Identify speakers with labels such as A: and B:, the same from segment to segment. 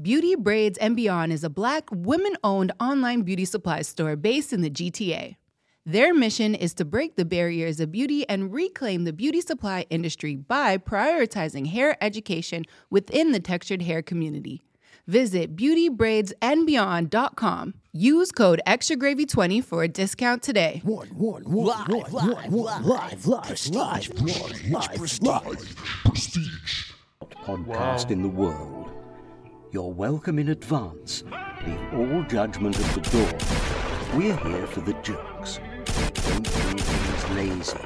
A: Beauty Braids and Beyond is a black, women owned online beauty supply store based in the GTA. Their mission is to break the barriers of beauty and reclaim the beauty supply industry by prioritizing hair education within the textured hair community. Visit beautybraidsandbeyond.com. Use code EXTRAGRAVY20 for a discount today.
B: One, one, one, live, live, live, live, live, live, live, live, live, live, prestige.
C: podcast in the world. You're welcome in advance. Leave all judgment at the door. We're here for the jokes. Don't do things lazy.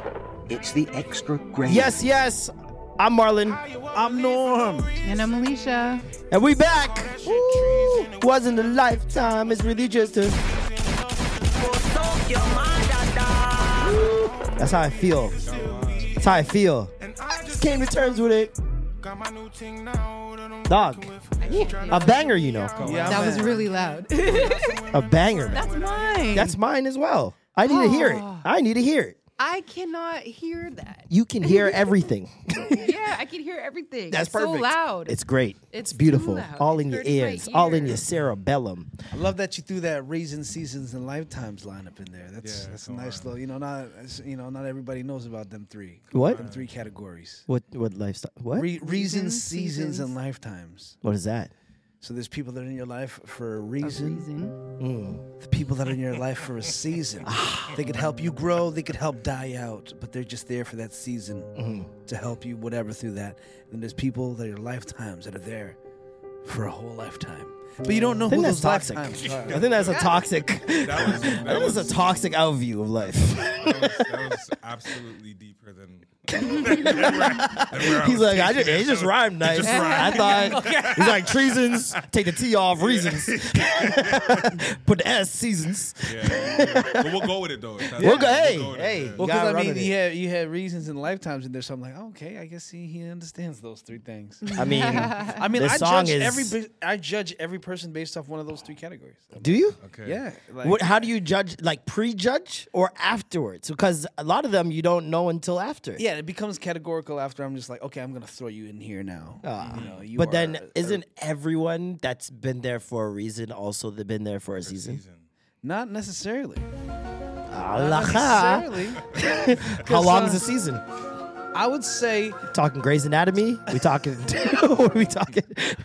C: It's the extra gravy.
D: Yes, yes. I'm Marlon. I'm Norm.
A: And I'm Alicia.
D: And we back. Ooh, wasn't a lifetime. It's really just a. That's how I feel. That's how I feel. Just came to terms with it. Dog. A banger, you know.
A: that was really loud.
D: A banger. man.
A: That's mine. Oh.
D: That's mine as well. I need to hear it. I need to hear it.
A: I cannot hear that.
D: You can hear everything.
A: Yeah, I can hear everything.
D: That's
A: it's
D: perfect.
A: So loud.
D: It's great.
A: It's
D: It's
A: too
D: beautiful.
A: loud.
D: All
A: It
D: in your
A: hurts my
D: ears. All in your
A: ears.
D: cerebellum.
E: I love that you threw that Raisin Seasons and Lifetimes lineup in there. That's that's a nice little. You know, not it's- you know, not everybody knows about them three.
D: What?
E: Them three categories.
D: What what lifestyle? What?
E: Re- reasons, seasons, and lifetimes.
D: What is that?
E: So there's people that are in your life for a reason. Mm.
A: Reason.
E: The people that are in your life for a season.
D: Ah.
E: they could help you grow. They could help die out. But they're just there for that season
D: Mm.
E: to help you, whatever through that. And there's people that are lifetimes that are there for a whole lifetime. But you don't know
D: I think
E: who
D: that's
E: those
D: toxic. I
E: lifetimes are.
D: think that's a toxic. That
F: was- that
D: was,
F: was-
D: a toxic outview of life.
F: that, was, that was absolutely deeper than. than where- than where I
D: He's
F: was
D: like, I
F: taking
D: just, it just rhymed nice.
F: just rhymed.
D: I thought he's like treasons. Take the T off reasons. Put the S seasons.
F: Yeah, but we'll go with it though.
D: We'll go. Hey,
F: with it,
D: hey.
F: yeah.
E: Well, because
D: gotta
E: I
D: run
E: mean,
D: with
E: you
D: it.
E: had you had reasons and lifetimes in there, so I'm like, oh, okay, I guess he, he understands those three things.
D: I mean,
E: I mean,
D: The
E: I
D: song
E: judge
D: is-
E: every every I judge every person based off one of those three categories.
D: do you?
F: Okay.
E: Yeah, like,
D: What, how do you judge? Like prejudge or afterwards? Because a lot of them you don't know until after.
E: yeah, it becomes categorical after I'm just like, okay, I'm gonna throw you in here now. you know, you
D: Ah. But then,
E: are-
D: isn't everyone that's been there for a reason also they've been there for a season?
E: not necessarily. Not
D: Allah.
E: necessarily.
D: How long is a season?
E: I would say
D: Talking Grey's Anatomy? We talking? what are we talking?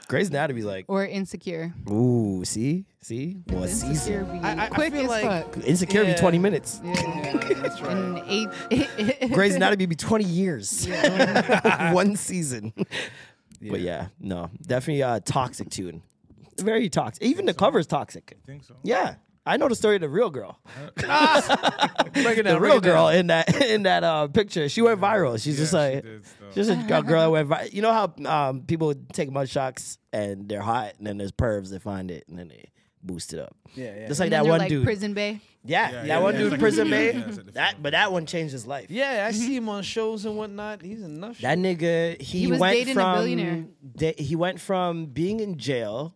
D: Grey's Anatomy, like,
A: Or insecure.
D: ooh, see, see, one
A: Insecure be
D: season.
E: I- I
A: quick
E: feel
A: as
E: like-
A: fuck.
D: Insecure be
E: Yeah.
D: twenty minutes.
A: Yeah.
E: that's right.
A: And eight.
D: Grey's Anatomy be twenty years. one season. But yeah, no, definitely a toxic tune. Very toxic. Even the cover's toxic.
F: Think so.
D: Yeah. I know the story of the real girl.
F: Ah!
E: Break
D: The
E: it down, break
D: real
E: it down.
D: girl in that in that uh, picture, she went viral. She's just
F: she
D: like,
F: did stuff.
D: she's a girl that went viral. You know how um, people take mud shots and they're hot, and then there's pervs that find it and then they boost it up.
E: Yeah, yeah.
D: Just like
A: And then
D: that
A: they're
D: one
A: like
D: dude.
A: prison bay.
D: Yeah,
F: Yeah,
D: that
F: yeah,
D: one
F: yeah.
D: dude,
F: It's like a
D: prison
F: video.
D: babe.
F: Yeah, it's like the
D: that, but that one changed his life.
E: Yeah,
A: Mm-hmm.
E: I see him on shows and whatnot. He's enough.
D: That nigga, he,
A: He was
D: went
A: dating a
D: from
A: billionaire.
D: da- he went from being in jail,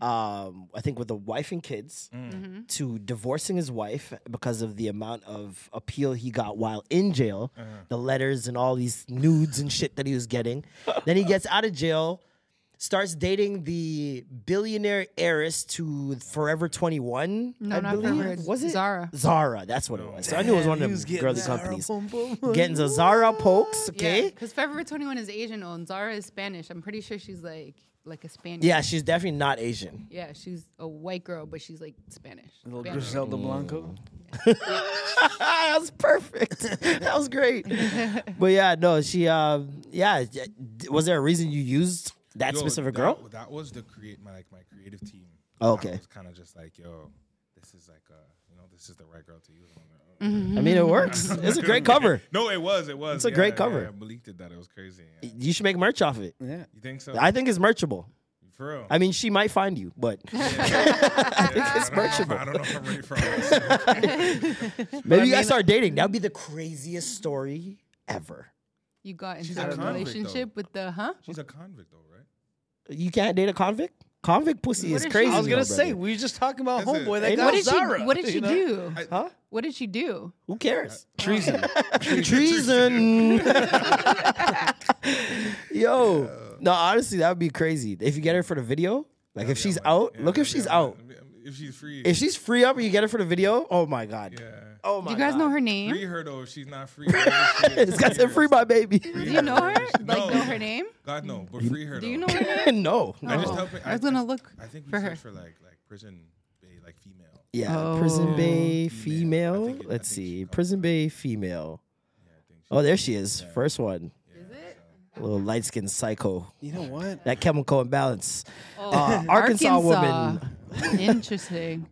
D: um, I think with a wife and kids,
E: Mm. Mm-hmm.
D: to divorcing his wife because of the amount of appeal he got while in jail,
E: Uh-huh.
D: the letters and all these nudes and shit that he was getting. then he gets out of jail, starts dating the billionaire heiress to Forever Twenty One.
A: No,
D: I
A: not
D: believe.
A: Forever,
D: Was it
A: Zara.
D: Zara, that's what it was. So I knew it was one
E: He
D: of
E: was
D: the
E: getting
D: girly
E: Zara
D: companies.
E: boom, boom, boom.
D: Getting the Zara pokes,
A: Yeah,
D: okay?
A: because Forever 21 is Asian owned. Zara is Spanish. I'm pretty sure she's like like a Spaniard.
D: Yeah, she's definitely not Asian.
A: Yeah, she's a white girl, but she's like Spanish.
E: Little
A: Spanish.
D: Mm.
E: Griselda Blanco.
D: that was perfect. that was great. but yeah, no, she. Um, yeah, d- was there a reason you used that
F: Yo,
D: specific
F: that-
D: girl?
F: That was the create my like my creative team.
D: Oh, okay.
F: It's kind of just like yo, this this is like, uh, you know, this is the right girl to use. I'm like, oh.
A: Mm-hmm.
D: I mean, it works. It's a great cover.
F: No, it was. It was.
D: It's a great cover.
F: Yeah, Malik did that. It was crazy. Yeah.
D: You should make merch off it.
G: Yeah.
F: You think so?
D: I think it's merchable.
F: For real.
D: I mean, she might find you, but
F: I think
D: it's merchable.
F: I don't know if I'm ready for all this.
D: maybe you guys start dating. That would be the craziest story ever.
A: You got
F: She's
A: into
F: a
A: a
F: convict,
A: relationship
F: though.
A: with the huh?
F: She's a convict, though, right?
D: You can't date a convict? Convict pussy is crazy.
G: I was
D: my
G: gonna say
D: brother.
G: we were just talking about
F: That's it.
G: homeboy that
D: Ain't
G: got
D: no-
A: What did
G: Zara.
A: she What did she
G: you know?
A: do?
D: Huh?
A: What did she do?
D: Who cares?
G: Treason.
D: treason. Yo, no, honestly, that would be crazy if you get her for the video. Like if she's out, look if she's out.
F: If she's free.
D: If she's free up and you get her for the video, oh my god.
F: yeah.
D: Oh my.
A: Do you guys
D: god.
A: know her
F: Free
A: name?
F: her though if she's not free. whatever she is,
D: This guy said free my baby.
A: Do you know her? Like
F: No.
A: know her name?
F: God no, but free her.
A: Do
F: though.
A: you know her name?
D: no.
F: I just
A: Oh,
F: helping.
A: I was gonna look
F: I think we
A: for her.
F: searched for like like prison, ba- like female.
D: Yeah,
A: Oh.
D: prison bay
F: Female. I
D: female.
F: think it- I
D: Let's
F: think she
D: see,
F: comes
D: prison bay female.
F: I think she-
D: Oh, there she is. First one. Little light skinned psycho.
G: You know what?
D: That chemical imbalance. Uh, Arkansas, woman.
A: woman. Oh, Interesting.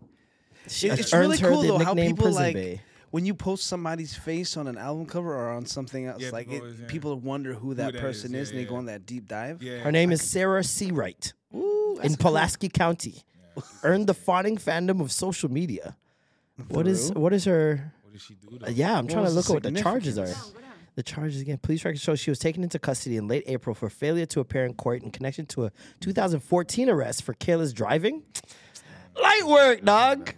D: She
G: It- it's
D: uh, earns
G: really
D: her
G: cool
D: the
G: though how
D: nickname
G: people
D: Prison
G: like
D: Bay.
G: when you post somebody's face on an album cover or on something else,
F: Yeah,
G: like
F: people
G: people, it,
F: always, yeah.
G: people wonder who that
F: that
G: person
F: is,
G: is, and
F: yeah,
G: they
F: yeah,
G: go
F: yeah.
G: on that deep dive.
F: Yeah.
D: Her name is Sarah Seawright. in Pulaski County. Earned the fawning fandom of social media. What is what is her
F: What does she do? Though?
D: uh, yeah, I'm trying to
G: was the
D: look at what the charges are.
G: significance?
D: The charges again. Police records show she was taken into custody in late April for failure to appear in court in connection to a 2014 arrest for careless driving. Light work, dog.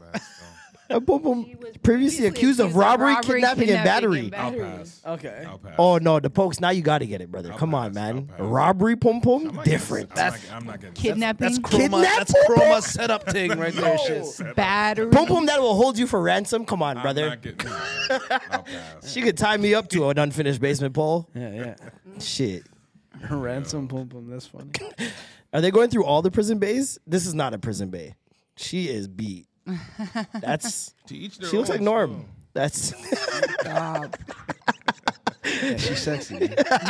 D: Uh, boom, boom. Previously accused of robbery, kidnapping, and battery.
F: I'll pass.
G: Okay.
F: I'll pass.
D: Oh no, the pokes. Now you got to get it, brother. Come
F: pass,
D: on, man.
F: I'll pass.
D: Robbery, pum pum,
F: I'm not getting
D: different.
F: this. I'm not, I'm not getting this.
A: Kidnapping.
G: That's chroma. That's
D: Kidnapping?
G: chroma setup thing right there. Shit.
A: battery.
D: Pum pum, that will hold you for ransom. Come on,
F: I'm
D: brother.
F: not getting this. I'll pass.
D: She could tie me up to an unfinished basement pole.
G: Yeah,
D: Shit.
G: yeah. Ransom pum pum. That's funny.
D: Are they going through all the prison bays? This is not a prison bay. She is beat. That's
F: To each their
D: she looks
F: own,
D: like Norm. That's
G: Yeah, she's sexy. I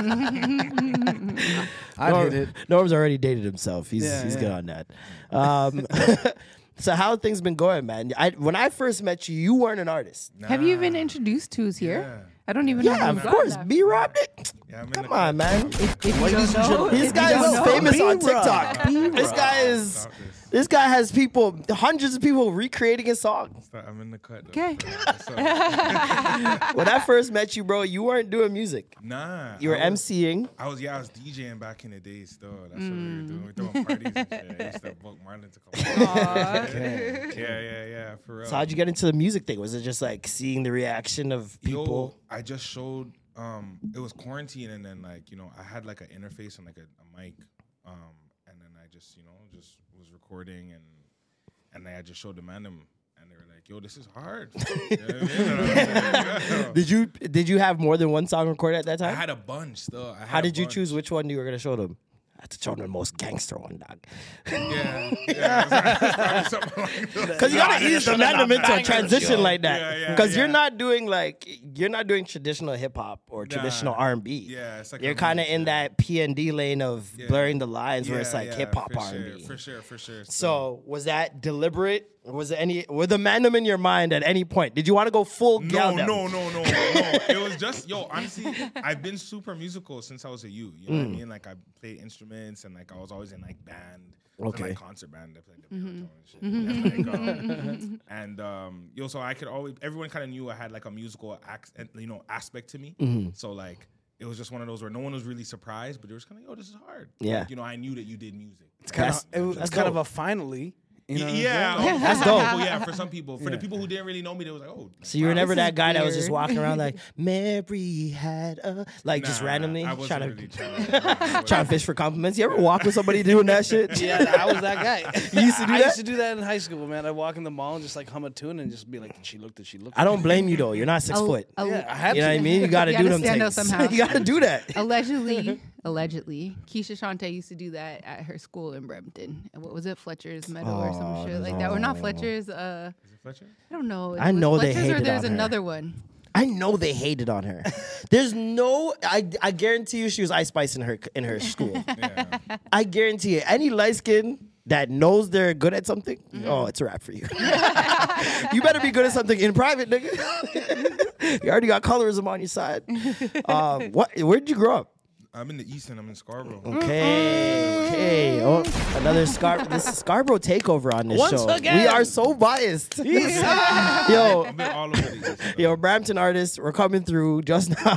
D: Norm-
G: hate it.
D: Norm's already dated himself. He's
G: Yeah,
D: he's
G: yeah.
D: good on that. Um, so how have things been going, man? I when I first met you, you weren't an artist.
A: Have you been introduced to who's here?
F: Yeah.
A: I don't even know.
D: Yeah,
A: how you
D: of
A: got
D: course.
A: that.
D: B Rob Nick.
F: Yeah, I'm in
D: Come
F: the
D: on,
F: club.
D: man.
A: If you don't know,
D: This
A: if
D: guy
A: you don't
D: is
A: know-
D: famous on
G: B-Rob.
D: TikTok. This guy is
F: Stop this.
D: this guy has people, hundreds of people recreating his song.
F: Stop. I'm in the cut. though.
A: Okay.
F: What's up?
D: when I first met you, bro, you weren't doing music.
F: Nah.
D: You were
F: I was-
D: MCing.
F: I was yeah, I was DJing back in the day still. That's what we were doing. We were throwing parties and shit. I used to book Marlon to come. over. yeah, yeah, yeah. For real.
D: So how'd you get into the music thing? Was it just like seeing the reaction of people?
F: Yo, I just showed. Um, it was quarantine, and then like you know, I had like an interface and like a, a mic, um, and then I just you know just was recording and and then I just showed the man them, and they were like, "Yo, this is hard." You know what I mean? And I was like, "Yo."
D: Did you did you have more than one song recorded at that
F: I
D: time?
F: had a bunch still. I had
D: How
F: a
D: did you
F: bunch.
D: choose which one you were gonna show them? I had to show them the most gangster one, dog.
F: Yeah, yeah. Something like that.
D: Because you gotta ease the them into a transition like
F: Yeah,
D: that.
F: yeah,
D: Because you're
F: yeah.
D: not doing like you're not doing traditional hip hop or traditional R and B.
F: Yeah, it's like
D: you're
F: a
D: kind of
F: mix,
D: in
F: yeah.
D: that P and D lane of blurring the lines where it's like hip hop
F: for
D: R and
F: sure,
D: B.
F: For sure, for sure.
D: So was that deliberate? Was there any were the mandem in your mind at any point? Did you want to go full
F: no,
D: gal?
F: no, no, no, no. It was just yo. Honestly, I've been super musical since I was a youth. You know
D: Mm.
F: what I mean? Like I played instruments and like I was always in like band. I was in,
D: Okay.
F: like, concert band. I played the
A: Mm-hmm.
F: baritone and shit. And, like, um, and um, yo, so I could always. Everyone kind of knew I had like a musical accent, you know, aspect to me.
D: Mm-hmm.
F: So like. It was just one of those where no one was really surprised, but they were just kind of, "Yo, this is hard."
D: Yeah.
F: Like, you know, I knew that you did music.
G: It's kind
D: That's-
G: of it was
D: that's
G: kind of
D: dope.
G: a finally. You know what I'm
F: yeah,
G: saying?
F: oh,
D: That's
F: for some
D: dope.
F: people, yeah, for some people, for the people who didn't really know me, they was like, "Oh."
D: So you were
F: wow.
D: never
A: This is
D: that guy that was just
A: weird.
D: walking around like Mary had a like just
F: Nah,
D: randomly
F: I wasn't
D: trying to
F: really trying to,
D: trying to fish for compliments. You ever walk with somebody doing that shit?
G: Yeah, I was that guy.
D: You used to do
G: I
D: that?
G: used to do that in high school, man. I'd walk in the mall and just like hum a tune and just be like, "Did she look? Did she look?"
D: I don't blame you though. You're not six
A: Al-
D: foot.
A: al-
G: Yeah, I had
D: you know
G: to.
D: what I mean? You gotta
A: You
D: do
A: gotta
D: them
A: stand out
D: things.
A: somehow.
D: you gotta do that.
A: allegedly, allegedly, Keisha Shante used to do that at her school in Brampton. What was it, Fletcher's Meadow or some shit like that? Or not Fletcher's? Uh,
F: Fletcher?
A: I don't know. It
D: I
A: was
D: know they
A: Fletcher's or
D: hated
A: there's
D: on her.
A: another one.
D: I know they hated on her. There's no I I guarantee you she was ice spice in her in her school.
F: Yeah.
D: I guarantee it. Any light skin that knows they're good at something,
G: Mm-hmm.
D: oh, it's a wrap for you. you better be good at something in private, nigga. you already got colorism on your side. Um, what? Where did you grow up?
F: I'm in the East and I'm in Scarborough.
D: Okay, okay. Oh, another Scar- this is Scarborough takeover on this
E: Once
D: show.
E: again.
D: We are so biased. yo,
F: I've been all over the East. though.
D: yo, Brampton artists, we're coming through just now.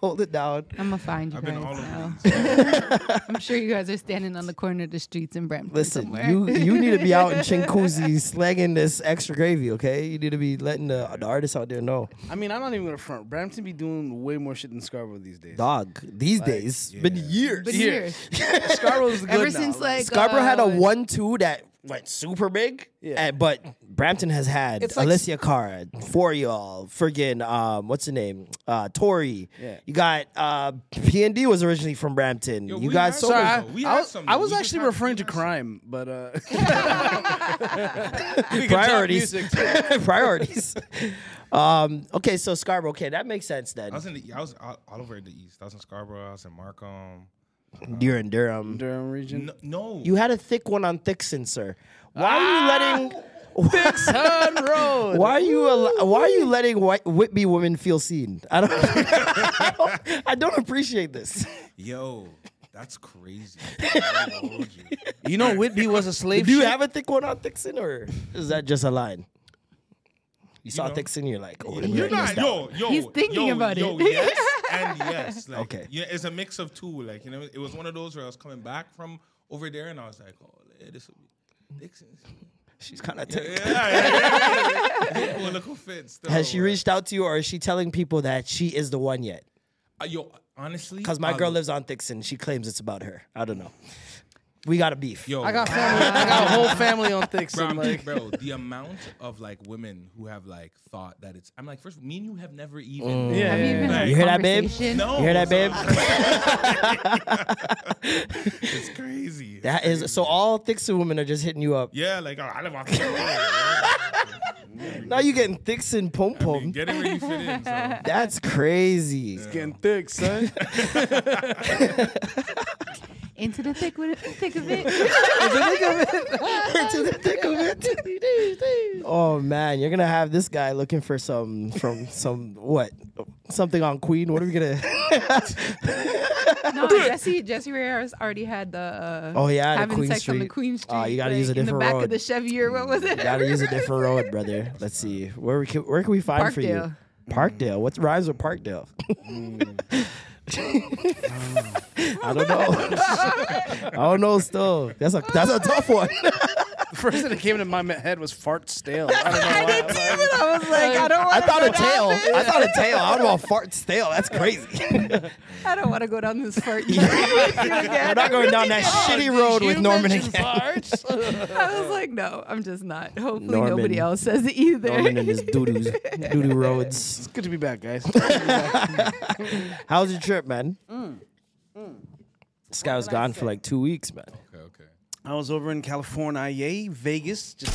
D: Hold it down.
A: I'm gonna find you
F: I've been all
A: guys. now.
F: over the East.
A: I'm sure you guys are standing on the corner of the streets in Brampton.
D: Listen,
A: somewhere.
D: you you need to be out in Chinkuzi slanging this extra gravy, okay? You need to be letting the, the artists out there know.
E: I mean, I'm not even gonna front. Brampton be doing way more shit than Scarborough these days.
D: Dog, these days, been years.
A: But years.
E: Scarborough's good
A: Ever
E: now.
A: since like
D: Scarborough had a
A: uh,
D: one-two that went super big,
E: Yeah.
D: and- but Brampton has had
E: It's like-
D: Alicia Cara, for y'all, friggin' um, what's the name, uh, Tori.
E: Yeah.
D: You got uh, P and D was originally from Brampton.
F: Yo,
D: you
F: we
D: got
F: had
D: so
F: some-
E: Sorry, I,
F: though. We
E: I
F: had
E: was,
F: some,
E: I
F: though.
E: was
F: We just
E: actually
F: had-
E: referring
F: we
E: to
F: had some.
E: crime, but uh,
D: priorities,
E: music
D: priorities. um, okay, so Scarborough, okay, that makes sense then.
F: I was in the. I was all, all over the East. I was in Scarborough. I was in Markham.
D: You're in Durham.
E: Durham region.
F: No, no.
D: You had a thick one on Thixon, sir. Why are you letting
E: Sun Ah! Road.
D: Why are you al- Why are you letting white Whitby women feel seen? I don't. I don't, I don't appreciate this.
F: Yo, that's crazy. I don't hold you.
E: You know, Whitby was a slave.
D: Do you
E: ship.
D: have a thick one on Thixon, or is that just a line? You saw
F: know-
D: Thixon, you're like, oh, let me
F: You're
D: write this
F: not.
D: down.
F: Yo, yo.
A: He's thinking
F: yo,
A: about
F: yo,
A: it.
F: Yes and yes. Like,
D: Okay.
F: Yeah, it's a mix of two. Like you know, it was one of those where I was coming back from over there, and I was like, oh, yeah, this will be Dixon's.
D: She's kind of
F: Yeah,
D: thick.
F: yeah, yeah, yeah. People look fit still.
D: Has she reached out to you, or is she telling people that she is the one yet?
F: Uh, yo, honestly,
D: Because my
F: a
D: girl lives on Thixon. She claims it's about her. I don't know. We got a beef.
F: Yo,
E: I got family. I got a whole family on thick.
F: bro,
E: so,
F: I'm like,
E: like,
F: bro, the amount of like women who have like thought that it's. I'm like, first, me and you have never even.
E: yeah,
A: Have you even had
E: yeah.
A: a
D: Mm. You hear that, babe?
A: conversation?
F: No,
D: You hear that, babe?
F: it's crazy. It's
D: That is so. All Thixon women are just hitting you up.
F: Yeah, like oh, I live off. the road.
D: Now you getting Thixon pom
F: I
D: pom.
F: mean, get it where you fit in. So.
D: That's crazy.
E: Getting thick, son.
A: Into the thick, with it, thick of it.
D: Into the thick of it. oh man, you're gonna have this guy looking for some from some what? Something on Queen. What are we gonna
A: No, Jesse Jesse Rivera's already had the uh,
D: Oh, yeah, the
A: having
D: Queen
A: sex on the
D: Street.
A: Queen Street.
D: Oh, you gotta use a
A: like, in the
D: different
A: back
D: road.
A: of the Chevy or what was it?
D: gotta use a different road, brother? Let's see. Where we can where can we find for you?
A: Parkdale. Mm.
D: Parkdale. What rhymes with Parkdale? I don't know. I don't know still. That's a that's a tough one.
E: The first thing that came into my ma- head was fart stale. I don't know why.
A: I was like, I don't
D: I
A: want.
D: thought a tail. I thought a tail. I don't know fart stale. That's crazy.
A: I don't want to go down this fart. We're
D: We're not going down that shitty road with Norman
E: mention
D: again.
A: I was like, no, I'm just not. Hopefully,
D: Norman.
A: nobody else says it either.
D: Norman and his doo-doos, doo-doo roads.
E: It's good to be back, guys.
D: How's your trip, man?
A: Mm.
D: This guy was gone for like two weeks, man.
F: Okay, okay.
E: I was over in California, Vegas, just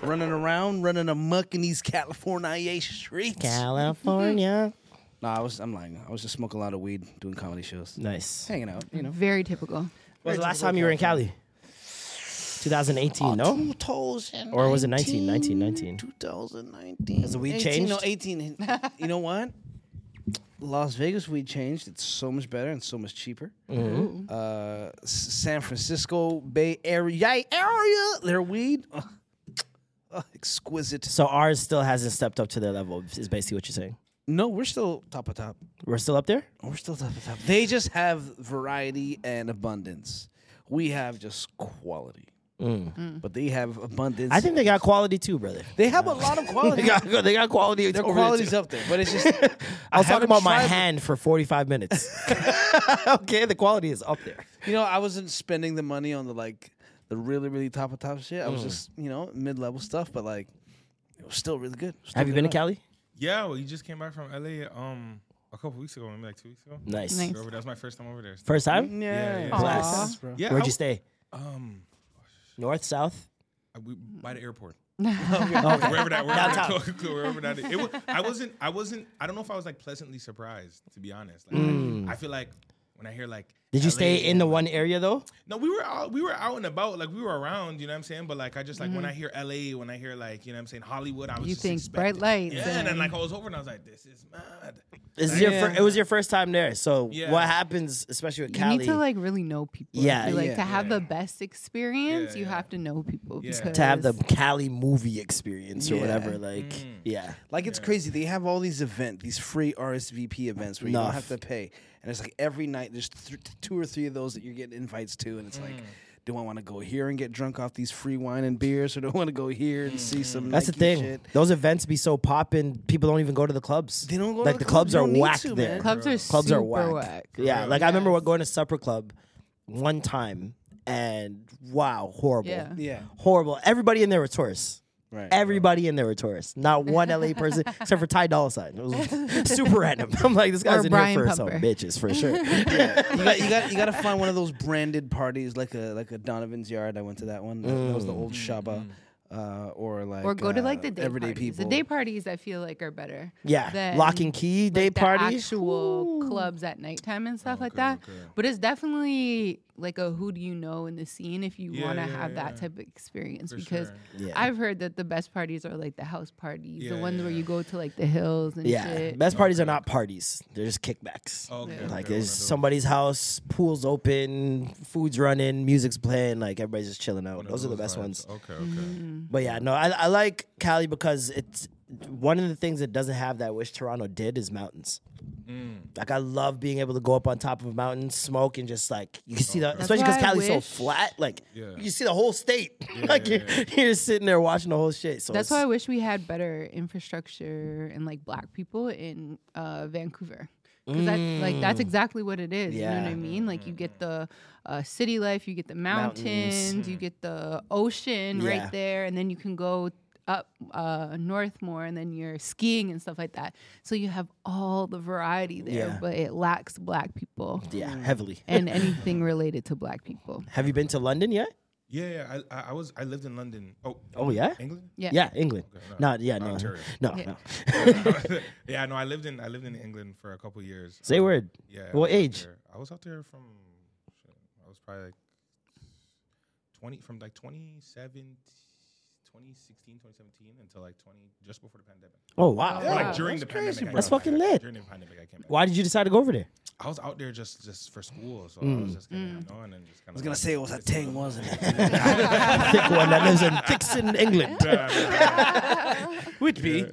E: running around, running amok in these California streets.
D: California.
E: no, I was. I'm lying. I was just smoking a lot of weed, doing comedy shows,
D: Nice.
E: hanging out. You know.
A: Very typical.
D: When was the last time you were in Cali? 2018, no?
E: toes and
D: Or was it 19? 19, 19.
E: 2019.
D: Has the weed
E: 18,
D: changed?
E: No, 18. you know what? Las Vegas weed changed. It's so much better and so much cheaper.
D: Mm-hmm.
E: Uh, S- San Francisco Bay Area yay, area, their weed, ugh,
D: Oh,
E: ugh, exquisite.
D: So ours still hasn't stepped up to their level, is basically what you're saying.
E: No, we're still top of top.
D: We're still up there?
E: We're still top of top. They just have variety and abundance. We have just quality,
D: Mm.
E: but they have abundance.
D: I think they got quality too, brother.
E: they have a lot of quality.
D: They got, they got quality.
E: Their
D: over there,
E: quality's
D: too.
E: up there, but it's just.
D: I was talking
E: haven't
D: about my
E: tried-
D: hand for 45 minutes. okay, the quality is up there.
E: You know, I wasn't spending the money on the like the really really top of top shit. I
D: Mm.
E: was just you know mid level stuff, but like it was still really good. Still
D: Have you
E: good
D: been to
E: vibe.
D: Cali?
F: Yeah, well, you just came back from LA um a couple weeks ago, maybe like two weeks ago.
D: Nice.
A: Nice.
F: Go over- That was my first time over there.
D: First time?
E: Yeah,
F: Yeah,
E: yeah.
F: yeah.
D: Blast.
E: bro.
F: Yeah,
D: Where'd
F: I-
D: you stay?
F: Um,
D: North, south? Oh,
F: I- we, by the airport. Wherever that, wherever that, wherever that is. It was, I wasn't, I wasn't, I don't know if I was like pleasantly surprised, to be honest. Like, I feel like when I hear like
D: Mm. Did you
F: LA
D: stay in the
F: and,
D: one
F: like-
D: area though?
F: No, we were out we were out and about, like we were around, you know what I'm saying? But like I just like when I hear LA, when I hear like, you know what I'm saying, Hollywood, I was
A: Mm-hmm. You
F: just
A: think bright
F: expecting-
A: lights
F: Yeah, and then
A: and-
F: like I was over and I was like, This is mad.
D: This is your
F: Yeah.
D: fir- it was your first time there. So
F: Yeah.
D: what happens, especially with
A: You
D: Cali,
A: need to like really know people. I
D: Yeah,
A: feel like
G: yeah,
A: to have the
F: yeah.
A: best experience,
F: Yeah,
A: you
F: yeah.
A: have to know people.
F: Yeah.
A: Because
D: to have the Cali movie experience or
G: Yeah.
D: whatever. Like,
F: Mm.
D: yeah,
G: Like it's crazy. They have all these events, these free RSVP events where you
D: Nuff.
G: don't have to pay, and it's like every night there's th- two or three of those that you're getting invites to, and it's like, do I want to go here and get drunk off these free wine and beers, or do I want to go here and see
A: Hmm.
G: some?
D: that's
G: Nike
D: the thing.
G: Shit?
D: Those events be so poppin', people don't even go to the clubs.
G: They don't go to
D: like
G: the
D: the
G: clubs.
D: clubs,
G: You
D: are
G: don't need
D: whack
G: to,
D: there.
G: man.
A: clubs are
D: clubs
A: super
D: are whack. Yeah, like I remember going to supper club one time, and wow, horrible.
A: Yeah.
G: Yeah.
D: horrible. Everybody in there were tourists.
G: Right.
D: Everybody in there were tourists. Not one LA person, except for Ty Dolla Sign. It was super random. I'm like, this guy's in
A: Brian
D: here for some
A: Pumper.
D: bitches for sure.
G: you got you got you got to find one of those branded parties, like a like a Donovan's Yard. I went to that one. That, that was the old Shaba, uh, or like
A: Mm. Or go to like the
G: uh,
A: day
G: everyday
A: parties.
G: people.
A: The day parties I feel like are better.
D: Yeah,
A: than
D: lock and key day
A: the
D: party.
A: actual clubs at nighttime and stuff like that. But it's definitely like a who do you know in the scene if you
F: Yeah,
A: want to
F: yeah,
A: have that
F: yeah.
A: type of experience because
F: sure.
A: I've heard that the best parties are like the house parties, the
F: Yeah,
A: ones where
F: yeah.
A: you go to like the hills and
D: Yeah,
A: shit.
D: best parties are not parties; they're just kickbacks.
F: Okay, okay,
D: Like
F: okay,
D: there's
F: okay.
D: somebody's house, pool's open, food's running, music's playing, like everybody's just chilling out.
F: One of
D: Those are the
F: those
D: best
F: vibes.
D: ones.
F: Okay,
A: Mm-hmm.
F: okay.
D: But yeah, no, I, I like Cali because it's one of the things it doesn't have that I wish Toronto did is mountains. Like I love being able to go up on top of a mountain, smoke, and just like you can see the especially
A: That's
D: because
A: why I
D: Cali's so
A: wish-
D: flat, like
F: Yeah.
D: you see the whole state. like
F: yeah,
D: you're, you're sitting there watching the whole shit. So
A: That's
D: it's-
A: why I wish we had better infrastructure and like black people in uh, Vancouver. Cause that, like that's exactly what it is. You know what
D: Mm. Yeah. Mm.
A: I mean? Like you get the uh, city life, you get the mountains, you get the ocean
D: Yeah.
A: right there, and then you can go up uh, north more, and then you're skiing and stuff like that. So you have all the variety there,
D: Yeah.
A: but it lacks black people
D: yeah, heavily.
A: and anything related to black people.
D: Have you been to London yet?
F: Yeah, yeah. I, I I was I lived in London. Oh,
D: Oh, yeah?
F: England.
A: Yeah.
D: Yeah, England. Not yeah, no,
F: Ontario.
D: no,
A: Yeah.
D: no.
F: yeah, no, I lived in I lived in England for a couple years.
D: Say
F: Um,
D: word.
F: Yeah. I
D: What
F: was out
D: age?
F: there- I was out there from shit, I was probably like twenty from like 2017, 2016, 2017 until like twenty just before the pandemic.
D: Oh wow.
F: Or,
A: Wow.
F: like during the
G: That's crazy,
F: pandemic. I
G: bro.
D: That's
F: came back.
D: fucking lit.
F: During the pandemic, I came back.
D: Why did you decide to go over there?
F: I was out there just just for school, so I was just getting mm. on and just
G: I
F: kind of.
G: was gonna say it was a ting, wasn't it?
D: Thick one that lives in Dixon, England. Would be.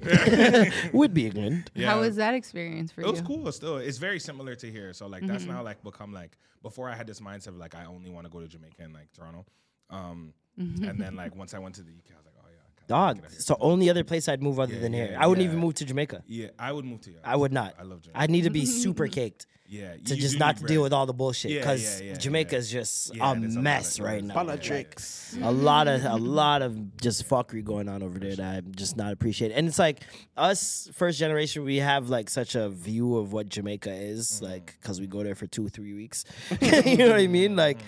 D: Would be England.
A: How was that experience for
F: It
A: you? Mm-hmm.
F: was cool. Still, it's very similar to here. So like that's now like become like before I had this mindset of like I only want to go to Jamaica and like Toronto, um,
A: Mm-hmm.
F: and then like once I went to the UK, I was like, oh yeah, I kinda wanna
D: Dog.
F: get out here.
D: It's the only other place I'd move other than here.
F: yeah,
D: I wouldn't
F: yeah.
D: even move to Jamaica.
F: Yeah, I would move to. Europe.
D: I would not.
F: I love Jamaica.
D: I need to be super caked
F: yeah,
D: to just not to deal with all the bullshit
F: Yeah, yeah,
D: because
F: yeah,
D: Jamaica
F: yeah.
D: is just um,
F: Yeah,
D: a
F: there's a lot of-
D: mess
F: yeah,
D: right
F: there's
D: now.
F: a lot of
G: tricks.
D: a lot of a lot of just fuckery going on over there that I'm just not appreciating. And it's like us first generation, we have like such a view of what Jamaica is,
F: Mm.
D: like because we go there for two three weeks. you know what I mean? Like.
F: Mm.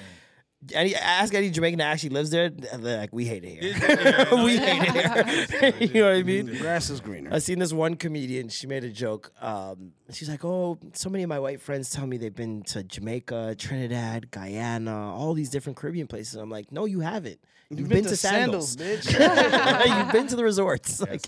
D: Any, ask any Jamaican that actually lives there, they're like, we hate it here. we hate it here. you know what I mean?
G: Grass is greener.
D: I seen this one comedian. She made a joke. Um, she's like, "Oh, so many of my white friends tell me they've been to Jamaica, Trinidad, Guyana, all these different Caribbean places." I'm like, "No, you haven't. You've, been, to, sandals.
G: bitch.
D: You've been to the resorts. Like,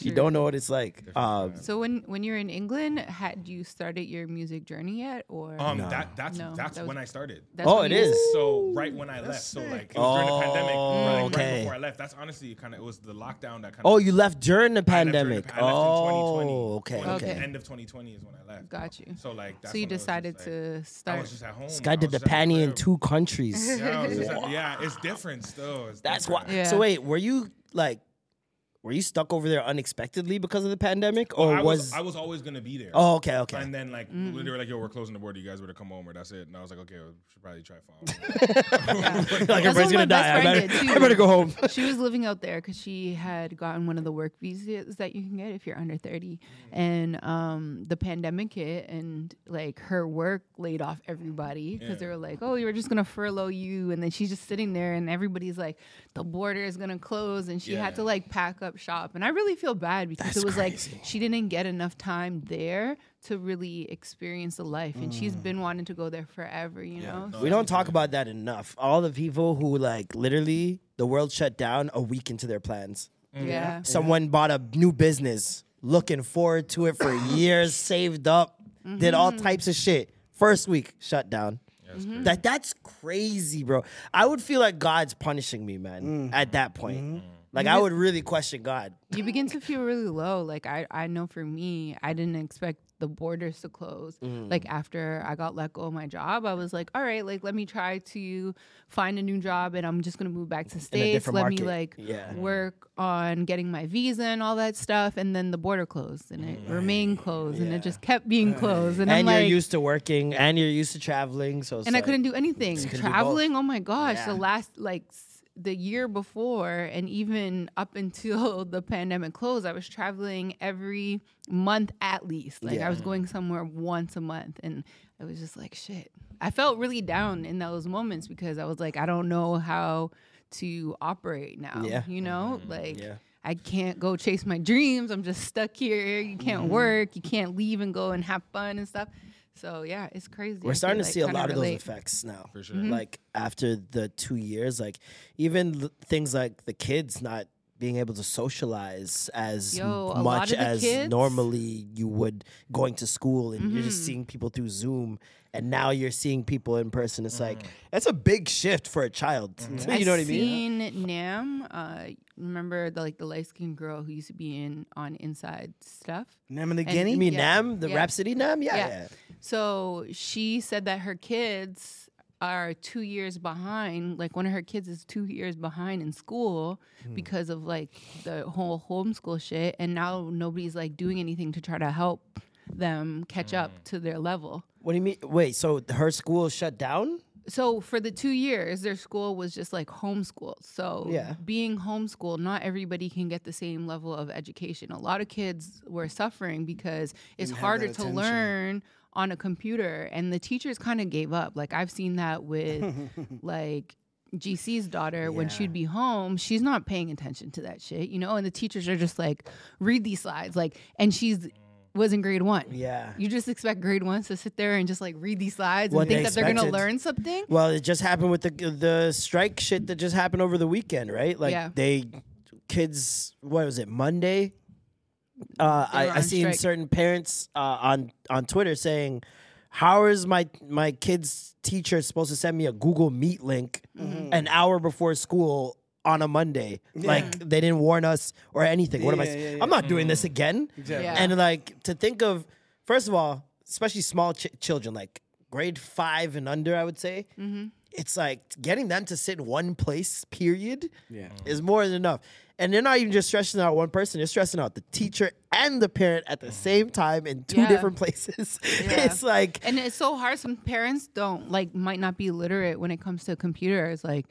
D: you don't know what it's like." Um,
A: So when when you're in England, had you started your music journey yet, or
F: Um, that that's
A: No,
F: that's
A: that was-
F: when I started.
A: That's
D: oh,
A: when
D: it
A: you-
D: is.
F: So right when I left, so like it was during the pandemic, right,
D: Oh,
F: right
D: okay.
F: before I left. That's honestly kind of it was the lockdown that kind of.
D: Oh, you left during the
F: I left during the
D: pandemic.
F: pa- I left in 2020.
D: Oh, okay,
F: When-
D: okay.
A: Okay.
F: End of 2020 is when I left.
A: Got you.
F: So like, that's
A: So you
F: when I was just,
A: decided
F: like-
A: to
F: I was
A: start.
F: just at home.
D: This guy
F: I
D: did
F: was
D: the
F: just at
D: panty in
F: crib.
D: two countries.
F: Yeah, I was just at- yeah, it's different still. It's
D: That's why.
F: different.
A: Yeah.
D: So wait, were you like, were you stuck over there unexpectedly because of the pandemic, or
F: I
D: was,
F: was, I was always gonna be there.
D: oh okay okay.
F: And then like
A: Mm.
F: they were like, "Yo, we're closing the border. You guys better come home, or that's it." And I was like, "Okay, we should probably try fall."
D: like
A: That's
D: everybody's
A: what
D: gonna
A: my best
D: die. I
A: friend
D: better,
A: did,
D: I better
A: too.
D: go home.
A: she was living out there because she had gotten one of the work visas that you can get if you're under 30
D: Mm.
A: and um, the pandemic hit and like her work laid off everybody because they were like oh you're just gonna furlough you and then she's just sitting there and everybody's like the border is gonna close and she had to like pack up up shop. And I really feel bad because it was like she didn't get enough time there to really experience the life. And she's been wanting to go there forever, you know?
D: Mm. We don't talk about that enough. All the people who like literally the world shut down a week into their plans.
A: Yeah.
D: Someone bought a new business, looking forward to it for years, saved up, did all
A: Mm-hmm.
D: types of shit. First week, shut down.
C: Mm-hmm.
D: That that's crazy, bro. I would feel like God's punishing me,
A: Mm.
D: man, at that point. Like I would really question God.
A: you begin to feel really low. Like I, I know for me, I didn't expect the borders to close.
D: Mm.
A: Like after I got let go of my job, I was like, all right, like let me try to find a new job and I'm just gonna move back to States.
D: different
A: Let me
D: market.
A: like
D: Yeah.
A: work on getting my visa and all that stuff. And then the border closed and it remained closed and it just kept being closed. And,
D: Mm. And
A: I'm
D: you're
A: like
D: used to working, and you're used to traveling. So it's
A: and I
D: like-
A: couldn't do anything. Traveling, oh my gosh, the last like s- the year before, and even up until the pandemic closed, I was traveling every month at least. Like I was going somewhere once a month, and I was just like, shit. I felt really down in those moments because I was like, I don't know how to operate now.
D: Yeah. Mm-hmm.
A: you know, like. I can't go chase my dreams. I'm just stuck here. You can't
D: Mm-hmm.
A: work. You can't leave and go and have fun and stuff. So yeah, it's crazy. I
D: We're
A: feel
D: starting to
A: like
D: see a
A: kinda
D: lot of those
A: relate. Mm-hmm.
D: effects now. For sure. Like after the two years, like even l- things like the kids not being able to socialize as
A: Yo, a lot
D: much
A: of the
D: as
A: kids- Mm-hmm.
D: normally you would going to school and you're just seeing people through Zoom and now you're seeing people in person. It's like that's a big shift for a child. you know what I mean?
A: Seen Nam. Uh, remember the like the light skinned girl who used to be in on Inside Stuff.
G: Nam and the
A: And-
G: Guinea?
D: You mean
A: Yeah.
D: Nam, the
A: Yeah.
D: Rhapsody Nam? Yeah.
A: Yeah.
D: yeah.
A: So she said that her kids are two years behind. Like one of her kids is two years behind in school
D: Hmm.
A: because of like the whole homeschool shit, and now nobody's like doing anything to try to help them catch up to their level.
D: What do you mean? Wait, so her school shut down?
A: so for the two years their school was just like homeschool so
D: Yeah.
A: being homeschooled not everybody can get the same level of education a lot of kids were suffering because it's harder to learn on a computer and the teachers kind of gave up like i've seen that with like GC's daughter, when she'd be home, she's not paying attention to that shit, you know? And the teachers are just like, read these slides. Like, and she's was in grade one.
D: Yeah.
A: You just expect grade ones to sit there and just like read these slides
D: What
A: and think
D: they
A: that they're gonna
D: expected.
A: learn something.
D: Well, it just happened with the the strike shit that just happened over the weekend, right? Like
A: Yeah.
D: they kids, what was it Monday? Uh,
A: They were
D: I, I
A: on
D: seen
A: strike.
D: certain parents uh, on on Twitter saying, "How is my my kid's teacher supposed to send me a Google Meet link
A: Mm-hmm.
D: an hour before school?" On a Monday, like they didn't warn us or anything. What am I?
G: Yeah, yeah, yeah.
D: I'm not doing this again.
A: Yeah.
D: And like to think of, first of all, especially small ch- children, like grade five and under, I would say,
A: Mm-hmm.
D: it's like getting them to sit in one place, period,
G: Yeah.
D: is more than enough. And they're not even just stressing out one person, they're stressing out the teacher and the parent at the same time in two
A: Yeah.
D: different places. it's like,
A: and it's so hard. Some parents don't like might not be literate when it comes to computers. Like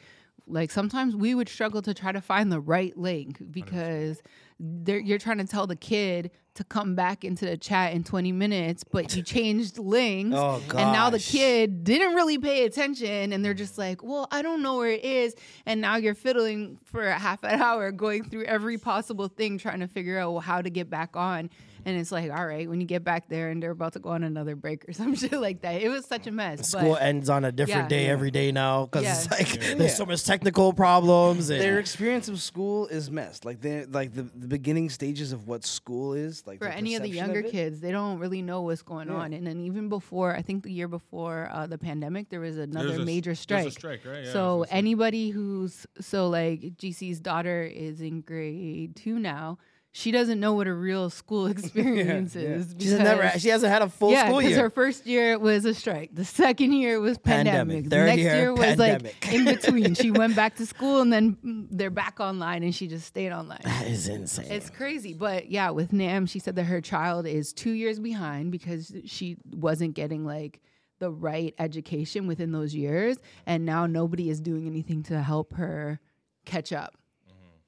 A: like sometimes we would struggle to try to find the right link because they're, you're trying to tell the kid to come back into the chat in 20 minutes, but you changed links.
D: Oh,
A: And now the
D: gosh.
A: kid didn't really pay attention, and they're just like, "Well, I don't know where it is." And now you're fiddling for a half an hour, going through every possible thing, trying to figure out how to get back on. And it's like, all right, when you get back there, and they're about to go on another break or some shit like that. It was such a mess.
D: school
A: but
D: ends on a different
A: Yeah.
D: day every day now because it's
A: Yeah.
D: like there's so much technical problems. And
G: Their experience of school is messed. Like they like the, the beginning stages of what school is. Like
A: for
G: the
A: any of the
G: perception
A: younger
G: it.
A: kids, they don't really know what's going on. And then even before, I think the year before uh, the pandemic, there was another
F: There's a s-
A: major
F: there's a
A: strike.
F: strike, right? Yeah, I
A: so
F: was gonna say.
A: anybody who's so like GC's daughter is in grade two now. She doesn't know what a real school experience is.
D: she's never,
A: because-
D: she hasn't had a full
A: yeah,
D: school year.
A: her first year was a strike. The second year was pandemic.
D: Pandemic.
A: The
D: Third
A: next
D: year,
A: year, was
D: pandemic.
A: like in between. she went back to school and then mm, they're back online and she just stayed online.
D: that is insane.
A: It's crazy, but yeah, with Nam, she said that her child is two years behind because she wasn't getting like the right education within those years, and now nobody is doing anything to help her catch up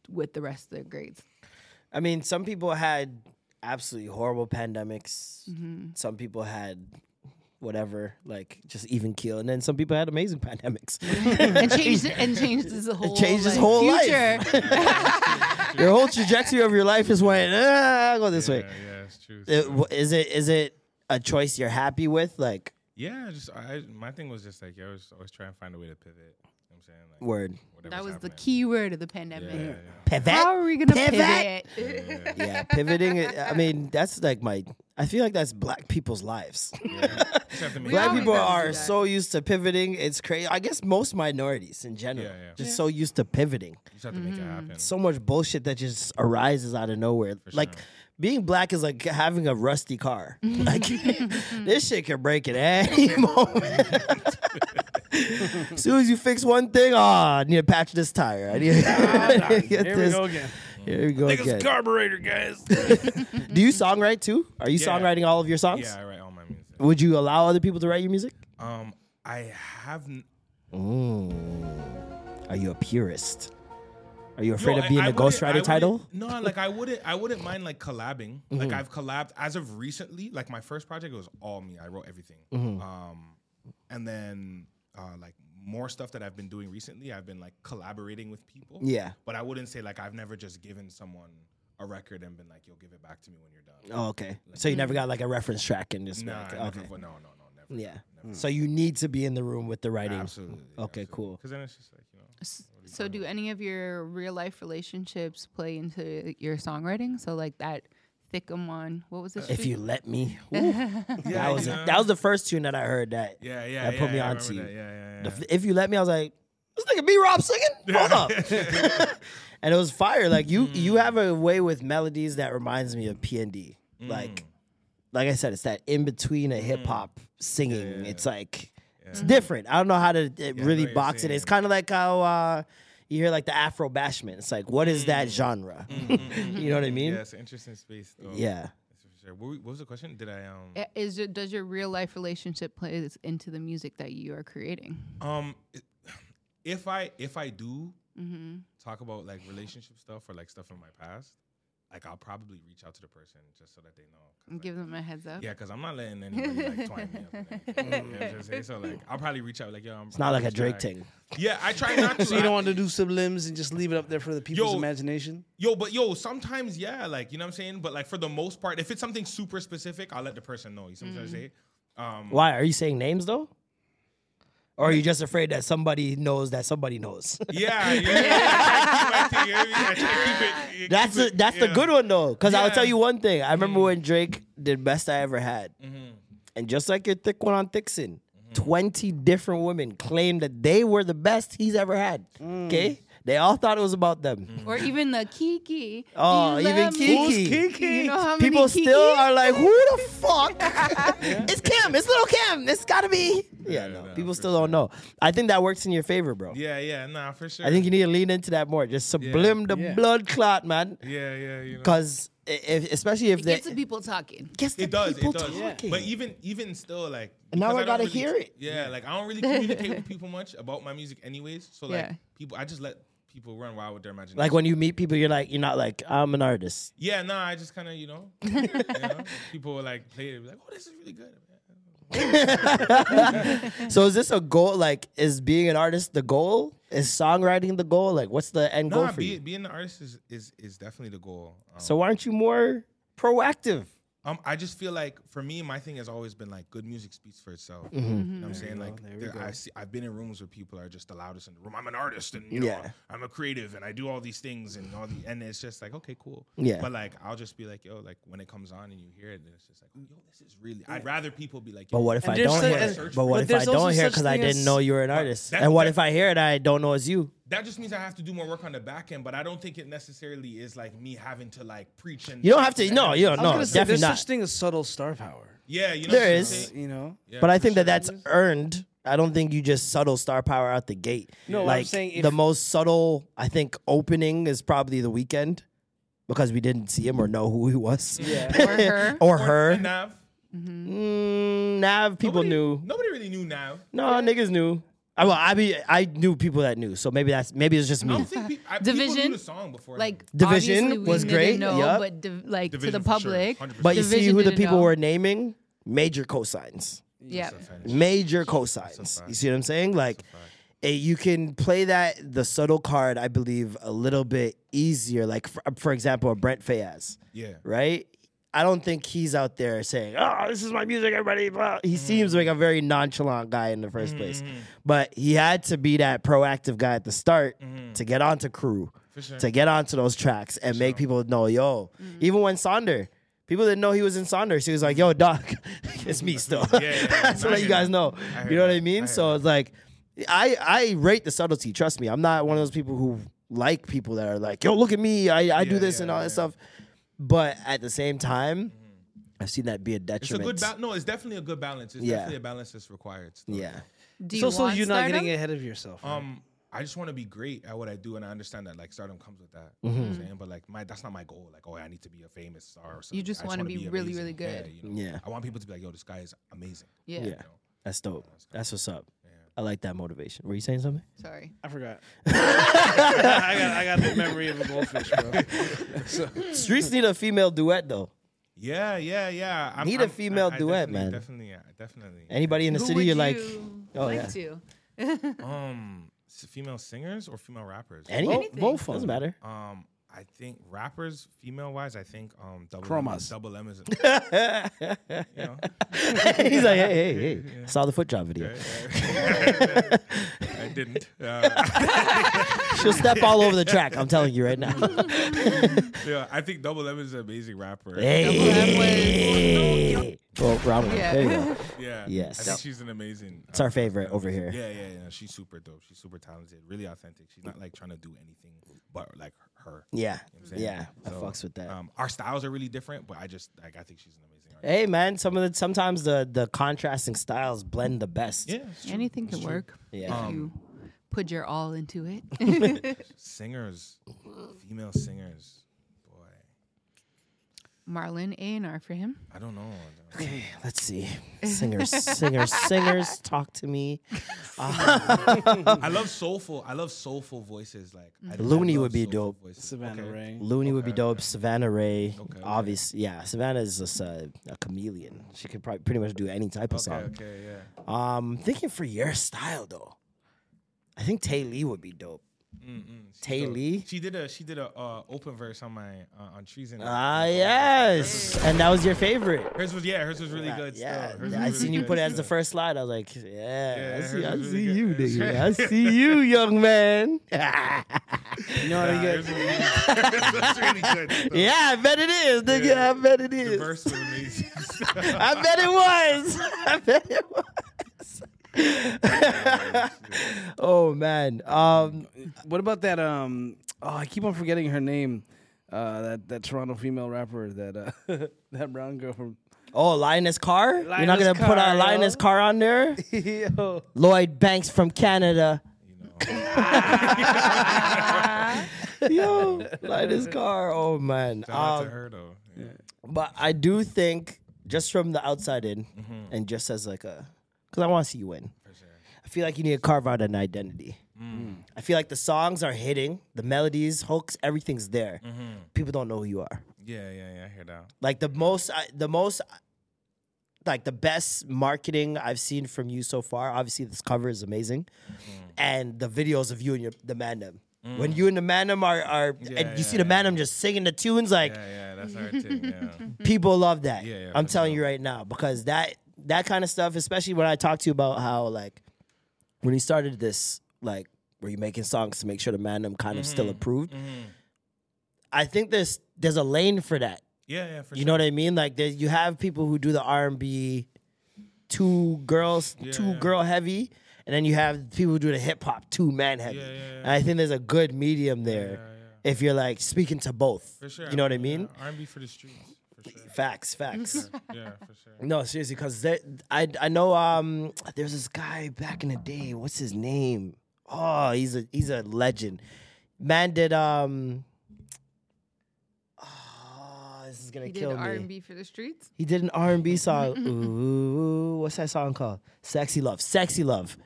A: with the rest of the grades.
D: I mean, some people had absolutely horrible pandemics.
A: Mm-hmm.
D: Some people had whatever, like just even keel, and then some people had amazing pandemics.
A: and changed and changed his whole
D: changed his
A: like,
D: whole life.
A: future.
D: your whole trajectory of your life is went. Ah, I'll go this
F: yeah,
D: way.
F: yeah, it's true.
D: It- w- Is it is it a choice you're happy with? Like
F: yeah, just I my thing was just like yeah, I was always trying to find a way to pivot. You know what I'm saying like
D: word
F: whatever's
A: That was the
F: happening.
A: key word of the
F: Yeah,
A: pandemic.
F: yeah,
D: pivot.
A: How are we gonna
D: Pivot.
A: pivot?
F: yeah, yeah,
D: yeah, pivoting. it- I mean, that's like my. I feel like that's black people's lives.
F: yeah. Just have to make
D: Black
F: sure-
A: always
D: people
A: have to do
D: are
A: that.
D: so used to pivoting. It's crazy. I guess most minorities in general
F: Yeah, yeah.
D: just so used to pivoting.
F: You just have to make it happen.
D: So much bullshit that just arises out of nowhere. Like being black is like having a rusty car. like this shit can break at any moment. as soon as you fix one thing, oh, I need to patch this tire. I need to get
E: Here we
D: this.
E: go again.
D: Here we go again.
F: carburetor, guys.
D: Do you songwrite too? Are you
F: Yeah.
D: songwriting all of your songs?
F: yeah, I write all my music.
D: Would you allow other people to write your music?
F: Um, I haven't.
D: Mm. Are you a purist? Are you afraid
F: Yo,
D: of being
F: I- I
D: a
F: wouldn't- I
D: ghostwriter
F: wouldn't-
D: title? Mm-hmm.
F: No, like I wouldn't. I wouldn't mind like collabing. Like I've collabed as of recently. Like my first project was all me. I wrote everything.
D: Mm-hmm.
F: Um, and then uh, like more stuff that I've been doing recently. I've been like collaborating with people.
D: Yeah.
F: But I wouldn't say like I've never just given someone a record and been like, "Yo, give it back to me when you're done." mm-hmm.
D: Oh, okay. So you never got like a reference track in this?
F: Nah,
D: like,
F: I never,
D: okay.
F: no, no, no, never.
D: Yeah. So you need to be in the room with the writing.
F: Absolutely.
D: Okay, cool.
F: Because then it's just like you know.
A: So, do any of your real life relationships play into your songwriting? So, like that Thickamon, what was it?
D: Uh, If you let me. Ooh, that was
F: uh, yeah.
D: that was the first tune that I heard that.
F: Yeah, yeah.
D: That
F: yeah,
D: put me
F: yeah, I
D: on to
F: remember
D: you.
F: that. Yeah, yeah, yeah.
D: The f- if you let me, I was like, this nigga B Rob singing? Hold up. and it was fire. Like you you have a way with melodies that reminds me of P and D. Like like I said, it's that in between a hip hop singing. It's like it's different. I don't know how to uh,
F: what
D: really
F: you're
D: box it. It's
F: saying.
D: kind of like how uh, you hear like the Afro bashment. It's like, what is that genre? you know what Mm. Mm-hmm. I mean?
F: Yeah, it's an interesting space. Though.
D: Yeah.
F: That's for sure. What, we- what was the question? Did I um
A: I- Eh, Is your, does your real life relationship play into the music that you are creating?
F: um it- if I if I do talk about like relationship stuff or like stuff in my past, like I'll probably reach out to the person just so that they know. 'cause, like,
A: Give them a heads up.
F: yeah, because I'm not letting anybody like twine me up. in anything. You know what I'm saying? So like I'll probably reach out like yo. I'm,
D: It's not like a Drake thing.
F: Yeah, I try not to.
E: So you
F: I-
E: don't want to do some limbs and just leave it up there for the people's
F: Yo.
E: imagination?
F: Yo, but yo, sometimes yeah, like you know what I'm saying. But like for the most part, if it's something super specific, I'll let the person know. You see what I'm saying? Um,
D: Why? Are you saying names though? Or are you just afraid that somebody knows that somebody knows?
F: yeah, yeah. yeah. I try to keep my thing, you know what I mean? I try to keep it-
D: That's
F: keep
D: the
F: it-
D: that's the
F: yeah.
D: good one though, because I'll
F: Yeah. Mm.
D: tell you one thing. I remember when Drake did best I ever had,
F: Mm-hmm.
D: and just like your thick one on Thixon, twenty different women claimed that they were the best he's ever had.
A: Mm.
D: Okay,
F: Mm.
D: they all thought it was about them.
A: Or even the Kiki. Do
D: Oh,
A: you
D: even
A: love me?
D: Kiki.
A: You know how many
D: People still
A: Kikis?
D: are like, who the fuck? it's Kim. It's little Kim. It's gotta be.
F: Yeah,
D: Yeah, no.
F: no,
D: people
F: for
D: still don't know. I think that works in your favor, bro.
F: Yeah, yeah, nah, for sure.
D: I think you need to lean into that more. Just sublim the
E: Yeah.
D: blood clot, man.
F: Yeah, yeah, you know.
D: Because if, especially if
A: It
D: they
A: gets the people talking.
D: gets the
F: it does,
D: people
F: it does.
D: talking.
F: But even even still, like
D: And now
F: because don't
D: I gotta
F: really-
D: hear it.
F: Yeah, like I don't really communicate with people much about my music, anyways. So like
A: Yeah.
F: people, I just let people run wild with their imagination.
D: like when you meet people, you're like, you're not like, I'm an artist.
F: yeah, nah, I just kind of you know, you know, people will, like play it, be like, oh, this is really good.
D: So is this a goal? Like, is being an artist the goal? Is songwriting the goal? Like, what's the end
F: Nah,
D: goal for
F: be,
D: you?
F: being an artist is, is is definitely the goal. Um,
D: So why aren't you more proactive?
F: Um, I just feel like for me, my thing has always been like good music speaks for itself.
D: Mm-hmm.
F: You
E: Mm-hmm.
F: know what I'm saying? Like there- I see, I've been in rooms where people are just the loudest in the room. I'm an artist and you know
D: Yeah.
F: I'm a creative and I do all these things and all the and it's just like okay, cool.
D: Yeah.
F: But like I'll just be like yo, like when it comes on and you hear it, then it's just like oh, yo, this is really. I'd rather people be like.
D: But
F: yo,
D: what if
E: And
D: I
E: there's
D: don't
E: such-
D: hear
E: and-
D: it? But what
E: but
D: if I
E: there's also
D: don't hear it
E: such
D: because I
E: thing
D: didn't
E: as-
D: know you were an artist?
F: that-
D: and what
F: that-
D: if I hear it? I don't know it's you.
F: That just means I have to do more work on the back end, but I don't think it necessarily is like me having to like preach and.
D: You don't have to. No, you don't.
E: I was
D: No,
E: gonna say,
D: definitely
E: there's
D: not.
E: such thing as subtle star power.
F: Yeah, you know.
D: There
F: what I'm
D: is.
F: saying?
E: You know?
F: Yeah,
D: but I
F: for
D: think
F: sure.
D: that that's earned. I don't think you just subtle star power out the gate.
E: No,
D: like
E: I'm saying if-
D: the most subtle, I think opening is probably the weekend because we didn't see him or know who he was. Yeah,
A: Or her.
D: or
F: Or
D: her.
F: Nav.
D: Mm, Nav, people
F: Nobody-
D: knew.
F: Nobody really knew Nav.
D: No, niggas knew. I, well, I mean, I knew people that knew, so maybe that's maybe it's just
F: I
D: me.
F: don't think pe- I, people
A: Division?
F: knew the song before. him.
A: Like
D: Division
A: obviously we
D: was
A: didn't
D: great,
A: Know,
D: yeah.
A: But div- like to
F: Division
A: the
F: for sure,
A: public,
F: 100%.
D: But you see
A: Division
D: who the
A: didn't
D: people
A: know.
D: were naming? Major cosigns.
A: yeah.
D: major cosigns. You see what I'm saying? Like eh, you can play that the subtle card, I believe, a little bit easier. Like for, for example, a Brent Fayez,
F: Yeah.
D: right? I don't think he's out there saying, "Oh, this is my music, everybody." Blah. He seems like a
F: Mm.
D: very nonchalant guy in the 1st place, but he had to be that proactive guy at the start
F: Mm.
D: to get onto crew, to get onto those tracks and make people know, "Yo." Even when Sonder, people didn't know he was in Sonder. She was like, "Yo, Doc, it's me still."
F: yeah.
D: to
F: No, I
D: let you
F: hear
D: guys
F: that.
D: know.
F: I hear
D: You know what
F: that.
D: I mean?
F: I hear
D: so it's like, I I rate the subtlety. Trust me, I'm not one of those people who like people that are like, yo, look at me, I, I do
F: Yeah,
D: this
F: yeah,
D: and all
F: yeah. Mm-hmm.
D: that stuff. But at the same time, I've seen that be a
F: It's a
D: detriment.
F: good balance. No, it's definitely a good balance. It's
D: Yeah.
F: definitely a balance that's required. still.
D: yeah,
A: Do
E: It's
A: you
E: also
A: want
E: you not
A: stardom?
E: getting ahead of yourself. right?
F: Um, I just want to be great at what I do, and I understand that like stardom comes with that. You know
D: Mm-hmm.
F: what I'm saying? But like my that's not my goal. Like, oh, I need to be a famous star. Or something.
A: just
F: I
A: wanna
F: wanna
A: be really,
F: amazing.
A: really
F: Yeah,
A: good.
F: you know?
D: Yeah.
F: I want people to be like, yo, this guy is amazing.
A: Yeah.
D: Yeah. that's dope. That's what's up. I like that motivation. Were you saying something?
A: Sorry.
E: I forgot. I, got, I got the memory of a goldfish, bro.
D: Streets need a female duet though.
F: Yeah, yeah, yeah. I'm,
D: Need a
F: I'm-
D: female duet,
F: definitely-
D: man.
F: Definitely, yeah, definitely.
D: Anybody in the
A: Who
D: city,
A: would
D: you're like,
A: you
D: oh,
A: like
D: yeah.
A: to?
F: Um, s- female singers or female rappers?
D: any
A: Anything.
D: both of 'em. doesn't matter.
F: Um, I think rappers, female wise, I think um, double
G: Chromas.
F: M, double M is. you know,
D: He's like, hey, hey, hey, saw the foot job video.
F: I didn't. Uh,
D: She'll step all over the track. I'm telling you right now.
F: yeah, I think double M is an amazing rapper.
D: hey,
A: That was-
D: well, round one.
A: Yeah.
D: There you go.
F: Yeah.
D: Yes.
F: I think she's an amazing. uh,
D: It's our favorite over here.
F: Yeah, yeah, yeah. She's super dope. She's super talented. Really authentic. She's not like trying to do anything but like her.
D: Yeah,
F: You know what I'm saying?
D: yeah, I
F: So,
D: fucks with that.
F: Um, our styles are really different, but I just like I think she's an amazing artist.
D: hey man, some of the sometimes the the contrasting styles blend the best.
F: Yeah, it's true.
A: Anything can work.
D: Yeah.
F: Um,
A: If you put your all into it.
F: singers, female singers. Boy,
A: Marlon A and R for him.
F: I don't know.
D: Let's see, singers, singers, singers, talk to me.
F: I love soulful. I love soulful voices. Like I- I
D: Mm-hmm. Looney
F: love
D: would be
F: soulful
D: dope.
F: voices.
E: Savannah
F: Okay.
E: Ray.
D: Looney would be dope. Savannah Ray,
F: Okay, okay.
D: obvious. Yeah, Savannah is just a, a chameleon. She could probably pretty much do any type of
F: Okay,
D: song.
F: okay, yeah.
D: Um, thinking for your style though, I think Tay Lee would be dope. Tay Lee.
F: She did a she did a uh, open verse on my uh, on trees and
D: Ah yes, and that was your favorite.
F: hers was yeah hers was really good. still.
D: Yeah,
F: Hers was
D: I
F: really
D: seen you
F: good
D: put it as the
F: still.
D: first slide. I was like, yeah, I
F: Yeah,
D: see, I
F: hers was
D: see
F: really
D: you,
F: good.
D: nigga. I see you, young man. yeah,
E: You know what
F: Nah,
E: I get?
F: hers was really good. That's really good. still.
D: I bet it is, nigga.
F: Yeah.
D: I bet it
F: The
D: is.
F: verse was amazing.
D: I bet it was. I bet it was. oh man. Um,
E: What about that? Um, oh, I keep on forgetting her name. Uh, that that Toronto female rapper, that uh, that brown girl from.
D: oh, Lioness Car. You're not gonna
E: Lioness
D: put
E: Carr,
D: a
E: yo.
D: Lioness Car on there.
E: Yo.
D: Lloyd Banks from Canada. Yo, Lioness Car. Oh man.
F: Shout out to
D: Um,
F: her though. Yeah.
D: But I do think, just from the outside in,
F: Mm-hmm.
D: and just as like a, because I want to see you win. I feel like you need to carve out an identity.
F: Mm-hmm.
D: I feel like the songs are hitting, the melodies, hooks, everything's there.
F: Mm.
D: People don't know who you are.
F: Mm-hmm. yeah, yeah, yeah. I hear that.
D: Like the most, I- the most, like the best marketing I've seen from you so far. Obviously, this cover is amazing,
F: Mm-hmm.
D: and the videos of you and your the mandem. When you and the mandem are, are and you
F: Mm. yeah,
D: see the mandem just singing the tunes, like
F: Yeah, yeah. That's our thing. Yeah.
D: people love that.
F: Yeah, yeah,
D: I'm
F: for
D: telling you right now because that that kind of stuff, especially when I talk to you about how like when you started this, like were you making songs to make sure the mandem kind of
F: Mm-hmm.
D: still approved? I think there's there's a lane for that.
F: Yeah, yeah. For
D: You
F: sure.
D: know what I mean? Like there, you have people who do the R and B, two girls, two
F: yeah.
D: girl heavy, and then you have people who do the hip hop, two man heavy.
F: Yeah, yeah, yeah.
D: And I think there's a good medium there if you're like speaking to both.
F: For sure.
D: You know what I mean?
F: R and B for the streets. For sure.
D: Facts, facts.
F: Yeah, for sure.
D: No, seriously, because I I know um there's this guy back in the day. What's his name? Oh, he's a he's a legend. Man did um. Oh, this is gonna
A: He did
D: kill
A: R and
D: me.
A: B for the streets.
D: He did an R and B song. Ooh, what's that song called? Sexy Love. Sexy Love.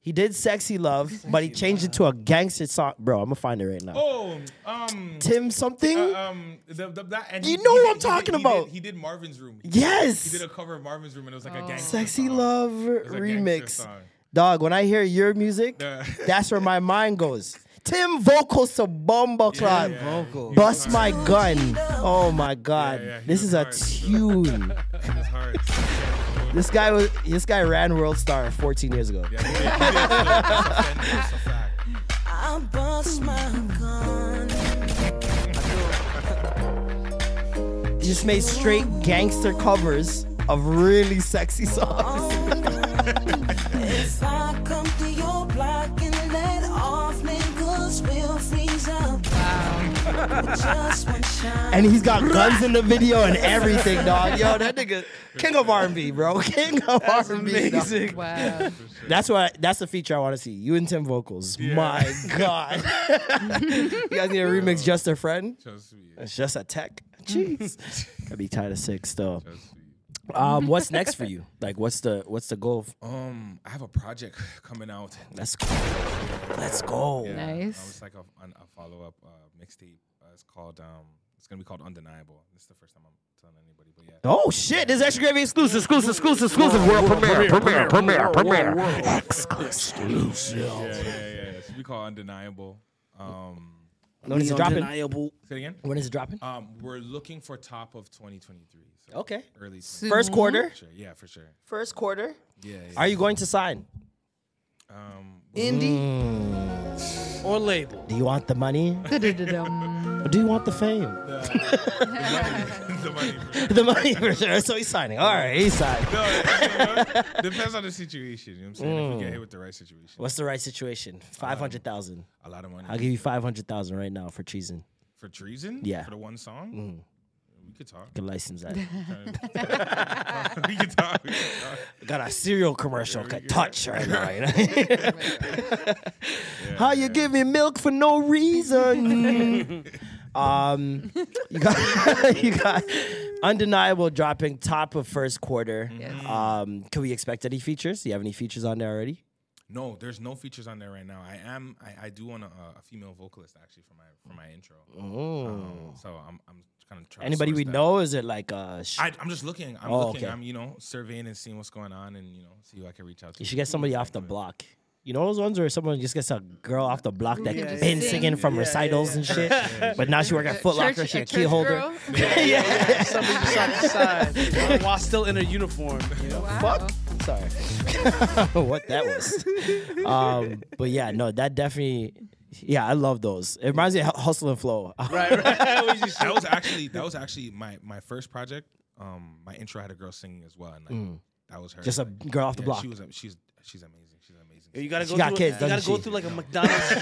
D: He did Sexy Love, but he changed it to a gangster song. Bro, I'm gonna find it right now.
F: Oh, um,
D: Tim something.
F: uh, um, the, the, that, and
D: You know what I'm
F: did-
D: talking
F: he did-
D: about.
F: He did, Marvin's Room. He,
D: yes. Oh.
F: he did a cover of Marvin's Room, and it was like a gangster
D: Sexy
F: song.
D: Love
F: It was a gangster
D: remix.
F: song.
D: Dog, when I hear your music,
F: Yeah.
D: that's where my mind goes. Tim Vocal Sabomba Club.
G: Vocal.
D: Bust my gun. Oh my god.
F: yeah, he
D: this
F: was
D: is a
F: hard.
D: tune.
F: It was hard.
D: this guy was this guy ran World Star 14 years ago.
F: Yeah, he did. He did. It's a fact.
C: I bust my gun.
D: He just made straight gangster covers of really sexy songs.
C: If I come to your block and let off, niggas will freeze up. With just one shot.
D: And he's got guns in the video and everything, dog. Yo, that nigga, king of R&B, bro, king of R&B. dog.
A: Wow.
D: That's what. That's the feature I want to see. You and Tim vocals. My God, you guys need a remix. Just a friend.
F: Trust me.
D: It's just a tech. Jeez, I'd be tired of six though.
F: Trust me.
D: Um, what's next for you? Like, what's the what's the goal?
F: Um, I have a project coming out.
D: Let's go. Let's go.
F: Yeah,
A: Nice.
F: uh, It's like a, an- a follow up uh, mixtape. Uh, it's called. Um, it's gonna be called Undeniable. This is the first time I'm telling anybody, but yeah.
D: Oh shit! This is extra gravy exclusive, exclusive, exclusive, exclusive world premiere, premiere, premiere, premiere, exclusive.
F: Yeah, yeah, yeah. yeah. It's gonna be called Undeniable. Um,
D: When is it dropping?
F: say it again.
D: When is it dropping?
F: Um, we're looking for top of 2023. So
D: Okay.
F: Early. 2023.
D: First quarter.
F: Sure, yeah, for sure.
D: First quarter.
F: Yeah. yeah.
D: Are you going to sign?
F: Um, Mm.
E: Indie or label?
D: Do you want the money?
A: Du-du-du-dum.
D: Or do you want the fame?
F: the money. for-
D: the money for sure. So he's signing. All right, he's signing.
F: No, it- you know, depends on the situation. You know what I'm saying? If we get hit with the right situation,
D: Mm.
F: Um,
D: What's the right situation? Five hundred thousand.
F: a lot of money.
D: I'll give you five hundred thousand right now for treason.
F: for treason.
D: Yeah.
F: For the one song. We could talk.
D: Can license that.
F: we could talk. We could talk.
D: Got a cereal commercial. Could touch right now. You know? How you give me milk for no reason? um, you got you got undeniable dropping top of first quarter.
F: Mm-hmm.
D: Um, can we expect any features? Do you have any features on there already?
F: No, there's no features on there right now. I am. I, I do want a, a female vocalist actually for my for my intro. Um, so I'm I'm kind of trying. to
D: Mm. Anybody
F: source
D: we
F: that.
D: know? Is it like a? Sh-
F: I, I'm just looking. I'm
D: Oh,
F: looking.
D: okay.
F: I'm you know surveying and seeing what's going on and you know see who I can reach out to.
D: You should get somebody off the block. You know those ones where someone just gets a girl off the block that
A: just
D: been
A: sing.
D: singing from recitals and shit, but now she work at Foot Locker,
A: Church-
D: she
A: a
D: a
A: church
D: key holder.
A: girl?
E: Yeah, somebody just on the side while still in a uniform. You know?
D: Fuck, sorry, what that was.
E: Uh,
D: Um, but yeah, no, that definitely. Yeah, I love those. It reminds me of Hustle and Flow.
E: Right, right. We just-
F: that was actually that was actually my my first project. Um, my intro had a girl singing as well, and like, that was her.
D: Mm. Just a
F: Like,
D: girl off the
F: yeah,
D: block.
F: She was a, she's she's amazing. She's amazing.
E: You gotta
D: She
E: go
D: got
E: through.
D: kids,
E: you gotta
D: doesn't
E: go
D: she?
E: through like a McDonald's. you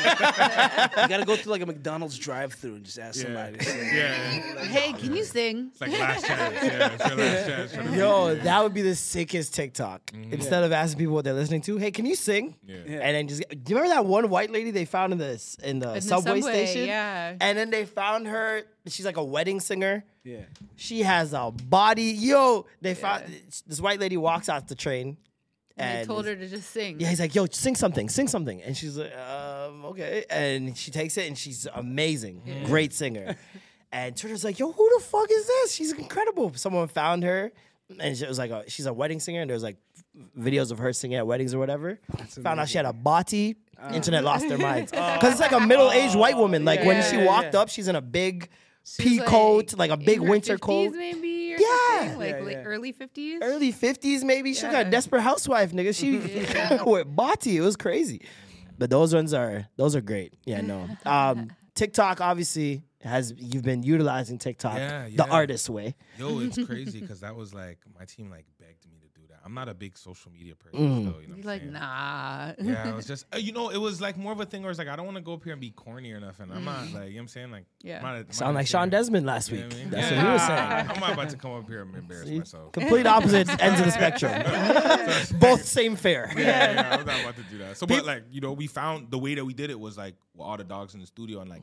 E: gotta go through like a McDonald's drive-through and just ask
F: yeah.
E: somebody.
F: yeah, yeah.
A: Hey, can you sing?
F: It's like last chance. Yeah, it's your last chance. for the- Mm-hmm.
D: Yo, that would be the sickest TikTok. Instead of asking people what they're listening to, hey, can you sing?
F: Yeah.
D: And then just do you remember that one white lady they found in the s- in the,
A: the
D: subway,
A: subway,
D: station?
A: yeah.
D: And then they found her. She's like a wedding singer.
E: Yeah.
D: She has a body. Yo, they found this white lady walks off the train.
A: And they told her to just sing.
D: Yeah, he's like, yo, sing something, sing something. And she's like, um, okay. And she takes it and she's amazing. Great singer. and Twitter's like, yo, who the fuck is this? She's incredible. Someone found her and she was like, a, she's a wedding singer and there's like videos of her singing at weddings or whatever. found out she had a body. Internet lost their minds. Because it's like a middle aged white woman. Like when she
E: Uh. Oh. Yeah,
D: walked
E: yeah.
D: up, she's in a big
A: She's
D: pea coat, like a
A: in
D: big
A: her
D: winter
A: 50s
D: coat.
A: maybe. Or
D: Yeah.
A: something, like
E: Yeah,
A: late-
E: yeah.
A: early fifties.
D: early fifties, maybe. She got a
A: Yeah.
D: desperate housewife, nigga. She with Bati. It was crazy. But those ones are those are great. Yeah, no. Um, TikTok obviously has you've been utilizing TikTok
F: Yeah,
D: the
F: yeah.
D: artist way.
F: Yo, it's crazy because that was like my team like begged me to do that. I'm not a big social media person,
D: Mm.
F: so you know. what I'm
A: He's like,
F: saying?
A: nah.
F: Yeah, it was just uh, you know, it was like more of a thing where it's like I don't want to go up here and be corny or nothing. I'm
E: Mm.
F: not like you know what I'm saying like
A: Yeah.
F: I'm not a- I'm not
D: Sound
F: a
D: like Sean
F: singer.
D: Desmond last
F: You
D: week.
F: know what I mean?
D: That's
F: Yeah.
D: what he was saying. Uh,
F: I'm not about to come up here and embarrass myself.
D: Complete opposite ends of the spectrum. Both same fare.
F: yeah, yeah, I'm not about to do that. So, but like you know, we found the way that we did it was like with all the dogs in the studio, and like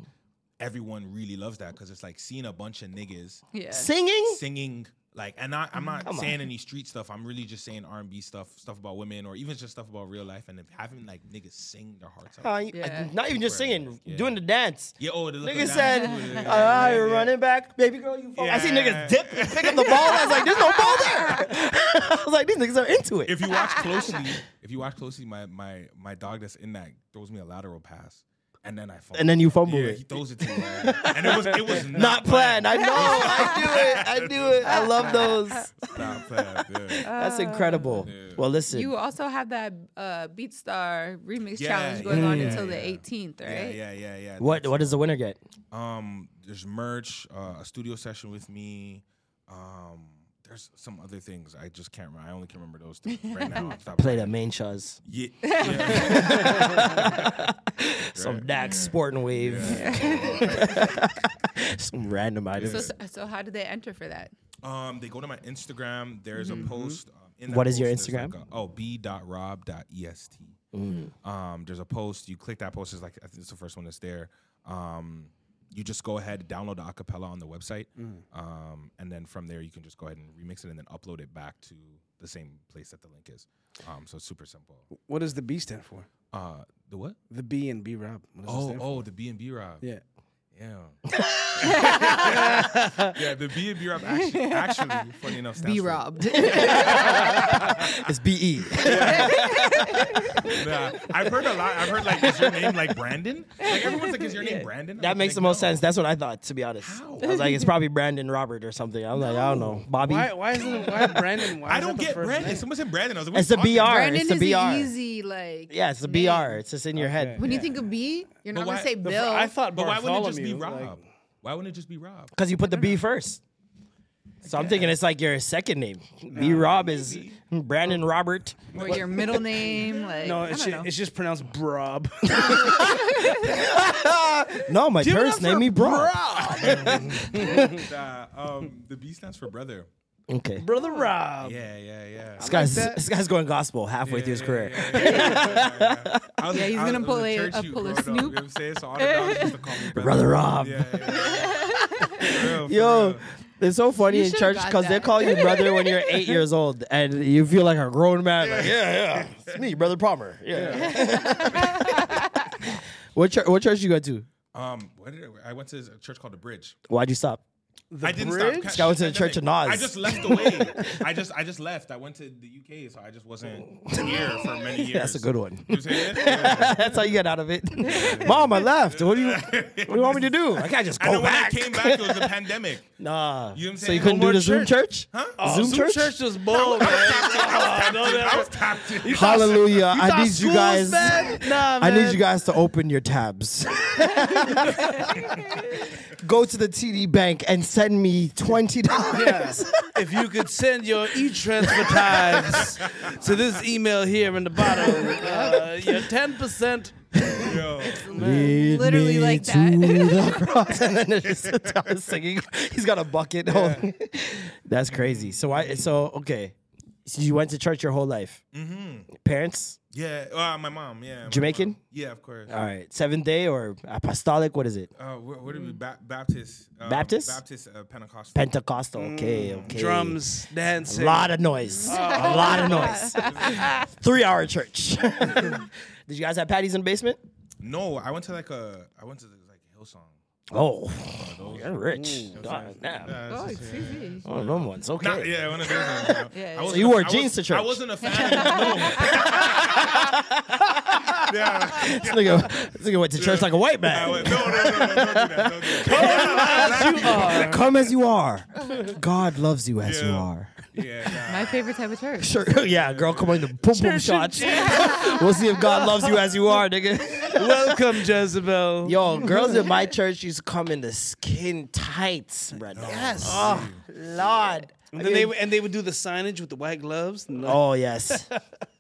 F: everyone really loves that because it's like seeing a bunch of niggas
A: Yeah.
D: Singing?
F: singing Like, and I, I'm not saying any street stuff. I'm really just saying R&B stuff, stuff about women, or even just stuff about real life. And if having like niggas sing their hearts out.
D: Uh, you-
A: Yeah.
D: Not even just
F: Right.
D: singing,
F: Yeah.
D: doing the dance.
F: yeah, oh, the look
D: Nigga
F: of that.
D: said,
F: Yeah,
D: "Ah,
F: yeah,
D: you're
F: yeah.
D: running back, baby girl. You fall." I see
F: Yeah.
D: niggas dip and pick up the ball. I was like, "There's no ball there." I was like, "These niggas are into it."
F: If you watch closely, if you watch closely, my my my dog that's in that throws me a lateral pass, and then I fumble.
D: And then you fumble
F: yeah,
D: it.
F: he throws it to me, and it was it was not,
D: Not planned. I know. I do it. I do it. I love those.
F: Not planned. Yeah.
D: That's incredible. Well, listen.
A: Uh, You also have that uh, Beatstar remix
F: Yeah,
A: challenge going
F: yeah,
A: on
F: yeah,
A: until
F: yeah.
A: the 18th, right?
F: yeah, yeah, yeah, yeah.
D: what
F: That's-
D: what does the winner get?
F: Um, there's merch, uh, a studio session with me. Um, there's some other things I just can't remember. I only can remember those things right now. off the top of my
D: Play
F: head.
D: the main shows.
F: Ye- Yeah.
D: Some
F: Right.
D: Dax Sporting Wave. Some random items.
A: So, so how do they enter for that?
F: um, they go to my Instagram. There's a post. Um, in that
D: Mm-hmm. What is your
F: post, there's
D: Instagram?
F: Like a, oh, b.rob.est. Um, there's a post. You click that post. It's like I think it's the first one that's there. Um, you just go ahead, download the acapella on the website,
D: Mm.
F: um, and then from there you can just go ahead and remix it and then upload it back to the same place that the link is. Um, so it's super simple.
E: What does the B stand for?
F: Uh, the what?
E: The B and B Rob. What does it
F: Oh,
E: stand for?
F: oh, the B and B Rob.
E: yeah.
F: Yeah. yeah, the B and B Rob actually, actually, funny enough, stands
A: Be
F: for-
A: robbed.
D: it's E. BE.
F: Nah, I've heard a lot. I've heard like, is your name like Brandon? Like everyone's like, is your name Brandon? I'm
D: that
F: like,
D: makes the most
F: no.
D: sense. That's what I thought, to be honest.
F: How?
D: I was like, it's probably Brandon Robert or something. I was like, I don't know. Bobby.
E: Why? Why isn't it? Why Brandon? Why
F: I
E: is that
F: don't
E: the
F: get
E: first
F: Brandon.
E: name?
F: Someone said Brandon. I was like,
D: It's
F: what
D: a
F: are you talking
D: BR.
F: about?
A: Brandon
D: it's a
A: is
D: BR.
A: an easy, like.
D: Yeah, it's a
A: name.
D: BR. It's just in your head.
A: When you think of B, you're not
F: But
A: going
F: why-
A: to say
F: the-
A: Bill.
E: I thought
F: But why
E: Bartholomew.
F: wouldn't it just be
E: like-
F: Rob? Why wouldn't it just be Rob?
D: Because you put the B first. So I'm thinking it's like your second name. B Rob is Brandon Robert.
A: or your middle name. Like,
E: no,
A: I
E: it's
A: don't
E: just,
A: know.
E: it's just pronounced Brob.
D: No, my
E: it
D: first
E: up
D: name
E: for
D: is Bro.
F: Nah, um, the B stands for brother.
D: Okay.
E: Brother Rob.
F: Yeah, yeah, yeah.
D: This guy's, this guy's going gospel halfway through his career.
F: I was
A: Yeah,
F: in-
A: he's
F: I was-
A: gonna
F: it was
A: pull a-
F: church
A: a-
F: youth
A: pull a
F: growing up, You know
A: Snoop.
F: what I'm saying? So all the dogs used to call me brother,
D: Brother Rob.
F: Yeah, yeah, yeah. For real, for
D: Yo,
F: real.
D: Oh, it's so funny
A: You
D: in
A: should've
D: church
A: got
D: because they
A: that.
D: call you brother when you're eight years old and you feel like a grown man. Like, yeah, yeah, it's me, brother Palmer. Yeah. what, chur- what church you go to?
F: Um, what did I, I went to a church called the Bridge.
D: Why'd you stop?
F: I didn't
E: Bridge?
F: stop.
D: This guy went to the Church of Nas.
F: I just left away. I just I just left. I went to the UK, so I just wasn't here for many years.
D: That's a good one.
F: You know what I'm saying? Yeah.
D: That's how you get out of it. Mom, I left. What do you What do you want me to do? I can't just
F: And
D: go
F: then when I
D: back.
F: came back, it was the pandemic.
D: Nah.
F: You know what I'm
D: so
F: saying?
D: you couldn't
F: No
D: do
F: more
D: the Zoom church?
F: Huh?
D: Zoom, church?
E: Oh, was bold, man.
F: I, was tapped in. I was tapped in.
D: Hallelujah. I
E: thought
D: need you
E: schools,
D: guys.
E: man? Nah,
D: I need
E: man.
D: you guys to open your tabs. Go to the TD bank and send me twenty dollars.
E: Yeah. if you could send your e-transfer times to this email here in the bottom, uh, your ten percent.
F: Yo.
D: Lead
A: Literally
D: me
A: like
D: to
A: that.
D: the cross. and then there's just Thomas singing. He's got a bucket. holding- That's crazy. So I. So okay. So you went to church your whole life. Mm-hmm. Parents
F: Yeah. Uh, my mom. Yeah. my
D: Jamaican?
F: mom. Yeah, of course.
D: All right, seventh day or apostolic? What is it?
F: Uh, what, what did we ba- Baptist? Um,
D: Baptist?
F: Baptist uh, Pentecostal. Mm.
D: Pentecostal. Okay, okay.
E: Drums,
D: A
E: dancing.
D: lot of noise. A lot of noise. Three hour church. Did you guys have patties in the basement?
F: no, I went to like a. I went to like Hillsong.
D: Oh, you're rich. God, damn.
A: Oh, excuse me.
D: Oh, no one's okay.
F: Not, yeah, one of those. ones, you know.
A: Yeah,
F: I
A: yeah. So
F: wasn't
D: you
F: a-
D: wore
F: I was-
D: jeans to church.
F: I wasn't a fan. of no. yeah.
D: This nigga, this nigga went to church like a white
F: I
D: man.
F: went, no, no, no, no, don't do that. Don't do that.
D: Come as you are. God loves you as you
F: Yeah.
D: are.
F: yeah, nah.
A: My favorite type of church.
D: Sure. Yeah, girl, come on the boom boom shots. we'll see if God loves you as you are, nigga.
E: Welcome, Jezebel.
D: Yo, girls in my church used to come in the skin tights, brother. Yes. Oh, Lord.
E: Ah. And then they would- and they would do the signage with the white gloves. No.
D: Oh, yes.